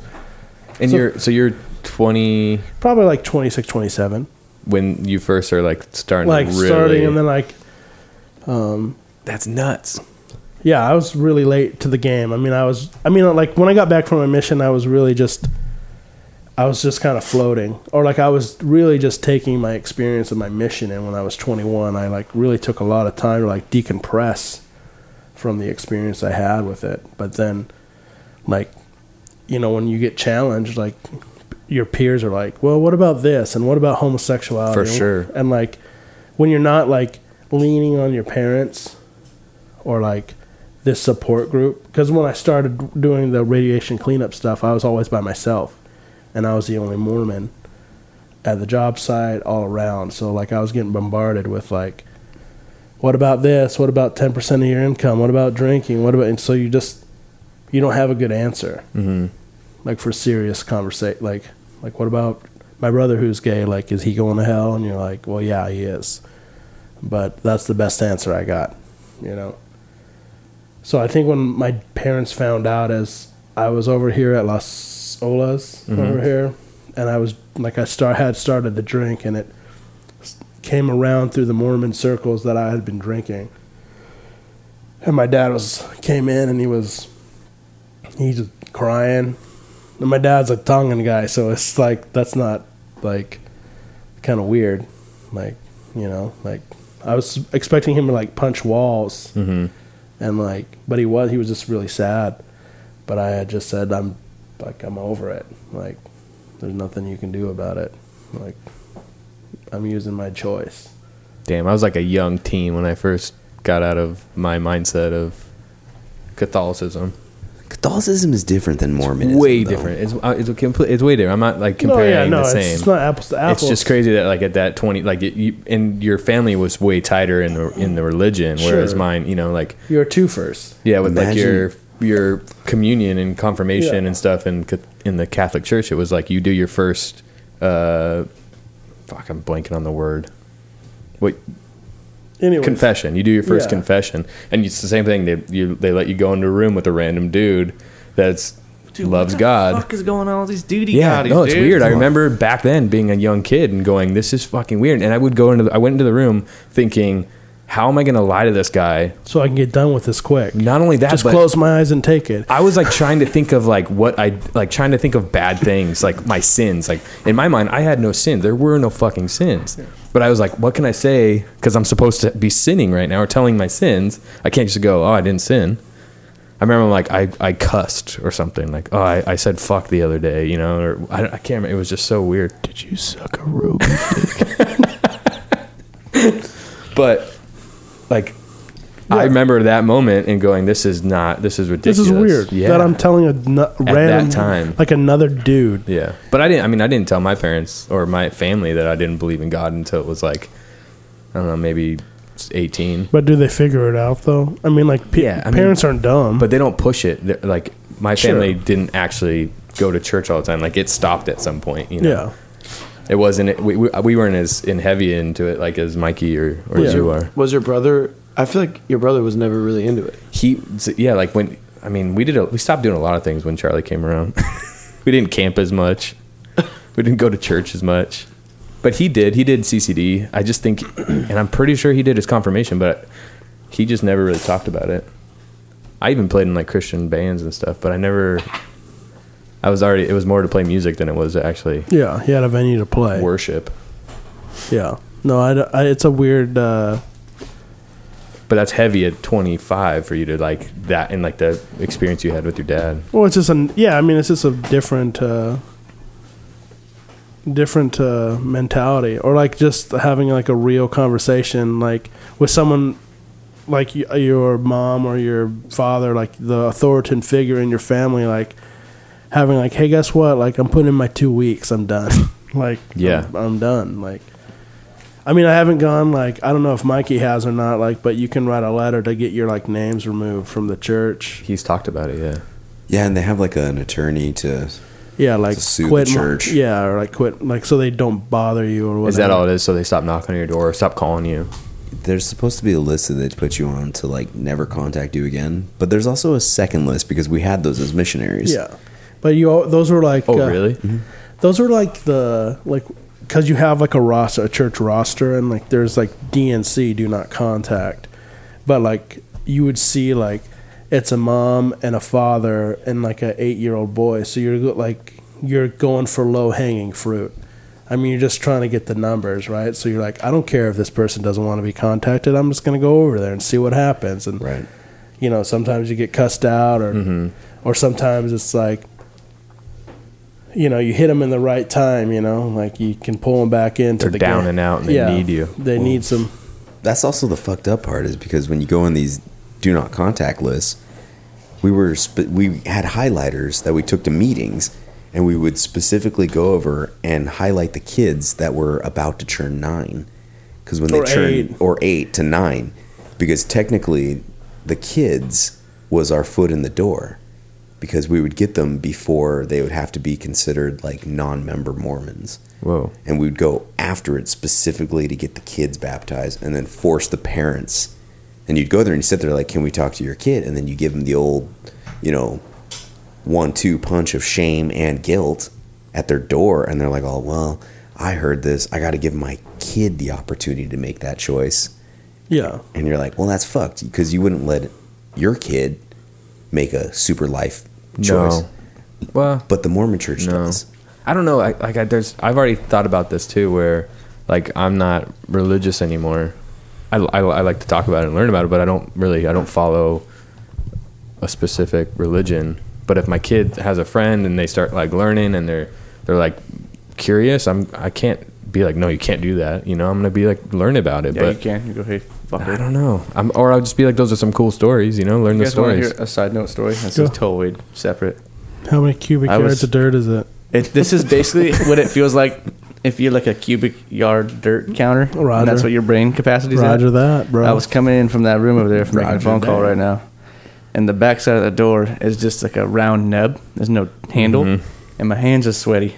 Speaker 2: And
Speaker 5: So-
Speaker 2: you're so you're 20
Speaker 5: probably like 26, 27.
Speaker 2: when you first are like starting
Speaker 5: like
Speaker 2: to really,
Speaker 5: starting and then like um,
Speaker 2: that's nuts.
Speaker 5: yeah i was really late to the game i mean i was i mean uh, like when i got back from my mission i was really just i was just kind of floating or like i was really just taking my experience of my mission and when i was 21 i like really took a lot of time to like decompress from the experience i had with it but then like you know when you get challenged like your peers are like well what about this and what about homosexuality
Speaker 2: For
Speaker 5: And-
Speaker 2: sure.
Speaker 5: and like when you're not like leaning on your parents or like this support group because when i started doing the radiation cleanup stuff i was always by myself and i was the only mormon at the job site all around so like i was getting bombarded with like what about this what about 10% of your income what about drinking what about and so you just you don't have a good answer
Speaker 2: Mm-hmm.
Speaker 5: like for serious conversation like like what about my brother who's gay like is he going to hell and you're like well yeah he is but that's the best answer i got you know so i think when my parents found out as i was over here at las olas over here and i was like i start had started to drink and it s- came around through the mormon circles that i had been drinking and my dad was came in and he was he's just crying and my dad's a Tongan guy, so it's like that's not like kind of weird. Like you know, like I was expecting him to like punch walls and like, but he was he was just really sad. But I had just said I'm like I'm over it. Like there's nothing you can do about it. Like I'm using my choice.
Speaker 2: Damn, I was like a young teen when I first got out of my mindset of Catholicism.
Speaker 1: Catholicism is different than Mormonism.
Speaker 2: way
Speaker 1: though.
Speaker 2: different. It's uh, it's a complete. It's way different. I'm not like comparing the
Speaker 5: it's,
Speaker 2: same.
Speaker 5: it's not apples to apples.
Speaker 2: It's just crazy that like at that twenty, like it, you, and your family was way tighter in the in the religion, whereas
Speaker 5: Sure.
Speaker 2: mine, you know, like
Speaker 5: You're a twofers.
Speaker 2: yeah, with like
Speaker 1: Imagine-
Speaker 2: your your communion and confirmation
Speaker 5: Yeah.
Speaker 2: and stuff in ca- in the Catholic Church, it was like you do your first. uh Fuck, I'm blanking on the word. What
Speaker 5: Anyway,
Speaker 2: confession. You do your first
Speaker 5: Yeah.
Speaker 2: confession, and it's the same thing. They you, they let you go into a room with a random dude that's loves God.
Speaker 4: What the fuck is going on with these duty
Speaker 2: Yeah,
Speaker 4: bodies,
Speaker 2: no, it's
Speaker 4: dude?
Speaker 2: weird. I
Speaker 1: Come on.
Speaker 2: remember back then being a young kid and going, "This is fucking weird." And I would go into, the, I went into the room thinking, "How am I going to lie to this guy?"
Speaker 5: so I can get done with this quick.
Speaker 2: Not only that,
Speaker 5: just
Speaker 2: but
Speaker 5: close my eyes and take it.
Speaker 2: I was like trying to think of like what I like trying to think of bad things, like my sins. Like in my mind, I had no sin. There were no fucking sins. But I was like, what can I say? Because I'm supposed to be sinning right now or telling my sins. I can't just go, oh, I didn't sin. I remember like I, I cussed or something like oh I, I said fuck the other day you know or I, I can't remember it was just so weird did you suck a ruby but like I remember that moment and going this is not this is
Speaker 5: This
Speaker 2: ridiculous
Speaker 5: is weird that I'm telling a nu-
Speaker 2: that
Speaker 5: random
Speaker 2: time.
Speaker 5: like another dude.
Speaker 2: Yeah, but I didn't. I mean, I didn't tell my parents or my family that I didn't believe in God until it was like, I don't know, maybe eighteen.
Speaker 5: But do they figure it out though? I mean, like pe-
Speaker 2: Yeah, I mean-
Speaker 5: parents aren't dumb.
Speaker 2: But they don't push it. They're, like my
Speaker 5: Sure.
Speaker 2: family didn't actually go to church all the time. Like it stopped at some point. You know,
Speaker 5: yeah,
Speaker 2: it wasn't. We, we, we weren't as in heavy into it like as Mikey or, or
Speaker 5: Yeah.
Speaker 2: you are.
Speaker 3: Was your brother? I feel like your brother was never really into it.
Speaker 2: He yeah, like when I mean we did a, we stopped doing a lot of things when Charlie came around. [LAUGHS] we didn't camp as much. We didn't go to church as much. But he did. He did CCD. I just think, [CLEARS THROAT] and I'm pretty sure he did his confirmation, but he just never really talked about it. I even played in like Christian bands and stuff, but I never. I was already. It was more to play music than it was to actually
Speaker 5: yeah. He had a venue to play.
Speaker 2: worship.
Speaker 5: Yeah, no, I, d- I- it's a weird. Uh,
Speaker 2: But that's heavy at 25 for you to like that and like the experience you had with your dad.
Speaker 5: well, it's just an yeah. I mean, it's just a different, uh, different uh, mentality, or like just having like a real conversation, like with someone like y- your mom or your father, like the authoritative figure in your family, like having like, hey, guess what? Like, I'm putting in my two weeks. I'm done. [LAUGHS] like,
Speaker 2: Yeah.
Speaker 5: I'm, I'm done. Like, I mean, I haven't gone like I don't know if Mikey has or not. Like, but you can write a letter to get your like names removed from the church.
Speaker 2: He's talked about it. Yeah.
Speaker 1: Yeah, and they have like an attorney to.
Speaker 5: Yeah, like
Speaker 1: sue the
Speaker 5: quit mo-
Speaker 1: church.
Speaker 5: Yeah, or like quit like so they don't bother you or whatever.
Speaker 2: Is that all it is? So they stop knocking on your door, stop calling you.
Speaker 1: there's supposed to be a list that they put you on to like never contact you again, but there's also a second list because we had those as missionaries.
Speaker 5: Yeah, but you al- those were like
Speaker 2: Oh,
Speaker 5: uh,
Speaker 2: really?
Speaker 5: Those were like the like because you have like a roster, a church roster, and like there's like DNC, do not contact, but like you would see like it's a mom and a father and like a eight year old boy, so you're go- like you're going for low hanging fruit. I mean, you're just trying to get the numbers, right? So you're like, I don't care if this person doesn't want to be contacted. I'm just going to go over there and see what happens. And
Speaker 1: Right.
Speaker 5: you know, sometimes you get cussed out, or
Speaker 2: Mm-hmm.
Speaker 5: or sometimes it's like, you know, you hit them in the right time. You know, like you can pull them back into
Speaker 2: They're
Speaker 5: the
Speaker 2: down
Speaker 5: game.
Speaker 2: and out and they need you.
Speaker 5: They need some.
Speaker 1: That's also the fucked up part is because when you go on these do not contact lists, we were sp- we had highlighters that we took to meetings and we would specifically go over and highlight the kids that were about to turn 9 cuz when
Speaker 5: Or
Speaker 1: they turn
Speaker 5: eight.
Speaker 1: or 8 to 9 because technically the kids was our foot in the door because we would get them before they would have to be considered like non-member Mormons
Speaker 2: Whoa.
Speaker 1: and we would go after it specifically to get the kids baptized and then force the parents and you'd go there and you sit there like can we talk to your kid and then you give them the old you know one two punch of shame and guilt at their door and they're like oh well i heard this i got to give my kid the opportunity to make that choice
Speaker 5: Yeah,
Speaker 1: and you're like well that's fucked because you wouldn't let your kid make a super life choice
Speaker 2: No. Well,
Speaker 1: but the mormon church
Speaker 2: No.
Speaker 1: does
Speaker 2: I don't know. I, like, I, there's, I've already thought about this too, where like I'm not religious anymore. I, I, I like to talk about it and learn about it, but I don't really, I don't follow a specific religion. But if my kid has a friend and they start like learning and they're, they're like curious, I'm, I can't be like, no, you can't do that. You know, I'm going to be like, learn about it.
Speaker 4: Yeah,
Speaker 2: but
Speaker 4: you can. You go, hey, fuck
Speaker 2: I don't know. I'm, or I'll just be like, those are some cool stories, you know, learn the
Speaker 4: You guys want to hear
Speaker 2: stories.
Speaker 4: a side note story? This
Speaker 5: Go.
Speaker 4: is totally separate.
Speaker 5: how many cubic
Speaker 4: I
Speaker 5: yards
Speaker 4: was-
Speaker 5: of dirt is it?
Speaker 4: It, this is
Speaker 5: [LAUGHS]
Speaker 4: basically what it feels like if you're like a cubic yard dirt counter.
Speaker 5: Roger.
Speaker 4: And that's what your brain capacity is. at.
Speaker 5: Roger that, bro.
Speaker 4: I was coming in from that room over there from making a
Speaker 5: Roger
Speaker 4: phone call
Speaker 5: that.
Speaker 4: right now, and the backside of the door is just like a round nub. There's no handle,
Speaker 5: Mm-hmm.
Speaker 4: and my hands are sweaty.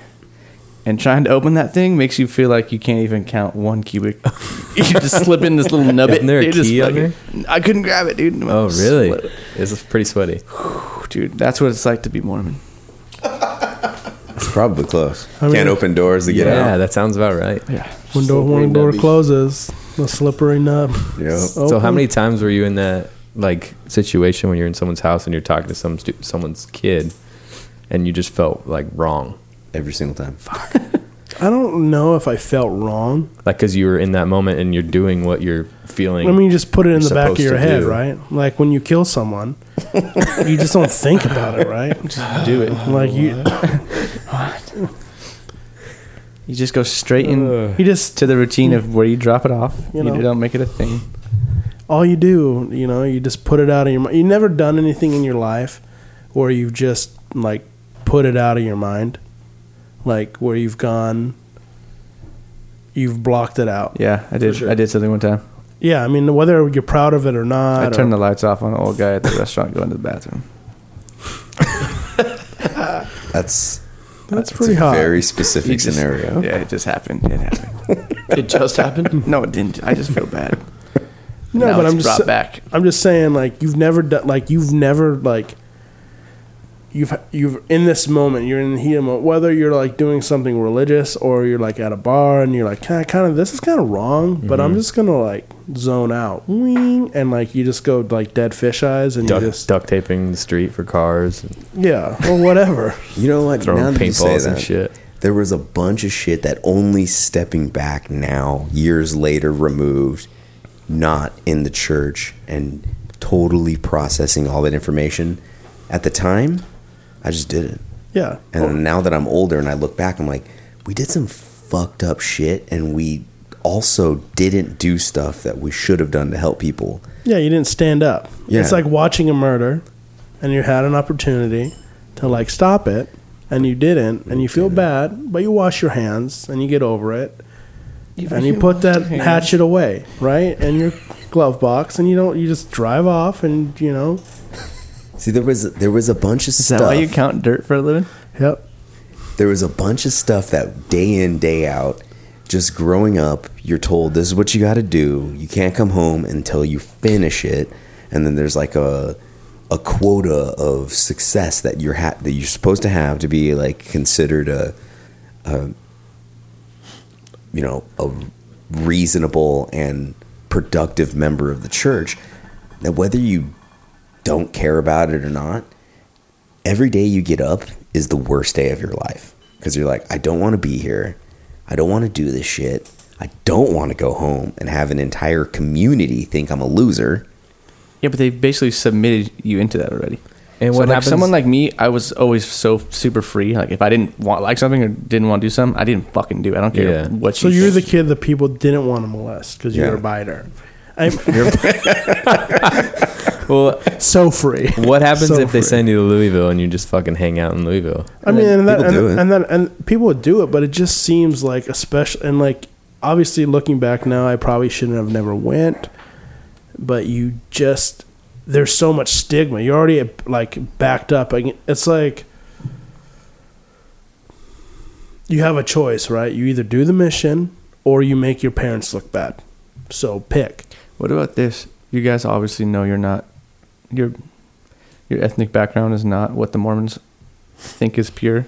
Speaker 4: And trying to open that thing makes you feel like you can't even count one cubic. [LAUGHS] you just slip in this little nubbit.
Speaker 2: Isn't there a
Speaker 4: It just
Speaker 2: key on
Speaker 4: fucking- I couldn't grab it, dude. [LAUGHS]
Speaker 2: Oh, really?
Speaker 4: Sweat.
Speaker 2: It's pretty sweaty.
Speaker 4: Dude, that's what it's like to be Mormon.
Speaker 1: it's probably close
Speaker 5: I mean-
Speaker 1: can't open doors to get out
Speaker 2: Yeah, that sounds about right.
Speaker 5: when door
Speaker 3: slippery
Speaker 5: one door
Speaker 3: nubby.
Speaker 5: closes, the slippery nub.
Speaker 1: Yep.
Speaker 2: So how
Speaker 5: Open.
Speaker 2: many times were you in that like situation when you're in someone's house and you're talking to some stu- someone's kid, and you just felt like wrong,
Speaker 1: every single time
Speaker 5: I don't know if I felt wrong.
Speaker 2: like because you were in that moment and you're doing what you're feeling.
Speaker 5: I mean, you just put it in
Speaker 2: You're
Speaker 5: the back of
Speaker 2: supposed to
Speaker 5: your head,
Speaker 2: do.
Speaker 5: right? Like when you kill someone, you just don't think about
Speaker 2: [LAUGHS]
Speaker 5: it, right?
Speaker 4: Do it.
Speaker 5: Like you,
Speaker 4: You just go straight in
Speaker 5: you just
Speaker 4: to the routine of where you drop it off.
Speaker 5: You
Speaker 4: You,
Speaker 5: know.
Speaker 4: don't make it a thing.
Speaker 5: all you do, you know, you just put it out of your mind. You never done anything in your life where you've just like put it out of your mind, like where you've gone, you've blocked it out.
Speaker 4: Yeah, I did. I did something one time.
Speaker 5: Yeah, I mean, whether you're proud of it or not,
Speaker 4: I,
Speaker 5: or-
Speaker 4: turned the lights off on an old guy at the restaurant going to the bathroom.
Speaker 1: That's
Speaker 5: that's
Speaker 1: it's
Speaker 5: pretty
Speaker 1: a
Speaker 5: hot.
Speaker 1: Very specific
Speaker 4: just-
Speaker 1: scenario.
Speaker 4: Yeah, it just happened. [LAUGHS] It happened.
Speaker 3: It just
Speaker 4: [LAUGHS]
Speaker 3: happened.
Speaker 4: No, it didn't. I just feel bad.
Speaker 5: no,
Speaker 4: Now
Speaker 5: but
Speaker 4: it's
Speaker 5: I'm just
Speaker 4: brought back.
Speaker 5: I'm just saying, like you've never done, like you've never like you've you've in this moment, you're in the heat of moment. Whether you're like doing something religious or you're like at a bar and you're like, kind of, this is kind of wrong, but
Speaker 1: Mm-hmm.
Speaker 5: I'm just gonna like zone out, wing, and like you just go like dead fish eyes and
Speaker 2: duct,
Speaker 5: you just
Speaker 2: duct taping the street for cars, and
Speaker 5: [LAUGHS] yeah or whatever. [LAUGHS]
Speaker 1: You know what?
Speaker 2: throwing
Speaker 1: now that you say
Speaker 2: paintballs and
Speaker 1: that,
Speaker 2: shit.
Speaker 1: there was a bunch of shit that only stepping back now, years later, removed, not in the church, and totally processing all that information. At the time, I just did it.
Speaker 5: yeah,
Speaker 1: And then now that I'm older and I look back, I'm like, we did some fucked up shit, and we also didn't do stuff that we should have done to help people.
Speaker 5: yeah, you didn't stand up.
Speaker 1: Yeah.
Speaker 5: It's like watching a murder, and you had an opportunity to like stop it. And you didn't, and you feel bad, but you wash your hands and you get over it, and you put that hatchet away, right, in your glove box, and you don't. You just drive off, and you know.
Speaker 1: See, there was there was a bunch of
Speaker 4: Is
Speaker 1: stuff.
Speaker 4: that why you count dirt for a living?
Speaker 5: Yep.
Speaker 1: there was a bunch of stuff that day in day out just growing up, you're told this is what you got to do. You can't come home until you finish it, and then there's like a a quota of success that you're ha- that you're supposed to have to be like considered a, a you know a reasonable and productive member of the church. That whether you don't care about it or not, every day you get up is the worst day of your life because you're like, I don't want to be here. I don't want to do this shit. I don't want to go home and have an entire community think I'm a loser.
Speaker 4: Yeah, but they've basically submitted you into that already.
Speaker 2: And
Speaker 4: So,
Speaker 2: what
Speaker 4: like
Speaker 2: happens-
Speaker 4: Someone like me, I was always so super free. Like if I didn't want like something or didn't want to do something, I didn't fucking do. it. I don't care
Speaker 2: Yeah.
Speaker 4: what.
Speaker 5: So
Speaker 4: you
Speaker 5: you're the
Speaker 4: think.
Speaker 5: kid that people didn't want to molest because
Speaker 1: Yeah.
Speaker 5: you're
Speaker 2: [LAUGHS]
Speaker 5: a biter. I'm
Speaker 2: Well,
Speaker 5: [LAUGHS] so free.
Speaker 2: what happens
Speaker 5: So
Speaker 2: if they
Speaker 5: free.
Speaker 2: send you to Louisville and you just fucking hang out in Louisville?
Speaker 5: I mean, and, that,
Speaker 1: people
Speaker 5: and,
Speaker 1: do it.
Speaker 5: and then and people would do it, but it just seems like a special and like obviously looking back now, I probably shouldn't have never went. But you just there's so much stigma. You're already like backed up. Like, It's like you have a choice, right? You either do the mission or you make your parents look bad. So pick.
Speaker 4: What about this? You guys obviously know you're not your your ethnic background is not what the Mormons think is pure.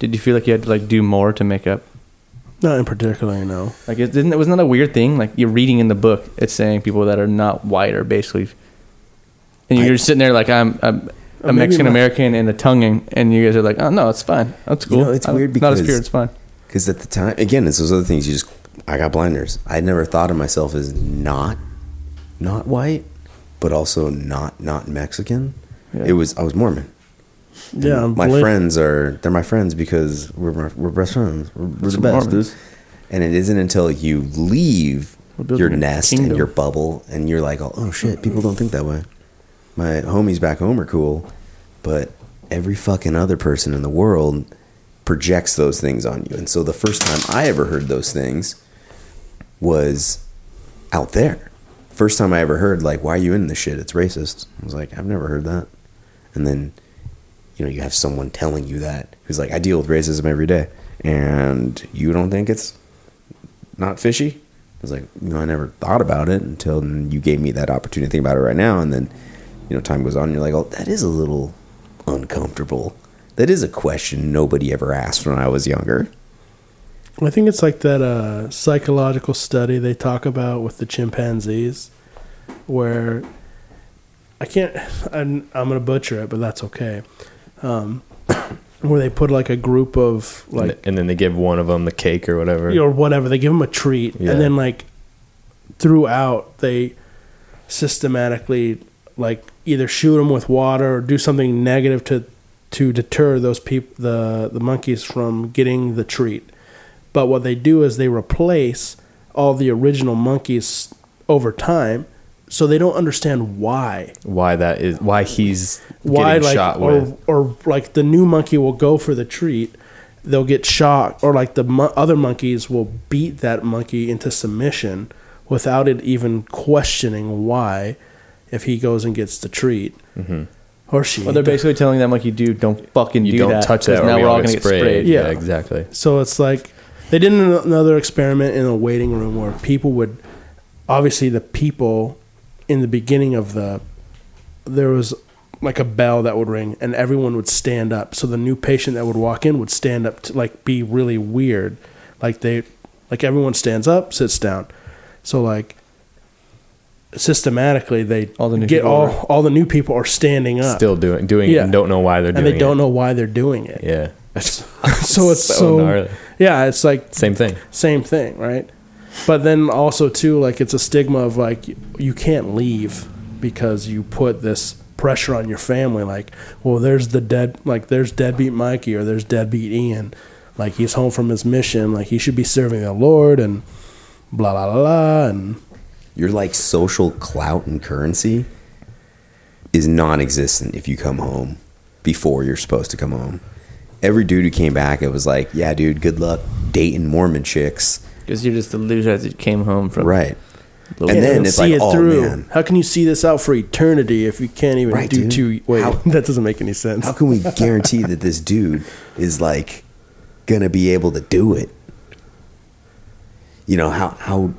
Speaker 4: Did you feel like you had to like do more to make up?
Speaker 5: Not in particular, you know.
Speaker 4: Like it didn't it wasn't that a weird thing? Like you're reading in the book, it's saying people that are not white are basically and you're sitting there like I'm I'm
Speaker 5: Oh,
Speaker 4: a
Speaker 5: maybe
Speaker 4: Mexican
Speaker 5: my-
Speaker 4: American and a tonguing, and you guys are like, "Oh no, it's fine. That's
Speaker 1: You
Speaker 4: cool.
Speaker 1: know, it's
Speaker 4: I-
Speaker 1: weird
Speaker 4: not as
Speaker 1: because-
Speaker 4: pure. It's fine."
Speaker 1: Because at the time, again, it's those other things. You just, I got blinders. I never thought of myself as not, not white, but also not not Mexican.
Speaker 4: Yeah.
Speaker 1: It was I was Mormon.
Speaker 5: Yeah,
Speaker 1: my
Speaker 5: believe-
Speaker 1: friends are they're my friends because we're my, we're best friends. We're, we're the best,
Speaker 4: Mormons.
Speaker 1: dude. And it isn't until you leave
Speaker 4: building
Speaker 1: your
Speaker 4: a
Speaker 1: nest
Speaker 4: kingdom.
Speaker 1: and your bubble, and you're like, oh, oh shit, people don't think that way. My homies back home are cool, but every fucking other person in the world projects those things on you. And so the first time I ever heard those things was out there. First time I ever heard like, why are you in this shit? It's racist. I was like, I've never heard that. And then you know, you have someone telling you that who's like, I deal with racism every day, and you don't think it's not fishy? I was like, you know, I never thought about it until you gave me that opportunity to think about it right now. And then, you know, time goes on, and you're like, oh, that is a little uncomfortable. That is a question nobody ever asked when I was younger.
Speaker 5: I think it's like that uh, psychological study they talk about with the chimpanzees, where I can't. I'm, I'm gonna butcher it, but that's okay. Um, [COUGHS] where they put like a group of
Speaker 2: And
Speaker 5: like
Speaker 2: th- and then they give one of them the cake or whatever.
Speaker 5: or whatever. They give them a treat,
Speaker 2: Yeah.
Speaker 5: and then like throughout they systematically like either shoot them with water or do something negative to to deter those people the the monkeys from getting the treat. But what they do is they replace all the original monkeys over time, so they don't understand why
Speaker 2: why that is? Why he's
Speaker 5: why
Speaker 2: getting
Speaker 5: like oh,
Speaker 2: shot
Speaker 5: or,
Speaker 2: with?
Speaker 5: or like the new monkey will go for the treat they'll get shot or like the mo- other monkeys will beat that monkey into submission without it even questioning why if he goes and gets the treat
Speaker 2: Mm-hmm.
Speaker 5: or she
Speaker 4: Well, they're basically telling them like, "You do, don't fucking
Speaker 2: You
Speaker 4: do
Speaker 2: don't
Speaker 4: that,
Speaker 2: touch
Speaker 4: 'cause
Speaker 2: that. Or
Speaker 4: Now
Speaker 2: we
Speaker 4: we're all
Speaker 2: all
Speaker 4: gonna
Speaker 2: get sprayed.
Speaker 4: get sprayed."
Speaker 2: Yeah,
Speaker 5: Yeah.
Speaker 2: exactly.
Speaker 5: So it's like they did an- another experiment in a waiting room where people would obviously the people in the beginning of the there was like a bell that would ring and everyone would stand up. So the new patient that would walk in would stand up to like be really weird. Like they like everyone stands up, sits down. So like systematically they
Speaker 4: All the new
Speaker 5: get
Speaker 4: people
Speaker 5: all
Speaker 4: were-
Speaker 5: all the new people are standing up
Speaker 2: Still doing doing it
Speaker 5: Yeah.
Speaker 2: and don't know why they're doing
Speaker 5: and they don't
Speaker 2: it.
Speaker 5: know why they're doing it.
Speaker 2: Yeah,
Speaker 5: [LAUGHS] So it's
Speaker 2: So
Speaker 5: so,
Speaker 2: gnarly.
Speaker 5: yeah, it's like
Speaker 2: same thing.
Speaker 5: same thing, right? But then also too, like it's a stigma of like you- you can't leave because you put this pressure on your family. Like, well, there's the dead, like there's deadbeat Mikey or there's deadbeat Ian, like he's home from his mission, like he should be serving the Lord and blah blah blah, blah and
Speaker 1: Your like social clout and currency is non-existent if you come home before you're supposed to come home. Every dude who came back, it was like, yeah, dude, good luck dating Mormon chicks.
Speaker 4: Because you're just a loser that came home from
Speaker 1: Right.
Speaker 4: the
Speaker 1: And then
Speaker 5: Don't
Speaker 1: it's like, oh man,
Speaker 5: How can you see this out for eternity if you can't even
Speaker 1: Right,
Speaker 5: do
Speaker 1: dude.
Speaker 5: two? Wait,
Speaker 1: How-
Speaker 5: [LAUGHS] that doesn't make any sense.
Speaker 1: how can we guarantee that this dude is like gonna be able to do it? you know how how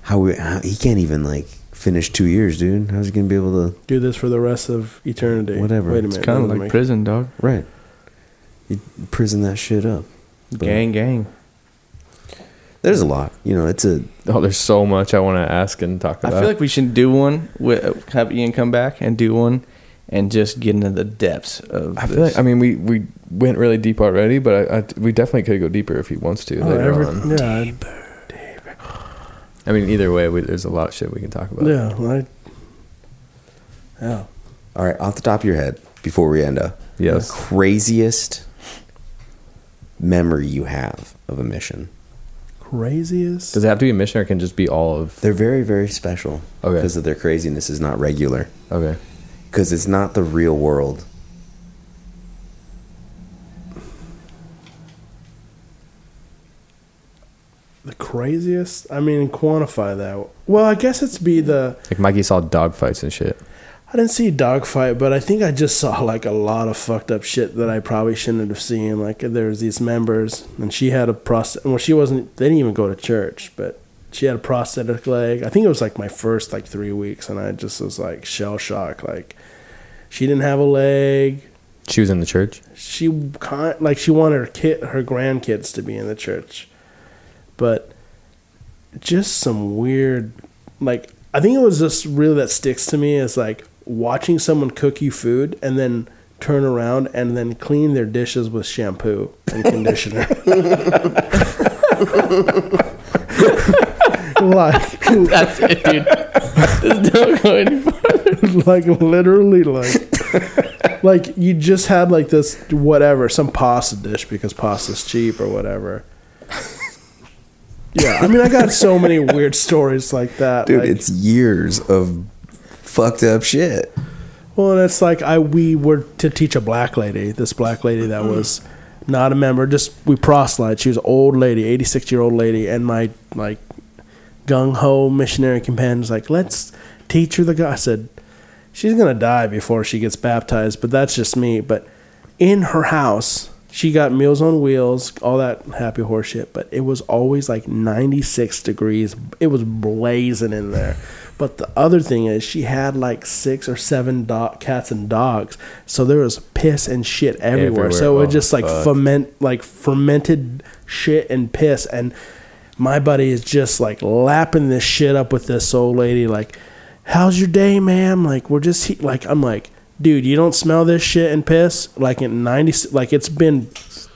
Speaker 1: how, we, how he can't even like finish two years, dude. How's he gonna be able to?
Speaker 5: Do this for the rest of eternity.
Speaker 1: Whatever.
Speaker 5: Wait a
Speaker 1: It's
Speaker 5: minute.
Speaker 4: It's kind
Speaker 5: that
Speaker 4: of
Speaker 5: doesn't
Speaker 4: like
Speaker 5: make-
Speaker 4: prison, dog.
Speaker 1: Right. You prison that shit up. But
Speaker 4: Gang, gang.
Speaker 1: There's a lot. You know, it's a
Speaker 2: Oh, there's so much I want to ask and talk
Speaker 4: I
Speaker 2: about.
Speaker 4: feel like we should do one. With, have Ian come back and do one, and just get into the depths of.
Speaker 2: I feel
Speaker 4: this.
Speaker 2: like I mean we we went really deep already, but I, I we definitely could go deeper if he wants to
Speaker 5: Oh,
Speaker 2: later
Speaker 5: every-
Speaker 2: on.
Speaker 1: uh,
Speaker 5: yeah, I-
Speaker 2: I mean, either way, we, there's a lot of shit we can talk about.
Speaker 5: yeah, I, yeah.
Speaker 1: all right off the top of your head before we end up.
Speaker 2: Yes.
Speaker 1: Craziest memory you have of a mission.
Speaker 5: Craziest.
Speaker 2: Does it have to be a mission, or it can just be all of?
Speaker 1: They're very very special
Speaker 2: Okay.
Speaker 1: because of their craziness is not regular
Speaker 2: Okay.
Speaker 1: because it's not the real world.
Speaker 5: The craziest? I mean, quantify that. Well, I guess it's be the.
Speaker 2: Like Mikey saw dog fights and shit.
Speaker 5: I didn't see a dogfight, but I think I just saw like a lot of fucked up shit that I probably shouldn't have seen. Like there was these members, and she had a prosthetic. Well, she wasn't. They didn't even go to church, but she had a prosthetic leg. I think it was like my first like three weeks, and I just was like shell shocked. Like she didn't have a leg.
Speaker 2: She was in the church.
Speaker 5: she kind like she wanted her kid her grandkids to be in the church but just some weird like i think it was just really that sticks to me is like watching someone cook you food and then turn around and then clean their dishes with shampoo and conditioner [LAUGHS] like
Speaker 4: [LAUGHS] That's it, [LAUGHS] dude. Just don't go [LAUGHS] any further.
Speaker 5: [LAUGHS] like literally
Speaker 1: [LAUGHS]
Speaker 5: like like you just had like this whatever some pasta dish because pasta's cheap or whatever yeah i mean i got
Speaker 1: [LAUGHS]
Speaker 5: so many weird stories like that
Speaker 1: Dude,
Speaker 5: like-
Speaker 1: it's years of fucked up shit.
Speaker 5: well and it's like i we were to teach a black lady this black lady that
Speaker 1: Mm-hmm.
Speaker 5: was not a member just we proselyte she was an old lady 86 year old lady and my like gung-ho missionary companions like let's teach her the god i said she's gonna die before she gets baptized but that's just me but in her house she got meals on wheels all that happy horse shit but it was always like 96 degrees it was blazing in there but the other thing is she had like six or seven dog, cats and dogs so there was piss and shit everywhere,
Speaker 2: Everywhere.
Speaker 5: so it would
Speaker 2: Oh,
Speaker 5: just like
Speaker 2: fuck.
Speaker 5: ferment like fermented shit and piss and my buddy is just like lapping this shit up with this old lady like how's your day ma'am like we're just he-. like i'm like dude you don't smell this shit and piss like in 90 like it's been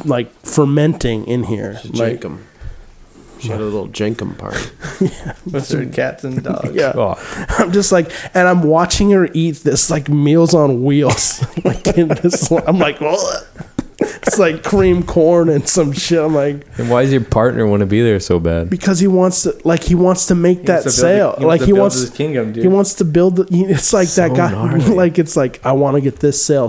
Speaker 5: like fermenting in here like
Speaker 3: Jenkum. She had a little Jenkum party. [LAUGHS]
Speaker 4: Mustard cats and dogs.
Speaker 5: yeah
Speaker 2: Oh,
Speaker 5: [LAUGHS] i'm just like and i'm watching her eat this like meals on wheels [LAUGHS] like in this i'm like Ugh. it's like cream corn and some shit i'm like
Speaker 2: and why does your partner want to be there so bad?
Speaker 5: because he wants to like he wants to make that
Speaker 4: wants to build
Speaker 5: sale
Speaker 4: the- he wants
Speaker 5: like
Speaker 4: to
Speaker 5: he
Speaker 4: build
Speaker 5: wants
Speaker 4: his kingdom, dude.
Speaker 5: he wants to build the, he- it's like that guy [LAUGHS]
Speaker 3: gnarly.
Speaker 5: like it's like i want to get this sale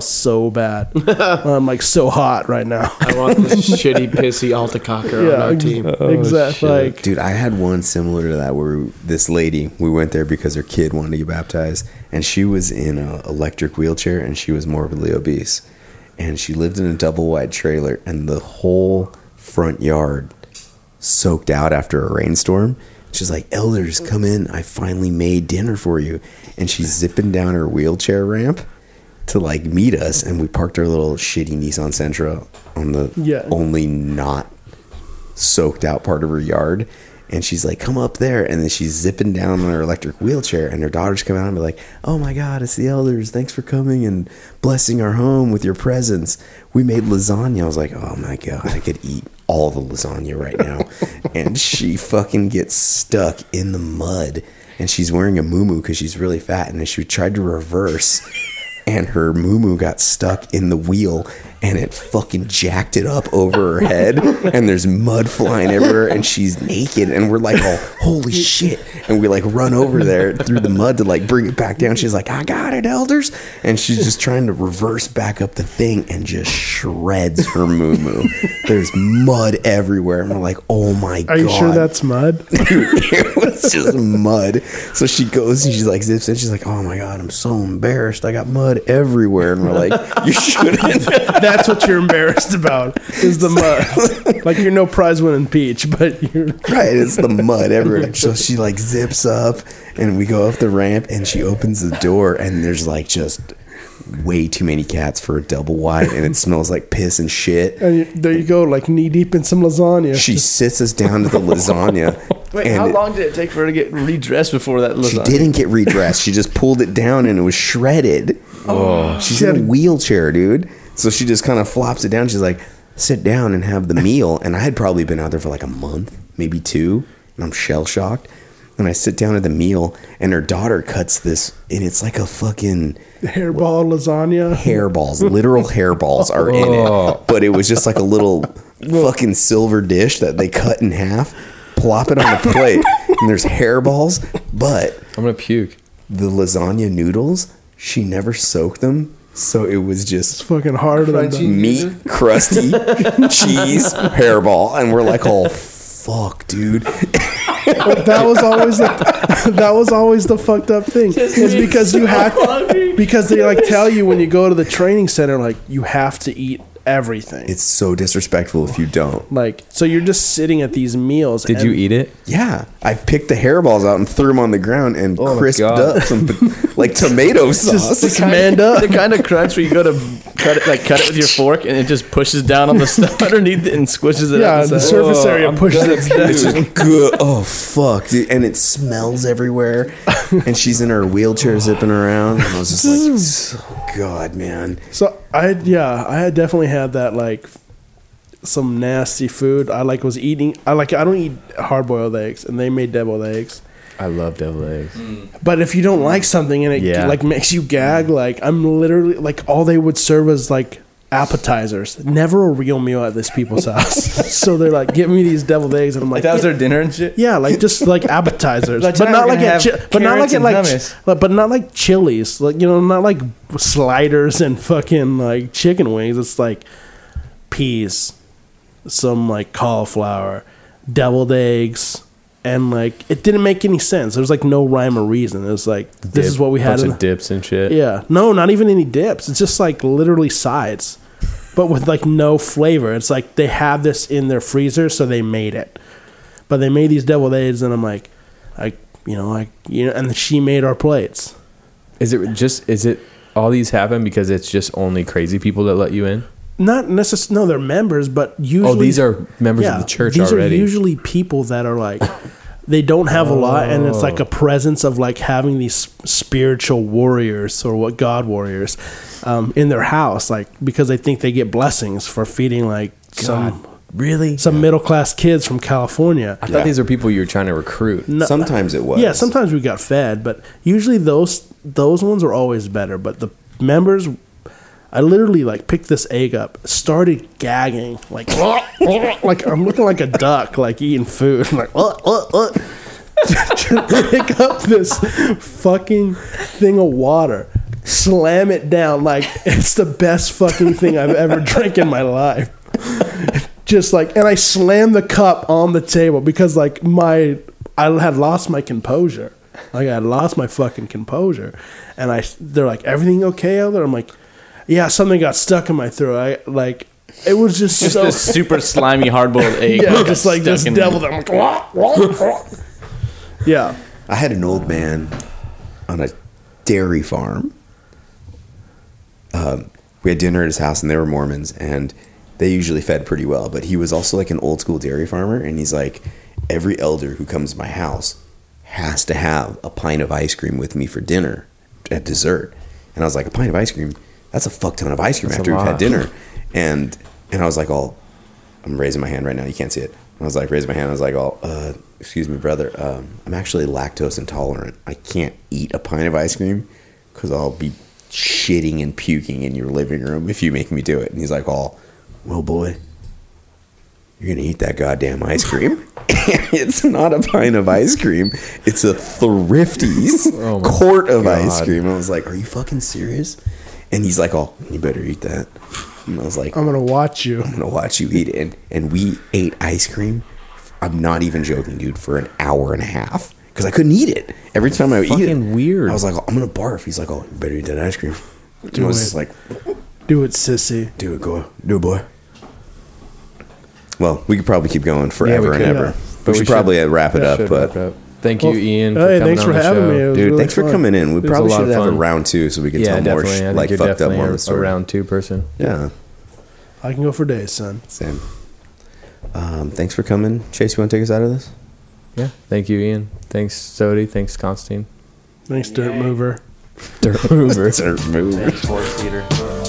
Speaker 4: [LAUGHS]
Speaker 5: so bad i'm like so hot right now [LAUGHS]
Speaker 3: I want this shitty, pissy Altacocker on our team.
Speaker 4: Oh,
Speaker 5: exactly like
Speaker 1: Dude, I had one similar to that where this lady, we went there because her kid wanted to get baptized, and she was in an electric wheelchair and she was morbidly obese. And she lived in a double wide trailer, and the whole front yard soaked out after a rainstorm. She's like, Elders, come in. I finally made dinner for you. And she's zipping down her wheelchair ramp to like meet us. And we parked our little shitty Nissan Sentra on the
Speaker 5: Yeah.
Speaker 1: only not soaked out part of her yard. And she's like, come up there. And then she's zipping down on her electric wheelchair. And her daughters come out and be like, oh my God, it's the elders. Thanks for coming and blessing our home with your presence. We made lasagna. I was like, oh my God, I could eat all the lasagna right now. and she fucking gets stuck in the mud. And she's wearing a moo because she's really fat. And then she tried to reverse. and her moo got stuck in the wheel and it fucking jacked it up over her
Speaker 5: [LAUGHS]
Speaker 1: head and there's mud flying everywhere and she's naked and we're like oh holy shit and we like run over there through the mud to like bring it back down she's like i got it elders and she's just trying to reverse back up the thing and just shreds her moo there's mud everywhere and we're like oh my god
Speaker 5: are you sure
Speaker 4: [LAUGHS]
Speaker 5: that's mud
Speaker 1: [LAUGHS] it was just mud. So she goes and she's like zips and she's like, "Oh my god, I'm so embarrassed. I got mud everywhere." And we're like, "You shouldn't." [LAUGHS]
Speaker 5: that's what you're embarrassed about is the
Speaker 4: [LAUGHS]
Speaker 5: mud. Like you're no prize winning peach, but you're
Speaker 1: Right, it's the mud everywhere. So she like zips up, and we go up the ramp, and she opens the door, and there's like just way too many cats for a double wide, and it smells like piss and
Speaker 4: Oh,
Speaker 1: shit.
Speaker 5: and you, there you go, like knee deep in some lasagna.
Speaker 1: She sits us down to the lasagna.
Speaker 4: [LAUGHS] Wait,
Speaker 1: and
Speaker 4: how
Speaker 1: it-
Speaker 4: long did it take for her to get redressed before that
Speaker 1: She
Speaker 4: lasagna?
Speaker 1: didn't get redressed. She just pulled it down, and it was shredded. She's in a wheelchair, dude. So she just kind of flops it down. She's like, sit down and have the meal. And I had probably been out there for like a month, maybe two, and I'm shell shocked. And I sit down at the meal, and her daughter cuts this, and it's like a fucking
Speaker 5: Hairball lasagna.
Speaker 1: hairballs, literal hairballs are in it. But it was just like a little fucking silver dish that they cut in half, plop it on a plate, and there's hairballs. But
Speaker 2: I'm gonna puke.
Speaker 1: the lasagna noodles, she never soaked them. So it was just
Speaker 5: It's fucking harder than the,
Speaker 1: meat,
Speaker 5: [LAUGHS]
Speaker 1: crusty, cheese, hairball. And we're like, oh, fuck, dude.
Speaker 5: that was always the [LAUGHS] that was always the fucked up thing. Is because you have to, because they like tell you when you go to the training center like you have to eat everything.
Speaker 1: It's so disrespectful if you don't.
Speaker 5: like so you're just sitting at these meals.
Speaker 2: Did you eat it?
Speaker 1: Yeah. I picked the hairballs out and threw them on the ground and
Speaker 5: Oh
Speaker 2: my
Speaker 1: crisped
Speaker 2: God.
Speaker 1: up some
Speaker 5: [LAUGHS]
Speaker 1: like tomato sauce.
Speaker 5: just manned up?
Speaker 4: The kind of crunch where you go to cut it, like cut it with your fork, and it just pushes down on the stuff [LAUGHS] underneath it and "Oh, squishes it.
Speaker 5: Yeah,
Speaker 4: out
Speaker 5: the
Speaker 4: the
Speaker 5: surface
Speaker 2: Whoa,
Speaker 5: area
Speaker 2: I'm
Speaker 5: pushes
Speaker 2: gonna
Speaker 5: it
Speaker 1: [LAUGHS]
Speaker 5: down.
Speaker 1: It's just good. Oh fuck, dude! And it smells everywhere. And she's in her wheelchair zipping around. And I was
Speaker 5: [LAUGHS]
Speaker 1: just like, oh, God, man.
Speaker 5: So I had- yeah, I had definitely had that like some nasty food. I like was eating. I like I don't eat hard boiled eggs, and they made deviled eggs.
Speaker 2: I love devil eggs.
Speaker 5: But if you don't like something and it
Speaker 2: Yeah.
Speaker 5: like makes you gag, like I'm literally like all they would serve was like appetizers. Never a real meal at this people's house. so they're like, give me these deviled eggs, and I'm
Speaker 4: Like
Speaker 5: like,
Speaker 4: that was
Speaker 5: "Yeah."
Speaker 4: their dinner and shit.
Speaker 5: Yeah, like
Speaker 4: [LAUGHS]
Speaker 5: just like appetizers,
Speaker 4: Like,
Speaker 5: but
Speaker 4: tonight
Speaker 5: not
Speaker 4: we're
Speaker 5: like
Speaker 4: gonna
Speaker 5: at
Speaker 4: have
Speaker 5: chi- but not like
Speaker 4: carrots
Speaker 5: at
Speaker 4: and
Speaker 5: like,
Speaker 4: hummus.
Speaker 5: like but not like chilies, like you know, not like sliders and fucking like chicken wings. It's like peas, some like cauliflower, deviled eggs, and like it didn't make any sense. There was like no rhyme or reason. It was like this is what we had.
Speaker 2: Bunch
Speaker 5: In
Speaker 2: of dips and shit.
Speaker 5: yeah, no, not even any dips. It's just like literally sides, but with like no flavor. It's like they have this in their freezer, so they made it. But they made these deviled eggs, and I'm like, I, you know, I, you know, and she made our plates.
Speaker 2: Is it just? Is it all these happen because it's just only crazy people that let you in?
Speaker 5: Not necessarily. No, they're members, but usually.
Speaker 2: oh, these are members
Speaker 5: yeah,
Speaker 2: of the church
Speaker 5: these
Speaker 2: already.
Speaker 5: are usually people that are like. They don't have a lot, and it's
Speaker 2: Oh.
Speaker 5: like a presence of like having these spiritual warriors or what God warriors um, in their house, like because they think they get blessings for feeding like some
Speaker 2: really?
Speaker 5: some middle class kids from California.
Speaker 2: I thought these were people you were trying to recruit.
Speaker 5: No-
Speaker 1: Sometimes it was.
Speaker 5: Yeah, sometimes we got fed, but usually those those ones are always better. But the members, I literally like picked this egg up, started gagging like [LAUGHS] like I'm looking like a duck, like eating food, [LAUGHS] I'm like uh, uh, uh. [LAUGHS] pick up this fucking thing of water. Slam it down like it's the best fucking thing I've ever drank in my life just like and I slammed the cup on the table because like my I had lost my composure. Like I had lost my fucking composure. And I they're like, Everything okay out there? I'm like, Yeah, something got stuck in my throat. I like it was just,
Speaker 4: Just
Speaker 5: so
Speaker 4: this super slimy hard boiled egg.
Speaker 5: [LAUGHS] Yeah,
Speaker 4: that
Speaker 5: just
Speaker 4: got
Speaker 5: like
Speaker 4: stuck
Speaker 5: just
Speaker 4: in
Speaker 5: deviled it. I'm like, "Wah, wah, wah." Yeah.
Speaker 1: I had an old man on a dairy farm. Um, we had dinner at his house, and they were Mormons, and they usually fed pretty well. But he was also like an old school dairy farmer, and he's like, every elder who comes to my house has to have a pint of ice cream with me for dinner at dessert. And I was like, a pint of ice cream? That's a fuck ton of ice cream
Speaker 2: That's a
Speaker 1: after we've had
Speaker 2: lot.
Speaker 1: dinner. And and I was like, all I'm raising my hand right now. You can't see it. And I was like, raising my hand. I was like, oh, uh, excuse me, brother. Um, I'm actually lactose intolerant. I can't eat a pint of ice cream because I'll be shitting and puking in your living room if you make me do it. And he's like, oh, well, boy, you're going to eat that goddamn ice cream. [LAUGHS] it's not a pint of ice cream. It's a thrifty's
Speaker 2: my
Speaker 1: quart of ice
Speaker 2: God.
Speaker 1: cream. I was like, are you fucking serious? And he's like, oh, you better eat that. And I was like,
Speaker 5: I'm gonna watch you.
Speaker 1: I'm gonna watch you eat it. And, and we ate ice cream. I'm not even joking, dude, for an hour and a half because I couldn't eat it. Every time I would eat it,
Speaker 2: Fucking weird.
Speaker 1: I was like, I'm gonna barf. He's like, Oh, you better eat that ice cream. And I was just like,
Speaker 5: Do it, sissy.
Speaker 1: Do it, go. Do it, boy. Well, we could probably keep going forever and
Speaker 5: could.
Speaker 1: ever.
Speaker 5: Yeah.
Speaker 1: We should probably uh, wrap it up. But
Speaker 2: Thank you,
Speaker 5: Well,
Speaker 2: Ian. For
Speaker 5: Hey,
Speaker 2: coming
Speaker 5: thanks
Speaker 2: on
Speaker 5: for
Speaker 2: the
Speaker 5: having
Speaker 2: show.
Speaker 5: me. It was
Speaker 1: dude,
Speaker 5: really
Speaker 1: thanks for
Speaker 5: fun.
Speaker 1: coming in. We
Speaker 5: It was
Speaker 1: probably
Speaker 2: a lot
Speaker 1: should
Speaker 2: of
Speaker 1: have a
Speaker 2: fun.
Speaker 1: round two so we could
Speaker 2: Yeah,
Speaker 1: tell more
Speaker 2: definitely.
Speaker 1: sh-
Speaker 2: I think
Speaker 1: like
Speaker 2: you're
Speaker 1: fucked up
Speaker 2: definitely
Speaker 1: Mormon
Speaker 2: a, a
Speaker 1: story.
Speaker 2: round two person.
Speaker 1: Yeah,
Speaker 5: I can go for days, son.
Speaker 1: same. Um, thanks for coming, Chase. You want to take us out of this?
Speaker 2: Yeah. Thank you, Ian. Thanks, Sodi. Thanks, Constantine.
Speaker 5: Thanks, dirt mover.
Speaker 2: Dirt mover.
Speaker 1: Sir, move.
Speaker 9: Sports theater.